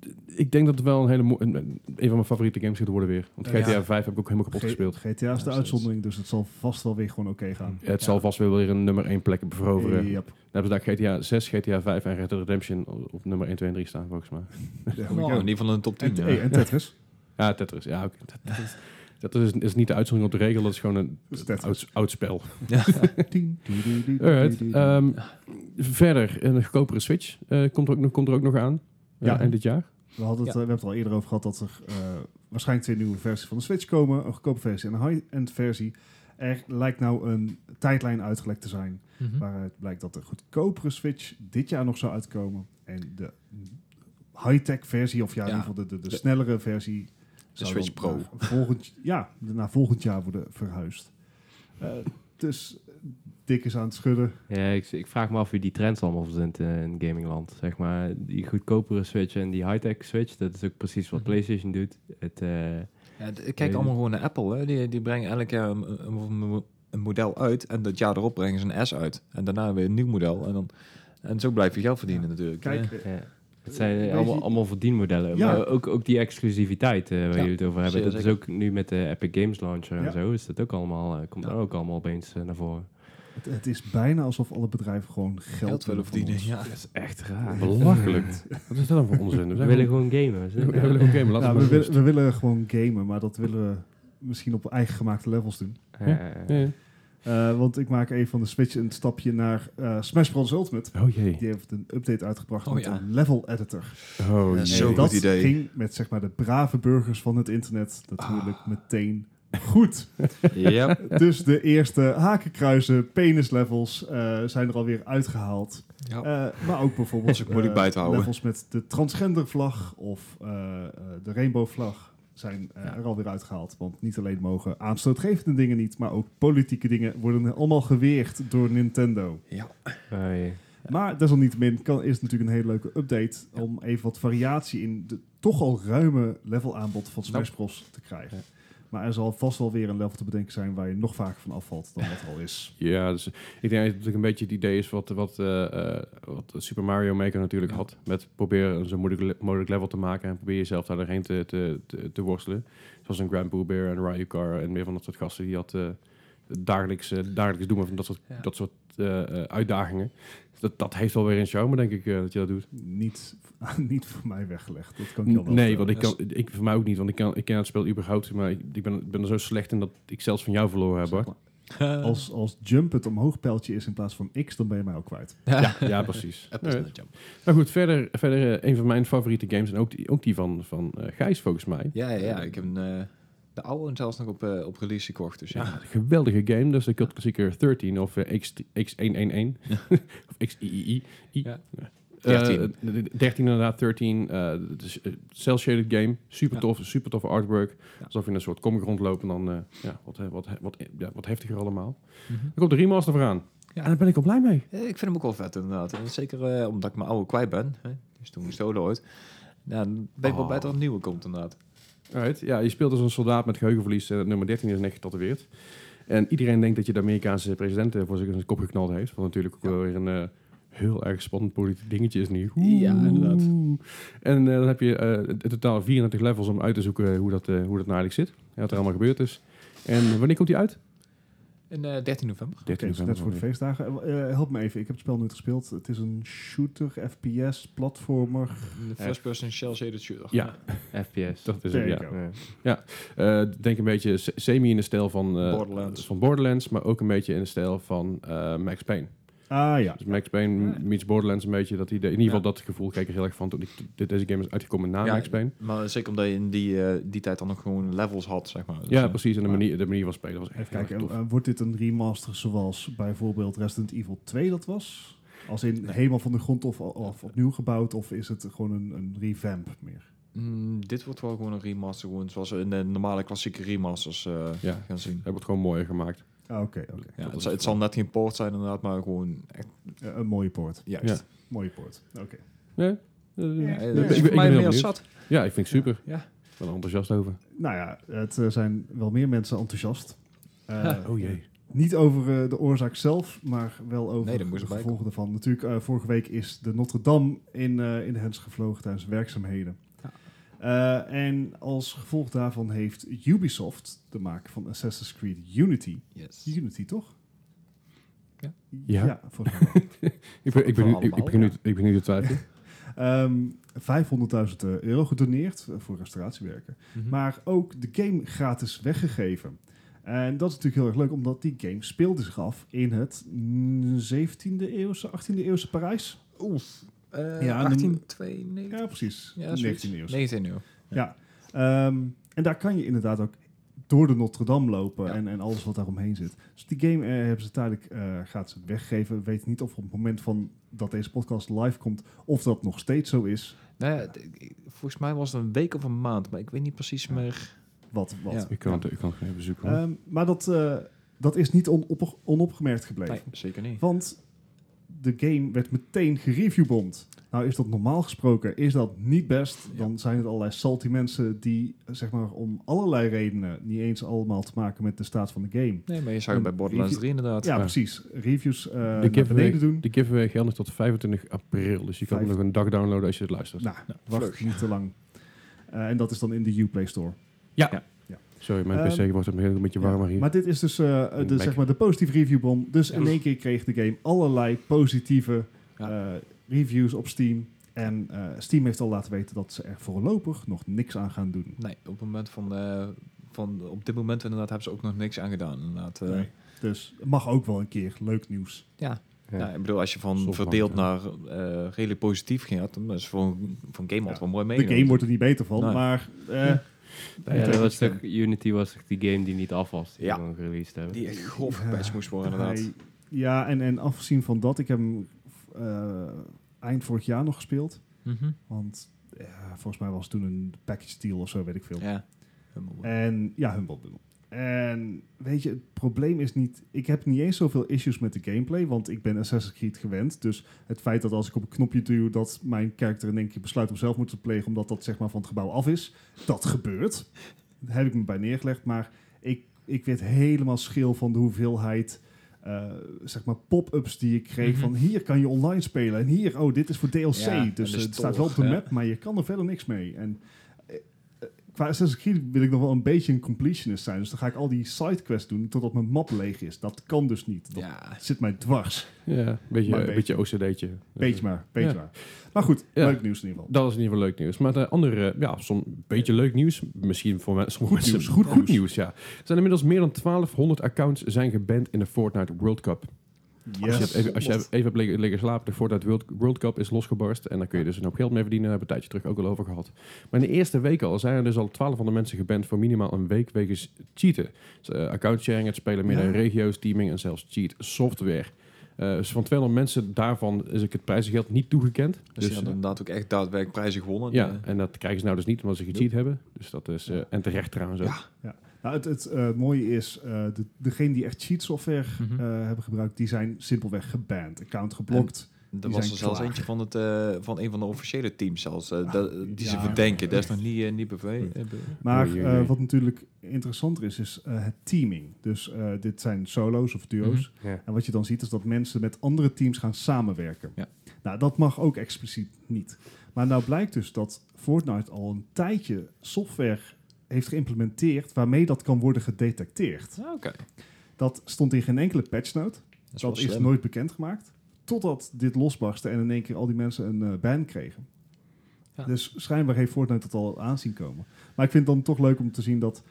d- ik denk dat het wel een hele... mo- Een, een een van mijn favoriete games gaat worden weer. Want
Ja.
GTA 5 heb ik ook helemaal kapot
G-
gespeeld.
GTA is de
steeds.
uitzondering, dus het zal vast wel weer gewoon oké gaan.
het zal vast wel weer een nummer 1 plek veroveren.
Yep.
Dan hebben ze daar GTA 6, GTA 5 en Red Dead Redemption op op nummer 1, 2 en 3 staan, volgens mij.
There we
Oh,
go.
in ieder geval een top 10.
En,
ja.
hey, en Tetris.
Ja, Tetris. Ja, oké. Dat- dat is- Dat is, is niet de uitzondering op de regel, dat is gewoon een
Dat is Tetris.
oud, oud spel.
Tien. Doe, doe, doe, doe,
Alright,
doe, doe.
ehm, verder, een goedkopere Switch eh, komt, er ook, nog- komt er ook nog aan eh,
Ja.
eind dit jaar.
We, hadden het,
Ja.
eh, we hebben het al eerder over gehad dat er eh, waarschijnlijk twee nieuwe versies van de Switch komen. Een goedkope versie en een high-end versie. Er lijkt nou een tijdlijn uitgelekt te zijn.
Mhm.
Waaruit blijkt dat de goedkopere Switch dit jaar nog zou uitkomen. En de high-tech versie, of ja,
Ja.
in ieder geval de, de, de
De-
snellere versie. zou
Switch
dan
Pro.
naar Volgend, ja, na volgend jaar worden verhuisd. Eh, dus eh, Dick is aan het schudden.
Ja, ik, ik vraag me af wie die trends allemaal verzint eh, in gamingland. Zeg maar, die goedkopere Switch en die high-tech Switch, dat is ook precies wat
Mhm.
PlayStation doet. Het, eh,
Ja, d-
Weet
kijk allemaal gewoon naar Apple. Hè. Die, die brengen elk jaar een, een- een- een model uit. En dat jaar erop brengen ze een S uit. En daarna weer een nieuw model. En, dan, en zo blijf je geld verdienen natuurlijk.
Kijk,
Ja.
eh,
ja, het zijn
Weet
eh, allemaal,
je-
allemaal verdienmodellen.
Ja.
Maar ook, ook die exclusiviteit eh, waar
Ja,
jullie het over hebben.
zeer
Dat is
zeker.
ook nu met de Epic Games Launcher
Ja.
en zo, is dat ook allemaal, eh, komt
Ja.
daar ook allemaal opeens eh, naar voren.
het, het is bijna alsof alle bedrijven gewoon geld,
Geld willen
van
verdienen.
ons.
Ja.
Dat is echt raar.
Belachelijk. Wat is dat dan voor onzin? We
We
zijn
willen gewoon gamen.
We willen gewoon gamen, laten
Nou,
we maar
we, willen, we
Eh,
willen gewoon gamen, maar dat willen we misschien op eigen gemaakte levels doen.
Ja, ja, ja.
rust.
Eh, want ik maak even van de Switch een stapje naar eh, Smash Bros. Ultimate.
Oh jee.
Die heeft een update uitgebracht
Oh,
met
ja.
een level editor.
Oh
Ja,
jee.
Zo'n
en
goed
dat
idee.
ging met zeg maar, de brave burgers van het internet natuurlijk
Ah.
meteen goed.
Ja.
dus de eerste hakenkruisen, penislevels eh, zijn er alweer uitgehaald.
Ja.
Eh, maar ook bijvoorbeeld
Oh. Dat is ook moeilijk
eh,
bij te houden.
levels met de transgendervlag of eh, eh, de regenboogvlag zijn eh, er alweer uitgehaald. Want niet alleen mogen aanstootgevende dingen niet, maar ook politieke dingen worden allemaal geweerd door Nintendo.
ja.
Oh, jee.
Maar desalniettemin kan, is het natuurlijk een hele leuke update om even wat variatie in de toch al ruime levelaanbod van Smash Bros. te krijgen.
Ja.
Maar er zal vast wel weer een level te bedenken zijn waar je nog vaker van afvalt dan dat er al is.
Ja, dus ik denk dat het een beetje het idee is wat, wat, eh, eh, wat Super Mario Maker natuurlijk had. Met proberen een zo moeilijk, le- mogelijk level te maken en probeer jezelf daar doorheen te, te, te, te worstelen. Zoals een Grand Pooh Bear en Ryu Car en meer van dat soort gasten die dat eh, dagelijks, eh, dagelijks doen. Van dat soort,
Ja.
dat soort eh, eh, uitdagingen. Dus Dat, dat heeft wel weer een charme, denk ik, eh, dat je dat doet.
Niet, niet voor mij weggelegd. Dat eh, kan ik je al wel
Nee,
vertellen.
want ik kan, ik voor mij ook niet, want ik, kan, ik ken het spel überhaupt, maar ik, ik ben, ik ben er zo slecht in dat ik zelfs van jou verloren heb. Bart.
Eh.
Als, als jump het omhoog pijltje is in plaats van X, dan ben je mij ook kwijt.
Ja, ja precies.
Up is
Nee,
no jump.
Nou goed, verder, verder eh, een van mijn favoriete games en ook die, ook die van, van eh, Gijs volgens mij.
Ja, ja, ja. Ik heb een, eh, de oude zelfs nog op, eh, op release gekocht. Dus ja.
Ja, een geweldige game. Dus de Cult Klassieker 13 of eh, X, X111. of XIII.
Ja.
Eh,
13.
de- de- 13 inderdaad, 13. eh, het is, eh, Cel-shaded game. Super
Ja.
tof, super tof artwork.
Ja.
Alsof je in een soort comic rondloopt en dan eh, ja, wat, eh, wat, wat, ja, wat heftiger allemaal. Dan komt de remaster vooraan.
Mhm. Ja.
En daar ben ik al blij mee.
Eh, Ik vind hem ook wel vet inderdaad. En zeker eh, omdat ik mijn oude kwijt ben. Hè. Die is toen gestolen ooit. Ja, dan ben ik wel
Oh.
blij dat er een nieuwe komt inderdaad.
Right. Ja, je speelt als een soldaat met geheugenverlies. en nummer 13 is net getatoeëerd. En iedereen denkt dat je de Amerikaanse president eh, voor zijn kop geknald heeft. Wat natuurlijk ook
Ja.
wel weer een eh, heel erg spannend politiek dingetje is nu.
Ja, inderdaad.
En eh, dan heb je eh, in totaal 34 levels om uit te zoeken hoe dat, eh, hoe dat nou eigenlijk zit. En wat er allemaal gebeurd is. En wanneer komt die uit?
En eh, 13 november.
13
Oké, dus net voor de
alweer.
feestdagen. Eh, eh, help me even, ik heb het spel nooit gespeeld. Het is een shooter, FPS, platformer.
Een First person shell shaded shooter.
Ja.
FPS.
Dat is
There
het,
you
ja.
go.
Ja.
Eh, denk een beetje se- semi in de stijl van, eh,
Borderlands.
van Borderlands, maar ook een beetje in de stijl van eh, Max Payne.
Ah ja.
Dus Max Payne meets Borderlands een beetje. Dat idee. In ieder geval dat gevoel kreeg ik er heel erg van toen ik, dit- deze game is uitgekomen na
Ja,
Max Payne.
Maar zeker omdat je in die, eh, die tijd dan nog gewoon levels had, zeg maar. Dus,
Ja,
eh,
precies. En de manier, de manier van spelen was echt
Even
heel erg
kijken,
tof.
eh, wordt dit een remaster zoals bijvoorbeeld Resident Evil 2 dat was? Als in helemaal van de grond of, of opnieuw gebouwd? Of is het gewoon een, een revamp meer?
mm, dit wordt wel gewoon een remaster, gewoon zoals we in de normale klassieke remasters eh,
Ja,
gaan zien.
hij wordt gewoon mooier gemaakt.
Ah, Oké, oké.
Ja, het, zal- het zal net geen port zijn inderdaad, maar gewoon echt
Eh, een mooie poort.
juist.
Mooie poort. Oké.
Nee? eh,
Ja.
ja.
eh, dat is
Ja.
voor
Ik ben- ik ben
mij
heel
meer
benieuwd.
zat.
ik vind het super.
Ja.
Ik ben er enthousiast over.
Nou ja, het eh, zijn wel meer mensen enthousiast. Eh,
Oh jee.
Niet over eh, de oorzaak zelf, maar wel over
Nee, daar moest
de
bij
gevolgen ervan. Natuurlijk, eh, vorige week is de Notre Dame in, eh, in de hens gevlogen tijdens werkzaamheden. Eh, en als gevolg daarvan heeft Ubisoft, de maker van Assassin's Creed Unity...
Yes.
Unity, toch?
Ja.
Ja.
volgens mij wel.
Ik ben, ik ben, nu- ik,
allemaal,
ik ben, nu, ik ben nu te twijfelen.
Ehm, 500.000 euro gedoneerd eh, voor restauratiewerken.
Mhm.
maar ook de game gratis weggegeven. En dat is natuurlijk heel erg leuk, omdat die game speelde zich af in het mm, 17e eeuwse, 18e eeuwse Parijs.
Oef. Eh
Ja, en dan-
1892.
Ja, precies.
Ja,
19e
zoiets.
eeuwse.
19 eeuw.
Ehm, en daar kan je inderdaad ook door de Notre Dame lopen
Ja.
en, en alles wat daaromheen zit. Dus die game eh, hebben ze tijdelijk eh gratis weggegeven. We weten niet of op het moment van dat deze podcast live komt, of dat nog steeds zo is.
Nou ja, d- ik- volgens mij was het een week of een maand, maar ik weet niet precies
Ja.
meer.
Wat, wat.
Ja.
Ik kan het ik kan het even zoeken. hoor.
Ehm, maar dat, eh, dat is niet onop- onopgemerkt gebleven.
Nee, zeker niet.
Want de game werd meteen gereviewbomd. Nou is dat normaal gesproken, is dat niet best. Dan zijn het allerlei salty mensen die eh, zeg maar om allerlei redenen... niet eens allemaal te maken met de staat van de game.
Nee, maar je zag het bij
Een
Borderlands
review-
3 inderdaad.
Ja,
Ja.
precies. Reviews eh
de,
naar beneden
giveaway,
doen.
de giveaway geldt nog tot 25 april. Dus je kan hem
Vijf-
nog een dag downloaden als je het luistert.
Nou, wacht niet te lang. Eh, en dat is dan in de Uplay Store.
Sorry, mijn
Ehm,
PC wordt een heel- een beetje warmer hier.
Maar dit is dus eh, de,
Mac.
zeg maar de positieve reviewbom. Dus in één keer kreeg de game allerlei positieve
Ja.
eh, reviews op Steam. En eh, Steam heeft al laten weten dat ze er voorlopig nog niks aan gaan doen.
Nee, op het moment van, eh, van op dit moment inderdaad hebben ze ook nog niks aan gedaan. Inderdaad. Eh,
Nee. Dus het mag ook wel een keer. Leuk nieuws.
ja.
Ja.
Ja. nou, ik bedoel, als je van
Soft
verdeeld
launch,
naar eh redelijk positief gaat, dan is van, van game
Ja.
had wel mooi
De
meegenomen.
game wordt er niet beter van,
Nee.
maar... eh,
Ja,
moet
dat
er
was
iets
toch, Unity was toch die game die niet af was, die
Ja.
we dan gereleased hebben.
Die echt grof gepatcht moest worden,
Hij-
inderdaad.
ja, en, en afgezien van dat, ik heb hem eh, eind vorig jaar nog gespeeld.
Mhm.
Want ja, volgens mij was het toen een package deal of zo, weet ik veel.
Ja. Helemaal goed.
En ja, Humble Bundle. En weet je, het probleem is niet... Ik heb niet eens zoveel issues met de gameplay, want ik ben Assassin's Creed gewend. Dus het feit dat als ik op een knopje duw, dat mijn karakter in één keer besluit om zelfmoord te plegen, omdat dat zeg maar van het gebouw af is, dat gebeurt. Daar heb ik me bij neergelegd, maar ik, ik werd helemaal schil van de hoeveelheid... eh, zeg maar pop-ups die ik kreeg
Mhm.
van hier kan je online spelen en hier, oh, dit is voor DLC.
Ja, en
dus
dus
eh, het staat wel op de
toch, ja.
map, maar je kan er verder niks mee. En qua Assassin's Creed wil ik nog wel een beetje een completionist zijn. Dus dan ga ik al die sidequests doen totdat mijn map leeg is. Dat kan dus niet. Dat
Ja.
zit mij dwars.
Ja, een beetje,
Maar
een beetje OCD'tje.
Beetje maar, beetje
Ja.
maar. Maar goed,
Ja.
leuk nieuws in ieder geval.
Dat is in ieder geval leuk nieuws. Maar de andere, ja, soms een beetje leuk nieuws. Misschien voor mensen, sommige
Goed
mensen
nieuws, goed
goed,
nieuws.
nieuws, ja. Er zijn inmiddels meer dan 1200 accounts zijn geband in de Fortnite World Cup. Als je, hebt even, als je even hebt liggen, liggen slapen, de Fortnite World, World Cup is losgebarst. En daar kun je dus een hoop geld mee verdienen. Daar hebben we een tijdje terug ook al over gehad. Maar in de eerste week al zijn er dus al 1200 mensen geband voor minimaal een week wegens cheaten. Dus, eh, accountsharing, het spelen midden
Ja.
in regio's, teaming en zelfs cheat software. Eh, dus van 200 mensen daarvan is ik het prijzengeld niet toegekend.
Dus,
Dus,
die
eh,
hadden inderdaad ook echt daadwerkelijk prijzen gewonnen.
ja,
Eh,
en dat krijgen ze nou dus niet omdat ze gecheat hebben. Dus dat is, eh, en terecht trouwens ook.
Ja.
Nou, het, het eh, mooie is, eh de, degene die echt cheat software
mhm.
eh, hebben gebruikt, die zijn simpelweg geband. Account geblokt.
Er
Die
was
zijn
er zelfs
klaar.
eentje van, het, eh, van een van de officiële teams zelfs, eh,
Ah,
dat- die ze
ja.
verdenken. Dat is nog niet, eh, niet bewezen.
Maar
Oei, oei,
eh,
oei.
wat natuurlijk interessanter is, is eh, het teaming. Dus eh, dit zijn solo's of duo's.
Mhm.
Ja.
En wat je dan ziet is dat mensen met andere teams gaan samenwerken.
Ja.
Nou, dat mag ook expliciet niet. Maar nou blijkt dus dat Fortnite al een tijdje software heeft geïmplementeerd waarmee dat kan worden gedetecteerd.
Ah, Oké.
Dat stond in geen enkele patchnote.
Dat
Dat is nooit bekendgemaakt. Totdat dit losbarstte en in één keer al die mensen een eh, ban kregen.
Ja.
Dus schijnbaar heeft Fortnite dat al aanzien komen. Maar ik vind het dan toch leuk om te zien dat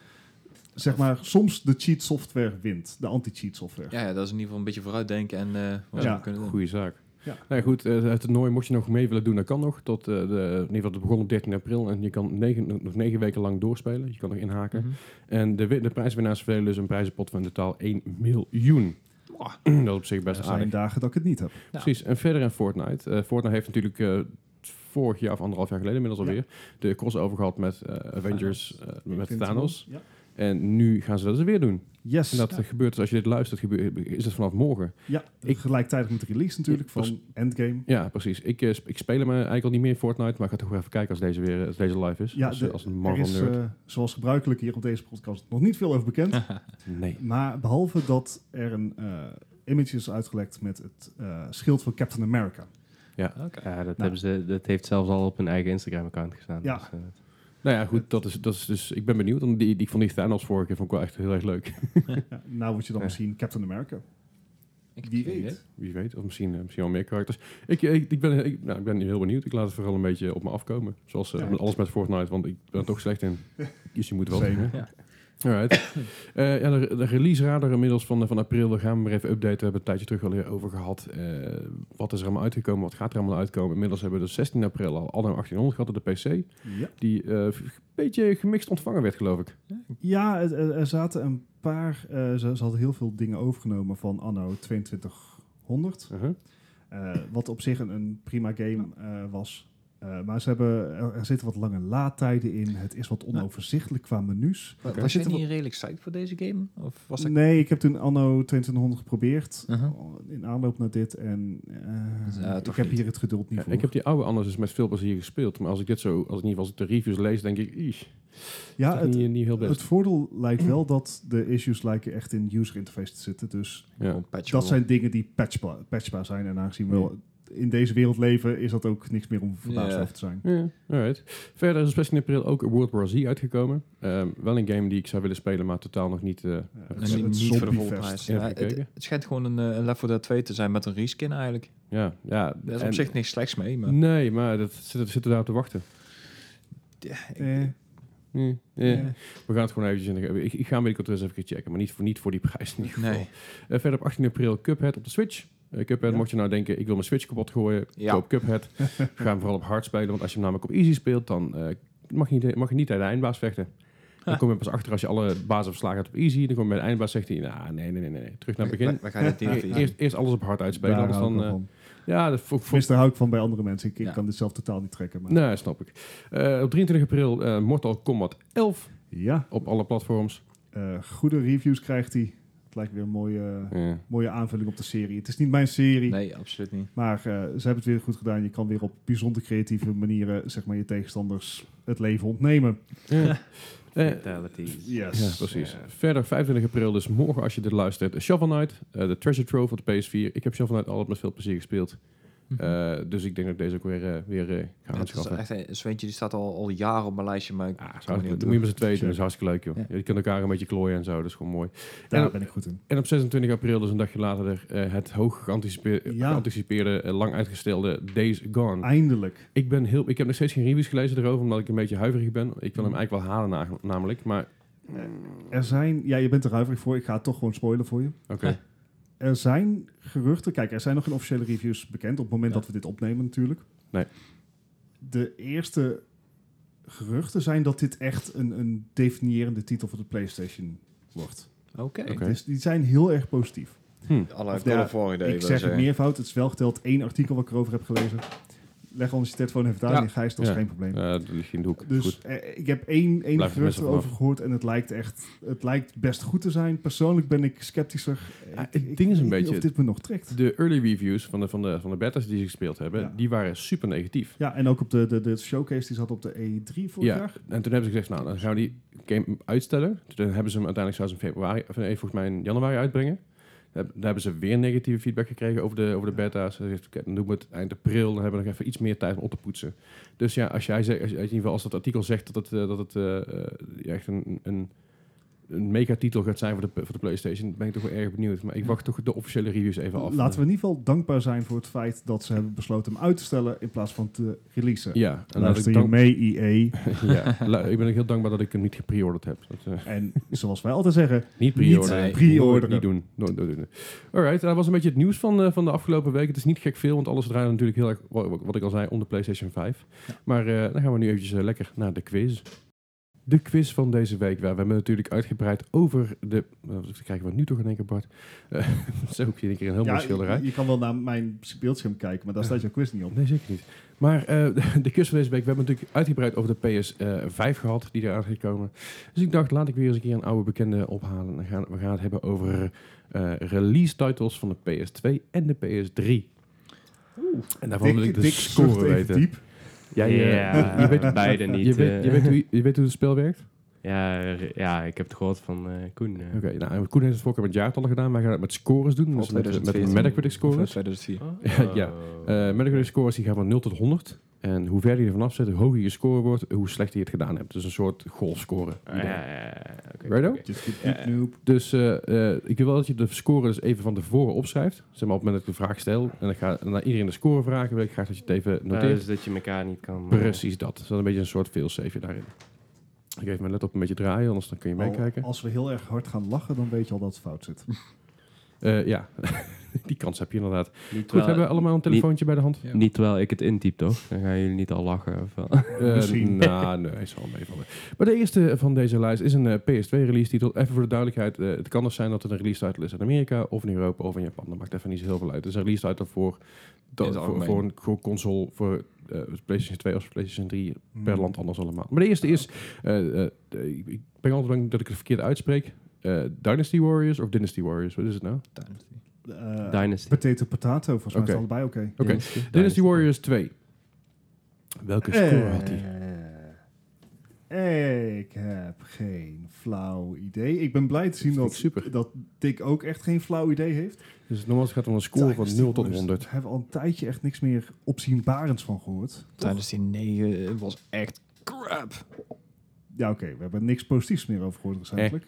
zeg maar, soms de cheat software wint. De anti-cheat software.
Ja, ja, dat is in ieder geval een beetje vooruitdenken en eh wat
Ja.
we kunnen doen.
Goeie zaak.
Ja.
Nou ja, goed, eh, het toernooi mocht je nog mee willen doen, dat kan nog. Tot, eh, de, in ieder geval, het begon op 13 april en je kan negen, nog negen weken lang doorspelen. Je kan nog inhaken.
Mhm.
En de, win- de prijswinnaars verdelen dus een prijzenpot van in totaal 1 miljoen. Dat is op zich best
Er
aardig.
zijn dagen dat ik het niet heb.
Ja.
Precies. En verder in Fortnite. Eh, Fortnite heeft natuurlijk eh, vorig jaar of anderhalf jaar geleden inmiddels
Ja.
alweer de crossover gehad met eh, Avengers, eh, met
Infinity
Thanos.
War. Ja.
En nu gaan ze dat dus weer doen.
Yes.
En dat
ja,
gebeurt dus als je dit luistert, gebeurt, is dat vanaf morgen.
ik, gelijktijdig met de release natuurlijk
Ik-
van Endgame.
Ja, precies. Ik, eh, sp- ik speel hem eh, eigenlijk al niet meer in Fortnite, maar ik ga toch even kijken als deze, weer, als deze live is.
Ja,
als,
de-
als een
Er
Marvel
is,
nerd.
eh, zoals gebruikelijk hier op deze podcast, nog niet veel over bekend.
nee.
Maar behalve dat er een eh, image is uitgelekt met het eh, schild van Captain America.
Ja,
Nou.
dat, hebben ze, dat heeft zelfs al op hun eigen Instagram-account gestaan.
Ja.
Dus, eh,
Nou ja, goed. Dat is, dat is dus, ik ben benieuwd. Want die, die, van die Thanos vorige keer vond ik wel echt heel erg leuk.
Ja, nou word je dan
Ja.
misschien Captain America. Wie weet.
Wie weet. Of misschien, eh, misschien wel meer karakters. Ik, eh, ik, ik, ben, ik, nou, ik ben heel benieuwd. Ik laat het vooral een beetje op me afkomen. Zoals eh,
Ja.
met alles met Fortnite, want ik ben er toch slecht in. Dus je moet wel.
Same.
doen, hè? Alright. Eh, ja, de, de release radar inmiddels van, van april, daar gaan we maar even updaten. We hebben het een tijdje terug al hier over gehad. Eh, wat is er allemaal uitgekomen? Wat gaat er allemaal uitkomen? Inmiddels hebben we dus 16 april al anno 1800 gehad op de PC.
Ja,
Die eh, een beetje gemixt ontvangen werd, geloof ik.
ja er- er er zaten een paar, eh, ze, ze hadden heel veel dingen overgenomen van anno 2200.
Uh-huh.
Eh, wat op zich een, een prima game eh, was. Eh, maar ze hebben, er, er zitten wat lange laadtijden in. Het is wat onoverzichtelijk qua menus.
Was,
Zit
je
er
niet redelijk psyched voor deze game? Of was dat...
Nee, ik heb toen anno 2200 geprobeerd.
Uh-huh.
In aanloop naar dit. En eh,
eh,
ik
toch
heb
niet.
hier het geduld niet
Ja,
voor.
ik heb die oude anders dus met veel plezier gespeeld. Maar als ik dit zo, als ik niet was de reviews lees, denk ik, "Ih,
ja,
dat is
het,
niet, niet heel best.
het voordeel lijkt wel dat de issues lijken echt in user interface te zitten. Dus
ja.
dat zijn dingen die patchba- patchbaar zijn. En aangezien we wel in deze wereld leven, is dat ook niks meer om verbaasd
Ja.
over te zijn.
Ja, alright. Verder is op 16 april ook World War Z uitgekomen. Ehm, wel een game die ik zou willen spelen, maar totaal nog niet... eh,
Eh,
En
het-
niet,
het
niet voor de volle
zombiefest.
prijs.
Ja,
Ja,
even
het,
kijken.
het schijnt gewoon een, eh, een Left 4 Dead 2 te zijn met een reskin eigenlijk.
ja, ja.
Daar is
en-
op zich niks slechts mee, maar...
Nee, maar dat zitten zitten daar op te wachten.
Ja, ik-
eh,
Eh,
eh. We gaan het gewoon eventjes in de- Ik, ik ga hem binnenkort eens even checken, maar niet voor, niet voor die prijs in ieder geval.
Nee.
Eh, verder op 18 april Cuphead op de Switch. Eh, Cuphead, mocht je nou denken, ik wil mijn Switch kapot gooien,
Ja.
koop Cuphead. ga hem vooral op hard spelen, want als je hem namelijk op easy speelt, dan eh, mag, je niet, mag je niet tegen de eindbaas vechten. Dan kom je pas achter als je alle bazen verslagen hebt op easy. Dan kom je bij de eindbaas, zegt hij, nou nee, nee, nee, nee, terug naar het begin.
Wij, wij gaan dit niet
E- Eerst, eerst alles op hard uitspelen,
Daar
anders
hou ik
dan...
wel
eh,
van.
ja, dat voor, voor,
Tenminste, daar hou ik van bij andere mensen. Ik, ik
Ja.
kan dit zelf totaal niet trekken. Maar
nee, snap ik. Eh, op 23 april eh, Mortal Kombat 11
ja,
op alle platforms.
eh, goede reviews krijgt hij. Het lijkt weer een mooie,
Ja.
mooie aanvulling op de serie. Het is niet mijn serie,
Nee, absoluut niet.
maar eh, ze hebben het weer goed gedaan. Je kan weer op bijzonder creatieve manieren zeg maar, je tegenstanders het leven ontnemen.
Ja. Eh,
Fatalities.
ja,
Yes.
precies. Eh, Verder, 25 april, dus morgen als je dit luistert, Shovel Knight, eh, de Treasure Trove op de PS4. Ik heb Shovel Knight altijd met veel plezier gespeeld. Eh, dus ik denk dat ik deze ook weer, eh, weer eh, ga
Mhm. Het is
aanschaffen.
echt een zweentje die staat al, al jaren op mijn lijstje, maar ik
Ah, dat is
kom er
hartstikke-
niet
doe je met z'n tweeën, doen,
Sure.
dat is hartstikke leuk joh.
Ja.
Je kunt elkaar een beetje klooien en zo, dat is gewoon mooi.
Daar
En-
ben ik goed in.
En op 26 april, dus een dagje later, eh, het hoog geanticipeerde,
Ja. Ah.
geanticipeerde, eh, lang uitgestelde Days Gone.
Eindelijk.
Ik, ben heel, ik heb nog steeds geen reviews gelezen erover, omdat ik een beetje huiverig ben. Ik wil hem eigenlijk wel halen na- namelijk, maar
Er zijn, ja, je bent er huiverig voor. Ik ga het toch gewoon spoilen voor je.
oké.
Er zijn geruchten. Kijk, er zijn nog geen officiële reviews bekend op het moment dat we dit opnemen natuurlijk.
Nee.
De eerste geruchten zijn dat dit echt een, een definiërende titel voor de PlayStation wordt.
Oké.
Oké.
Dus die zijn heel erg positief.
Alle
Of ja,
Call of War eh, ideeën,
ik
wil
zeg het
zeggen.
meervoud. Het is wel geteld één artikel wat ik erover heb gelezen. Leg anders je telefoon even daar
Ja.
neer, Gijs. Dat is
Ja.
geen probleem.
Eh, dat ligt in de hoek. Goed.
Dus eh, ik heb één,
er
één gerucht
best wel
erover
vanaf.
gehoord en het lijkt echt, het lijkt best goed te zijn. Persoonlijk ben ik sceptischer.
Ja,
Ik-
het
ik
ding is een
weet niet
beetje-
of dit me nog trekt.
De early reviews van de, van de, van de betas die ze gespeeld hebben,
Ja.
die waren super negatief.
Ja, en ook op de, de, de showcase die zat op de E3 vorig
ja,
jaar.
en toen hebben ze gezegd, nou, dan gaan we die game uitstellen. Toen hebben ze hem uiteindelijk zelfs in februari, of nee, volgens mij in januari uitbrengen. Daar daar hebben ze weer negatieve feedback gekregen over de, over de beta's. Ze zegt, oké, dan doen we het eind april, dan hebben we nog even iets meer tijd om op te poetsen. Dus ja, als jij zegt, als, in ieder geval als dat artikel zegt dat het, eh, dat het eh, eh, ja, echt een, een, een megatitel gaat zijn voor de, voor de PlayStation, ben ik toch wel erg benieuwd. Maar ik wacht toch de officiële reviews even af.
Laten we in ieder geval dankbaar zijn voor het feit dat ze hebben besloten hem uit te stellen in plaats van te releasen.
Ja, en laat
Luister
ik
je
dank,
mee, E EA.
ja, la- ik ben ook heel dankbaar dat ik hem niet gepreorderd heb. Dat, eh,
En zoals wij altijd zeggen,
niet pre-orderen.
pre-orderen. Niet pre-orderen.
Niet doen. Nooit, nooit doen. Alright, dat was een beetje het nieuws van, eh, van de afgelopen week. Het is niet gek veel, want alles draait natuurlijk heel erg, wa- wa- wat ik al zei, om de PlayStation 5. Maar eh, dan gaan we nu eventjes eh, lekker naar de quiz. De quiz van deze week. waar We hebben natuurlijk uitgebreid over de... Nou, dat krijgen we nu toch in één keer, Bart. Eh, zo heb je in één keer een heel mooi schilderij.
je, je kan wel naar mijn beeldscherm kijken, maar daar staat jouw quiz niet op.
Nee, zeker niet. Maar eh, de quiz van deze week, we hebben natuurlijk uitgebreid over de PS5 gehad, die eraan is gekomen. Dus ik dacht, laat ik weer eens een keer een oude bekende ophalen. Dan gaan, we gaan het hebben over eh, release titles van de PS2 en de PS3. en daarvan wil ik de
zucht
score
even
weten.
diep.
Ja,
ja,
je weet,
beide niet.
je, weet,
eh.
je, weet hoe, je weet hoe het spel werkt?
ja, re- ja, ik heb het gehoord van eh, Koen. eh.
Oké, nou, Koen heeft het vorige keer met jaartallen gedaan. Wij gaan het met scores doen. Dus met, met de Metacritic scores.
Oh,
Ja, ja. Eh Metacritic scores die gaan van 0 tot 100. En hoe verder je er vanaf zit, hoe hoger je score wordt, hoe slechter je het gedaan hebt. Dus een soort golfscore.
Ah, ja, ja, ja, oké,
Righto?
oké.
Just keep deep, noob.
Dus eh, eh, ik wil wel dat je de score dus even van tevoren opschrijft. Zeg maar op het moment dat ik de vraag stel. En ik ga naar iedereen de score vragen, wil ik graag dat je het even
Nou,
noteert.
dus dat je elkaar niet kan... eh,
Precies dat. Dus dat is een beetje een soort failsafe daarin. Ik geef mijn let op een beetje draaien, anders dan kun je meekijken.
Al- Als we heel erg hard gaan lachen, dan weet je al dat het fout zit.
Eh, ja, die kans heb je inderdaad.
niet
Goed,
terwijl-
hebben we allemaal een telefoontje bij de hand?
Ja.
Niet terwijl ik het intyp, toch? Dan gaan jullie niet al lachen. Of wel?
Eh,
Misschien.
nou, nee, zal wel meevallen. Maar de eerste van deze lijst is een eh, PS2-release-titel. Even voor de duidelijkheid, eh, het kan dus zijn dat het een release-titel is in Amerika, of in Europa, of in Japan. Dat maakt even niet zo heel veel uit. Het is een release-titel voor, dat-
In het
voor,
algemeen.
voor een voor console, voor eh, PlayStation 2 of PlayStation 3, per
Hmm.
land anders allemaal. Maar de eerste is, eh, eh, de- ik ik ben altijd bang dat ik het verkeerd uitspreek, Eh, Dynasty Warriors of Dynasty Warriors, wat is het nou?
Eh,
Dynasty.
Potato potato, volgens mij is
Oké. Oh,
het allebei oké.
Oké, Dynasty, Warriors 2. Welke score had hij?
Eh, Ik heb geen flauw idee. Ik ben blij te zien
vind
dat,
ik super.
dat Dick ook echt geen flauw idee heeft.
Dus normaal gaat het om een score van 0 tot 100.
We hebben al een tijdje echt niks meer opzienbarends van gehoord.
Tijdens die 9 eh, was echt crap.
Ja, oké. we hebben niks positiefs meer over
Eh.
gehoord recentelijk.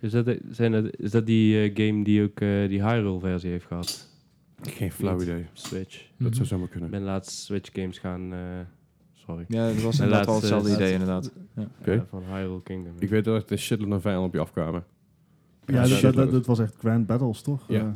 Is dat, zijn dat, is dat die eh, game die ook eh, die Hyrule-versie heeft gehad?
Geen flauw idee.
Switch.
Mhm.
Dat zou zomaar kunnen.
Ik ben laatst Switch games gaan eh, Sorry.
Ja, dat was inderdaad wel
laatste-
hetzelfde
laatste-
idee, inderdaad.
Oké.
Ja, van Eh, Hyrule Kingdom.
Ik weet dat er de shitload aan vijanden op je afkwamen.
Ja, dat, dat,
shitload.
dat, dat was echt Grand Battles, toch?
Ja.
Eh,
En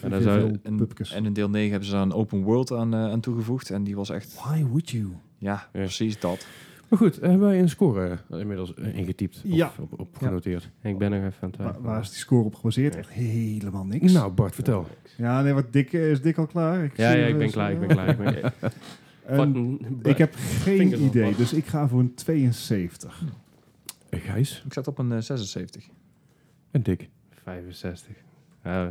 veel
daar zou-
En,
pupkes.
en in deel 9 hebben ze daar een open world aan, eh, aan toegevoegd. En die was echt,
Why would you?
ja, precies dat.
Maar goed, hebben wij een score eh, inmiddels eh, ingetypt of
Ja.
op, op genoteerd?
Ik ben nog even aan het
Waar,
twijfelen.
waar is die score op gebaseerd? Echt helemaal niks.
Nou Bart, vertel.
Ja, nee, wat Dick, eh, is Dick al klaar?
Ja,
zie
ja,
hem,
ik ben
eh,
klaar, ik ben
eh,
klaar. Ik, ben,
en
fucking-
ik heb geen
Fingers on
idee,
butt.
dus ik ga voor een 72.
Eh, Gijs
Ik zat op een eh, 76.
en Dick.
65. Ja,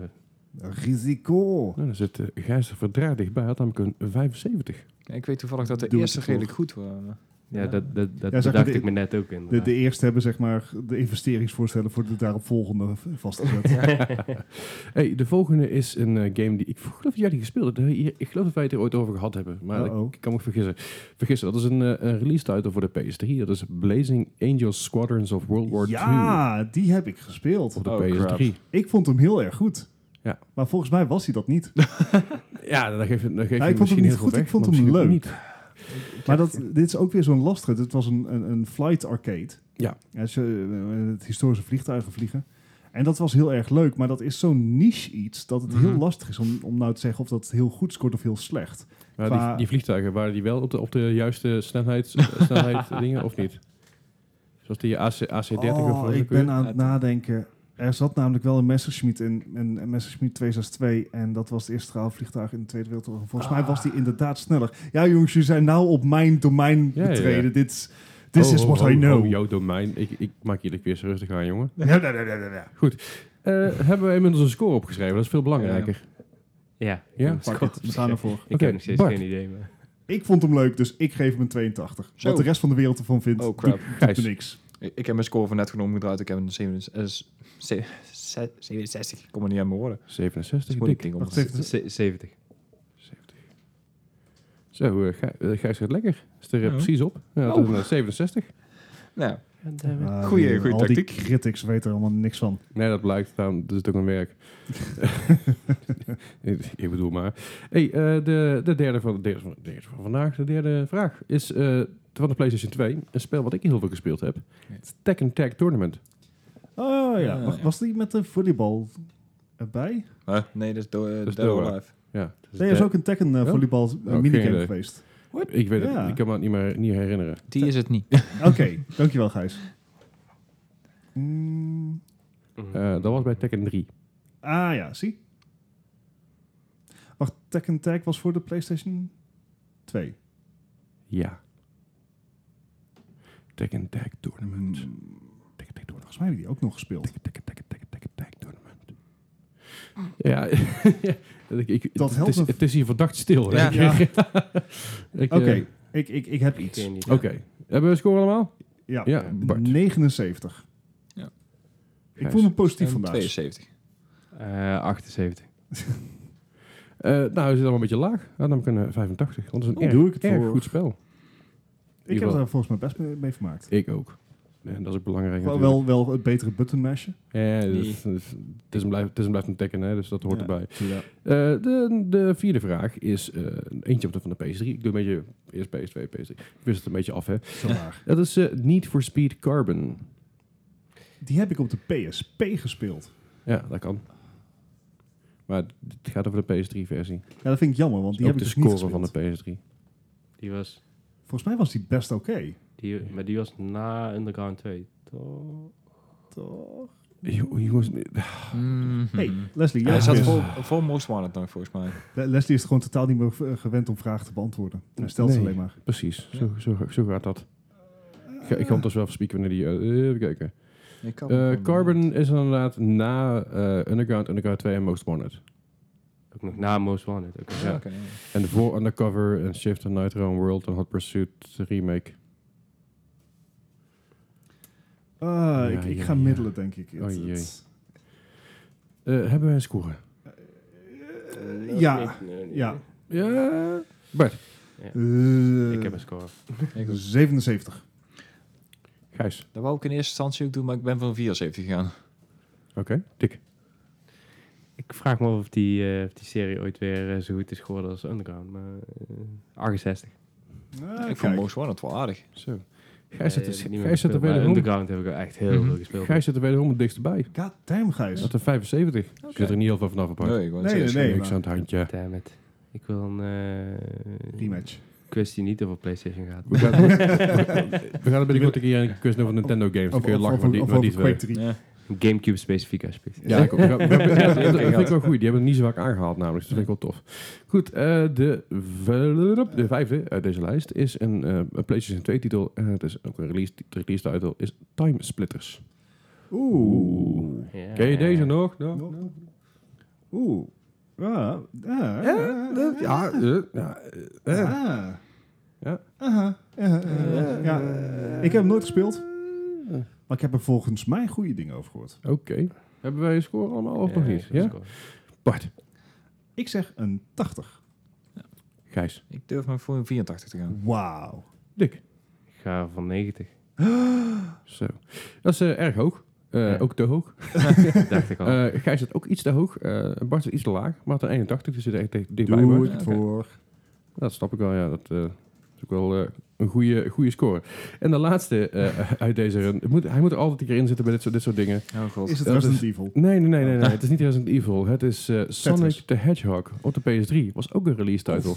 Risico.
Nou, dan zit eh, Gijs er verdraaid dichtbij. Had namelijk een 75.
Ja, ik weet toevallig dat de
Doe het
eerste
ervoor.
redelijk goed waren.
ja, dat, dat, dat
Ja, zeg maar, de-
dacht ik me net ook in.
De, de eerste hebben zeg maar de investeringsvoorstellen voor de daaropvolgende v- vastgezet.
Hey, de volgende is een eh, game die ik geloof dat jij die gespeeld hebt. Eh, hier- Ik geloof dat wij het er ooit over gehad hebben. Maar
Uh-oh.
ik kan me vergissen. Vergissen, dat is een, eh, een release title voor de PS3. Dat is Blazing Angels Squadrons of World War II.
ja, die heb ik gespeeld.
Op de
Oh,
PS3.
Ik vond hem heel erg goed.
Ja.
Maar volgens mij was hij dat niet.
Ja, dat geeft, dat geeft
ik
je
vond
misschien
hem niet
heel veel
goed, ik
weg,
vond
maar
hem
misschien ook Niet.
Maar dat, dit is ook weer zo'n lastige. Het was een, een, een flight arcade.
Ja.
ja ze, eh, het historische vliegtuigen vliegen. En dat was heel erg leuk, maar dat is zo'n niche iets dat het heel
Mhm.
lastig is om, om nou te zeggen of dat heel goed scoort of heel slecht.
Maar
Qua-
die, die vliegtuigen, waren die wel op de, op de juiste snelheid, snelheid dingen of niet? Zoals die AC, AC-30 of
Oh,
wat
ik
ook weer?
ben aan het nadenken. Er zat namelijk wel een Messerschmitt in, een, een Messerschmitt 262. En dat was het eerste straalvliegtuig in de Tweede Wereldoorlog. En Volgens mij was die inderdaad sneller. Ja jongens, jullie zijn nou op mijn domein
Ah. Ja, Oh, ja, ja.
betreden. Dit is, this
Ho,
is
ho,
what
ho,
I know.
ho, jouw domein. Ik, ik maak jullie weer eens rustig aan, jongen.
Ja, ja, ja, ja, ja, ja.
Eh, hebben we inmiddels een score opgeschreven? Dat is veel belangrijker.
ja, ik
Ja,
heb
Fuck
hem
it, we gaan ervoor.
Ik
Oké,
heb nog steeds
Bart.
geen idee. Maar.
Ik vond hem leuk, dus ik geef hem een 82.
Zo.
Wat de rest van de wereld ervan vindt,
Oh, crap.
doet- doet
Gijs.
me niks.
Ik, ik heb mijn score van net gewoon omgedraaid. Ik heb een 67. eh, s- ze- se- 67. Ik kom er niet aan mijn woorden.
67,
Moeilijk
dik.
ding om
Wacht
te-
even.
Ze- 70.
70. Zo, eh, Gij- eh, Gijs gaat lekker. Is er eh,
Ja.
precies op. Ja,
Oh.
dat is een, eh, 67.
Nou,
Goddammit.
Ah,
Goeie-
die-
goeie
al
tactiek.
die critics weten er allemaal niks van.
Nee, dat blijkt. Daarom doet het ook een werk. ik bedoel maar. Hey, eh, de, de, derde van, de derde van de derde van vandaag, de derde vraag, is eh, van de PlayStation 2. Een spel wat ik heel veel gespeeld heb. Het is Tekken Tag Tournament.
Oh ja,
Ja,
Wacht,
ja.
was die met de volleybal erbij?
eh, nee, dat is do- eh,
is
Dead or
Dora.
Alive.
Ja.
Dus
Nee, er is
de-
ook een Tekken eh,
Oh.
Ja?
volleybal eh,
geen
minigame
idee.
geweest.
Ik weet
Ja.
het, ik kan me het niet meer niet herinneren.
Die is het niet.
Oké, dankjewel Gijs. Mm,
Mhm.
Eh, dat was bij Tekken 3.
ah ja, zie. Wacht, Tekken Tag was voor de PlayStation 2.
Ja. Tekken Tag Tournament. Tekken Tag Tournament.
Mm. Volgens mij hebben die ook nog gespeeld.
Tekken, Tekken, Tekken, Tekken, Tekken Tag Tournament. Ja, dat ik, ik,
Ah. Dat
het,
helpt
is,
me.
het is hier verdacht stil.
Ja.
Ik-
Ja.
ik, eh,
Oké, ik, ik, ik heb iets.
Geen idee.
Oké. Hebben we een score allemaal?
Ja,
Ja, Bart.
79.
Ja.
Ik voel
Gijs.
me positief
En
vandaag.
72.
Eh, 78.
Eh, nou, we zit allemaal een beetje laag. Ah, dan kunnen 85. Want dat is een
Oh,
erg,
doe ik het
erg
voor.
goed spel.
Ik heb
Jawel.
daar volgens mij best mee, mee vermaakt.
Ik ook. En dat is ook belangrijk.
Wel,
natuurlijk.
wel, wel het betere buttonmesje.
Ja, dat
Nee.
is- dat is- het is een blijf- het is een blijf een tekken, hè, dus dat hoort
Ja.
erbij. Eh, de, de vierde vraag is eh, eentje op de, van de PS3. Ik doe een beetje eerst PS2, PS3. Ik wist het een beetje af, hè.
Zo waar.
Dat is eh, Need for Speed Carbon.
Die heb ik op de PSP gespeeld.
Ja, dat kan. Maar het gaat over de PS3-versie.
Ja, dat vind ik jammer, want die
Ook
heb
de
ik dus niet
score van
gespeeld.
de PS3.
Die was,
Volgens mij was die best oké.
die, maar die was na Underground 2. Toch?
Toch?
Jo- Jongens,
Mhm.
Hey, Leslie, jij
Hij zat
speelt.
voor, voor Most Wanted nog, volgens mij.
Le- Leslie is gewoon totaal niet meer eh, gewend om vragen te beantwoorden. Hij stelt ze
Nee.
alleen maar.
precies. Zo, zo, zo gaat dat. Ik ga, ik ga hem dus wel verspieken wanneer die... eh, even kijken.
Ik kan
Eh,
hem gewoon-
Carbon is inderdaad na eh, Underground, Underground 2 en Most Wanted.
Ook nog na Most Wanted. Oké.
Ja,
ja.
oké, ja.
En voor Undercover en Shift en Nitro en World en Hot Pursuit remake.
Ah,
Ja,
ik, ik
ja,
ga
ja.
middelen, denk ik. Het-
Oh,
het-
jee. Eh, hebben wij een score?
eh, ja,
Nee, nee, nee.
ja.
Ja.
Eh,
Ik heb een score.
Ik ook.
77.
Gijs.
Dat wou ik in eerste instantie ook doen, maar ik ben van 74 gegaan.
Oké. Dik.
Ik vraag me af of die, eh, of die serie ooit weer eh, zo goed is geworden als Underground. Maar eh, 68.
Ah,
ik vond
kijk.
Most Wanted wel aardig.
Zo. Gijs zit,
Eh,
er-
niemand
Gijs zit er
gespeeld, maar
wederom...
Underground heb ik er echt heel veel gespeeld.
Gijs zit er wederom het dichtst bij.
God damn, Gijs.
Dat is 75. Ik Zit er niet heel veel vanaf apart.
Nee, ik wou net
Nee,
zeggen,
nee,
Niks
maar-
aan het handje.
Damn it. Ik wil een eh,
Rematch.
quiz die niet over PlayStation gaat.
We gaan, we, gaan er binnenkort een keer een quiz doen van Nintendo games. Dan kun je
Of- of-
lachen
of-
wat die,
of-
wat die
of
het
Quake
weten.
3.
Ja.
Gamecube specifiek aspect.
Ja, ik ook. We gaan- we gaan- ja, dat vind ik wel goed. Die hebben het niet zo vaak aangehaald namelijk. Dus dat vind ik wel tof. Goed, eh, de, v- de vijfde uit deze lijst is een eh, een PlayStation 2 titel. en het is ook een release, release title. Is Time Splitters.
Oeh.
Ja.
Ken je deze nog? nog?
Nog? Oeh. Ah, ah,
Eh, Ja, eh, ja, eh, eh.
Ah.
Ja.
Aha. Eh, eh, eh. Ja. Ik heb hem nooit gespeeld. Maar ik heb er volgens mij goede dingen over gehoord.
Oké. Hebben wij een score allemaal of nog niet?
ik wil
Ja?
scoren.
Bart,
Ik zeg een 80.
Gijs,
Ik durf maar voor een 84 te gaan.
Wauw.
Dick.
Ik ga van 90.
Zo. Dat is eh, erg hoog. Eh,
Ja.
Ook te hoog.
dacht ik al.
Eh Gijs zit ook iets te hoog. eh, Bart is iets te laag. Maar een 81 dus zit er echt dicht- dichtbij. Bart.
Doe het
Oké.
voor.
Dat snap ik wel, ja. Dat eh, is ook wel eh, een goede, goede score. En de laatste eh, uit deze run. Het moet, hij moet er altijd een keer in zitten bij dit soort, dit soort dingen.
Oh god.
Is het
Dat is-
Resident Evil?
Nee, nee, nee, nee. nee. het is niet Resident Evil. Het is eh, Sonic
Tetris.
the Hedgehog op de PS3. Was ook een release title.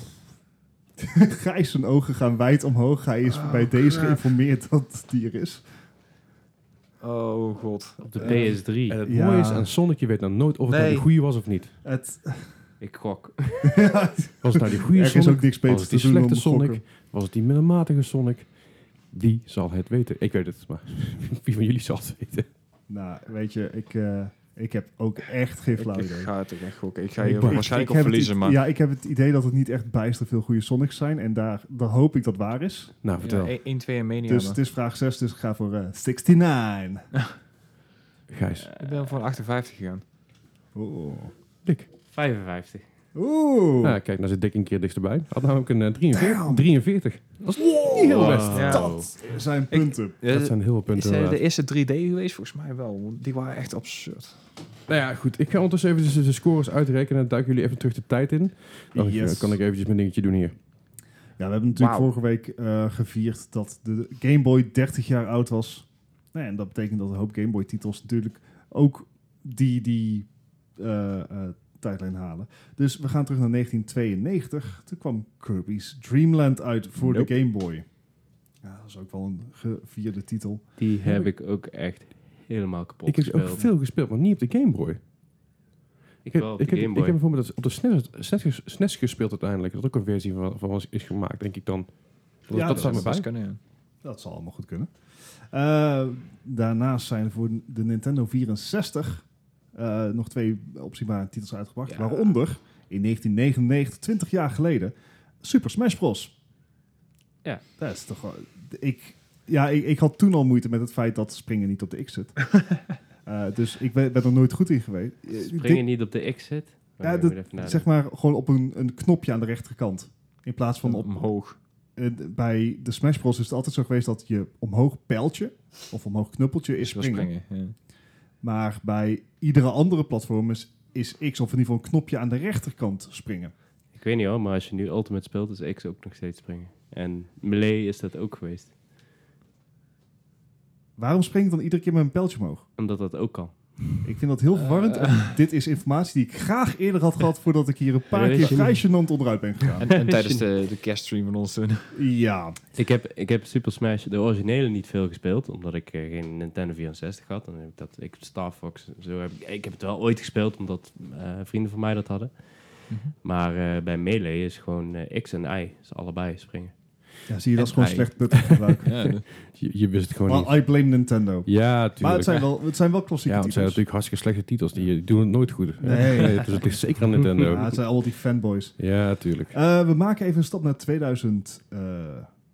Gijs zijn ogen gaan wijd omhoog. Hij is
Ah.
bij deze geïnformeerd dat die er is.
Oh god.
Op de
eh,
PS3.
En het
Ja.
mooie is aan Sonic, je weet dan nooit of het nou
Nee.
die goede was of niet.
Het,
eh.
ik gok.
Was het nou die goede
er is
Sonic?
ook niks
Was
beters
het
te
die
doen om
slechte
te
Sonic?
gokken.
Was het die middelmatige Sonic? Wie zal het weten? Ik weet het, maar wie van jullie zal het weten?
Nou, weet je, ik, eh, ik heb ook echt geen
Ik,
flauw
ik
idee.
ga het ook echt gokken. Ik ga
Ik-
je
ik-
waarschijnlijk
ik
op
heb het
verliezen,
i-
maar...
Ja, ik heb het idee dat het niet echt bijster veel goede Sonics zijn. En daar, daar hoop ik dat waar is.
Nou, vertel.
1, 2 en Mania.
dus
maar.
het is vraag 6, dus ik ga voor eh 69. eh,
Gijs.
Ik ben voor een 58 gegaan.
Oeh.
Dik.
55.
Oeh.
Nou, kijk, daar zit Dick een keer dichterbij. Had namelijk een eh, 43. 43. Dat is niet heel best.
Ja.
Dat zijn punten.
Dat zijn heel veel punten.
Zijn eh, de
inderdaad.
eerste 3D geweest? Volgens mij wel. want Die waren echt absurd.
Nou ja, goed. Ik ga ondertussen even de- de scores uitrekenen. Dan duiken jullie even terug de tijd in. Dan
Yes.
kan ik eventjes mijn dingetje doen hier.
Ja, we hebben natuurlijk
Wauw.
vorige week eh, gevierd dat de Game Boy 30 jaar oud was. Nou ja, en dat betekent dat een hoop Game Boy titels natuurlijk ook die, die eh, eh, tijdlijn halen. Dus we gaan terug naar 1992. Toen kwam Kirby's Dreamland uit voor
Nope.
de Game Boy. Ja, dat is ook wel een gevierde titel.
Die heb ik ook echt helemaal kapot
Ik heb ook
gespeeld.
veel gespeeld, maar niet op de Game Boy.
ik wel op de
ik, heb,
Game
ik
Boy.
heb bijvoorbeeld op de SNES, SNES, SNES gespeeld uiteindelijk. Dat ook een versie van, van was, is gemaakt, denk ik dan. Dat,
Ja,
dat staat me
zou
bij.
best kunnen, ja.
Dat zal allemaal goed kunnen. Eh, daarnaast zijn voor de Nintendo 64 eh, nog twee optiebare titels uitgebracht.
Ja.
Waaronder in 1999, 20 jaar geleden, Super Smash Bros.
Ja.
Dat is toch wel- ik, ja, ik, ik had toen al moeite met het feit dat springen niet op de X zit. Eh, dus ik ben, ben er nooit goed in geweest. Eh,
Springen niet op de X-set.
Ja, dat- Zeg maar gewoon op een, een knopje aan de rechterkant. In plaats van op,
omhoog.
eh, d- bij de Smash Bros. is het altijd zo geweest dat je omhoog pijltje of omhoog knuppeltje is
Is wel
springen.
springen. ja.
Maar bij iedere andere platform is, is X of in ieder geval een knopje aan de rechterkant springen.
Ik weet niet hoor, maar als je nu Ultimate speelt, is X ook nog steeds springen. En Melee is dat ook geweest.
Waarom spring ik dan iedere keer met een pijltje omhoog?
Omdat dat ook kan.
Ik vind dat heel
Eh,
verwarrend. en dit is informatie die ik graag eerder had gehad voordat ik hier een paar
Weet
keer
je
vrij gênant onderuit ben gegaan.
En, en tijdens de, de kerststream van ons toen.
Ja,
Ik heb, ik heb Super Smash, de originele, niet veel gespeeld. Omdat ik eh, geen Nintendo 64 had. Dan heb ik dat, ik Star Fox, zo heb ik, ik heb het wel ooit gespeeld, omdat eh, vrienden van mij dat hadden.
Mhm.
Maar eh, bij Melee is gewoon eh, X en Y, is allebei springen.
ja zie je, dat is gewoon
En I.
slecht buttongebruik.
Ja,
Je, je wist het gewoon niet.
Maar I blame Nintendo.
Ja, tuurlijk.
Maar het zijn wel, het zijn wel klassieke
Ja, het zijn
titels.
natuurlijk hartstikke slechte titels. Die eh, doen het nooit goed.
Nee.
dus het ligt zeker aan Nintendo.
Ja, het zijn al die fanboys.
Ja, tuurlijk.
Eh, we maken even een stap naar 2000. eh,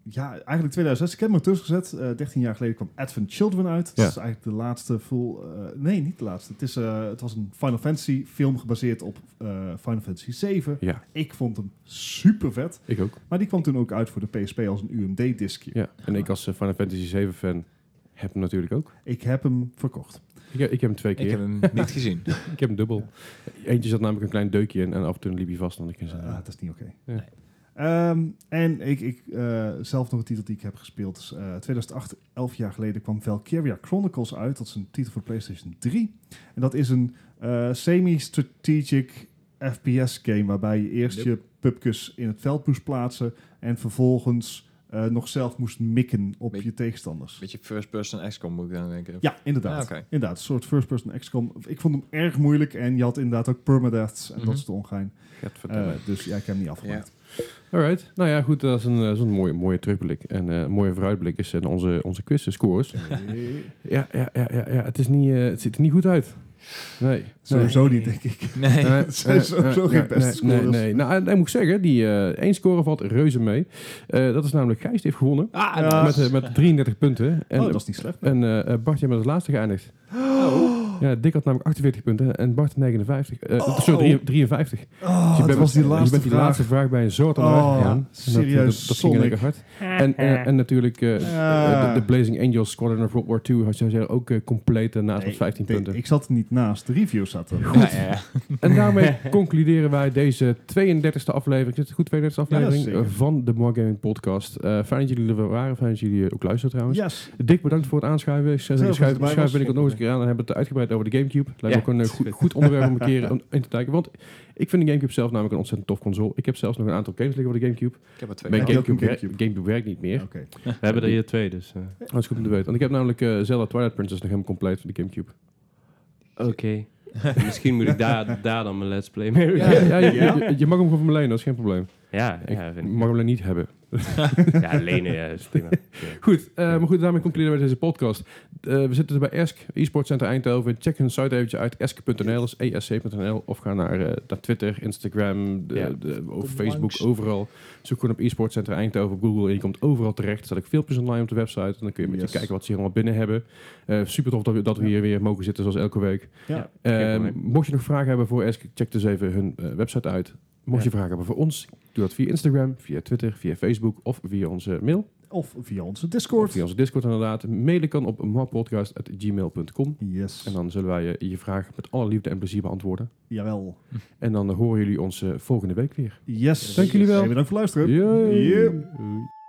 ja, eigenlijk 2006. Ik heb hem er tussen gezet. Eh, 13 jaar geleden kwam Advent Children uit. Dat
Ja.
is eigenlijk de laatste full... eh, nee, niet de laatste. Het, is, eh, het was een Final Fantasy film gebaseerd op eh, Final Fantasy 7.
Ja,
Ik vond hem super vet.
ik ook.
Maar die kwam toen ook uit voor de PSP als een UMD-diskje.
Ja. En ik als eh, Final Fantasy 7 fan heb hem natuurlijk ook.
Ik heb hem verkocht.
Ik, heb- ik heb hem twee keer.
ik heb hem niet gezien.
Ik heb hem dubbel. Eentje zat namelijk een klein deukje in en af en toe liep hij vast. Dan ik in zijn-
Eh, Ah, dat is niet oké.
Ja.
Nee. Ehm, en ik, ik eh, zelf nog een titel die ik heb gespeeld. is, eh, 2008, 11 jaar geleden, kwam Valkyria Chronicles uit. Dat is een titel voor PlayStation 3. En dat is een eh, semi-strategic FPS-game waarbij je eerst
Yep.
je pupkes in het veld moest plaatsen en vervolgens eh, nog zelf moest mikken op
Beetje-
je tegenstanders.
Beetje first-person XCOM moet ik dan denken.
Ja, inderdaad.
Ah, oké.
Inderdaad, een soort first-person XCOM. Ik vond hem erg moeilijk en je had inderdaad ook permadeaths en
Mhm.
dat soort ongein.
Gadverdamme.
Eh, dus ja, ik heb hem niet afgemaakt.
Alright. Nou ja, goed. Dat is een, eh, zo'n mooie, mooie terugblik. En eh, een mooie vooruitblik is en onze, onze quiz scores.
Nee,
Ja, ja, ja, ja, ja. Het, is niet, eh, het ziet er niet goed uit. Nee.
Sowieso niet, denk ik.
Nee.
Nee,
Het zijn
nee,
sowieso
nee,
geen
nee,
beste
nee,
scorers.
Nee, nee. Nou, en ik moet zeggen, die eh één score valt reuze mee. Eh, dat is namelijk Gijs, die heeft gewonnen.
Ah,
Ja.
Met, eh, met 33 punten. En,
oh, dat is niet slecht.
en eh, Bart, jij bent als laatste geëindigd. Ja, Dick had namelijk 48 punten en Bart 59. Eh sorry, drie- 53. Dus
Oh, dat
bent
was die
met-
laatste
je bent die
vraag.
laatste vraag bij een soort aan
Oh,
uitgegaan. En Dat,
serieus,
dat, dat ging
Sonic.
lekker hard. En, eh, en natuurlijk eh,
Ah.
de, de Blazing Angels Squadron of World War II had jij ook eh, compleet daarnaast
Nee,
met 15
ik-
punten.
Ik zat er niet naast. De reviews zaten. er.
Ja, ja, ja.
En daarmee concluderen wij deze 32e aflevering. Is het goed, 32e aflevering?
Ja, zeker.
eh, van de More Gaming Podcast. Eh, fijn dat jullie er waren. Fijn dat jullie eh, ook luisteren trouwens.
Yes.
Dick, bedankt voor het aanschuiven. Ik zou
Zelf
zeggen,
dat
Schuif,
je erbij
schuif
was.
binnenkort nog eens een keer aan. Dan hebben we het uitgebreid over de Gamecube. Lijkt me
Ja,
ook een eh,
dat is
goed,
goed.
goed onderwerp om een keer aan- in te kijken. Want ik vind de Gamecube zelf namelijk een ontzettend tof console. Ik heb zelfs nog een aantal games liggen voor de Gamecube.
Ik heb er twee.
Mijn
heb
gehad.
je ook
Gamecube,
een
wer-
Gamecube?
Gamecube werkt niet meer.
Oké.
We hebben er hier twee, dus... eh,
Dat is goed om te weten. Want ik heb namelijk eh, Zelda Twilight Princess nog helemaal compleet voor de Gamecube.
Oké. Misschien moet ik daar, daar dan mijn let's play mee
Ja,
beginnen.
ja, je, je- je mag hem gewoon van me lenen. Dat is geen probleem.
Ja,
Ik
ja, vind ik.
mag hem alleen niet hebben.
ja lenen ja, is prima.
Goed, eh, maar goed, daarmee concluderen we deze podcast. Eh, we zitten er bij ESC, e-sport Center Eindhoven. Check hun site eventjes uit, esc.nl, dat is E esc.nl. Of ga naar, eh, naar Twitter, Instagram, de,
Ja.
de- of
Kom
Facebook,
langs.
overal. Zoek gewoon op e-sport Center Eindhoven op Google en je komt overal terecht. Er staan ook filmpjes online op de website. En dan kun je een beetje
Yes.
kijken wat ze hier allemaal binnen hebben. Eh, super tof dat we, dat we
Ja.
hier weer mogen zitten, zoals elke week.
Ja.
Eh,
Geen probleem.
mocht je nog vragen hebben voor ESC, check dus even hun eh, website uit. Mocht
Ja.
je vragen hebben voor ons, doe dat via Instagram, via Twitter, via Facebook of via onze mail.
Of via onze
Of
Discord.
via onze Discord inderdaad. Mailen kan op moppodcast.gmail.com.
Yes.
En dan zullen wij eh, je vraag met alle liefde en plezier beantwoorden.
Jawel.
En dan eh, horen jullie ons eh, volgende week weer.
Yes.
Dank jullie wel.
Hey, bedankt voor het luisteren.
Yay.
Yep.
Hoi.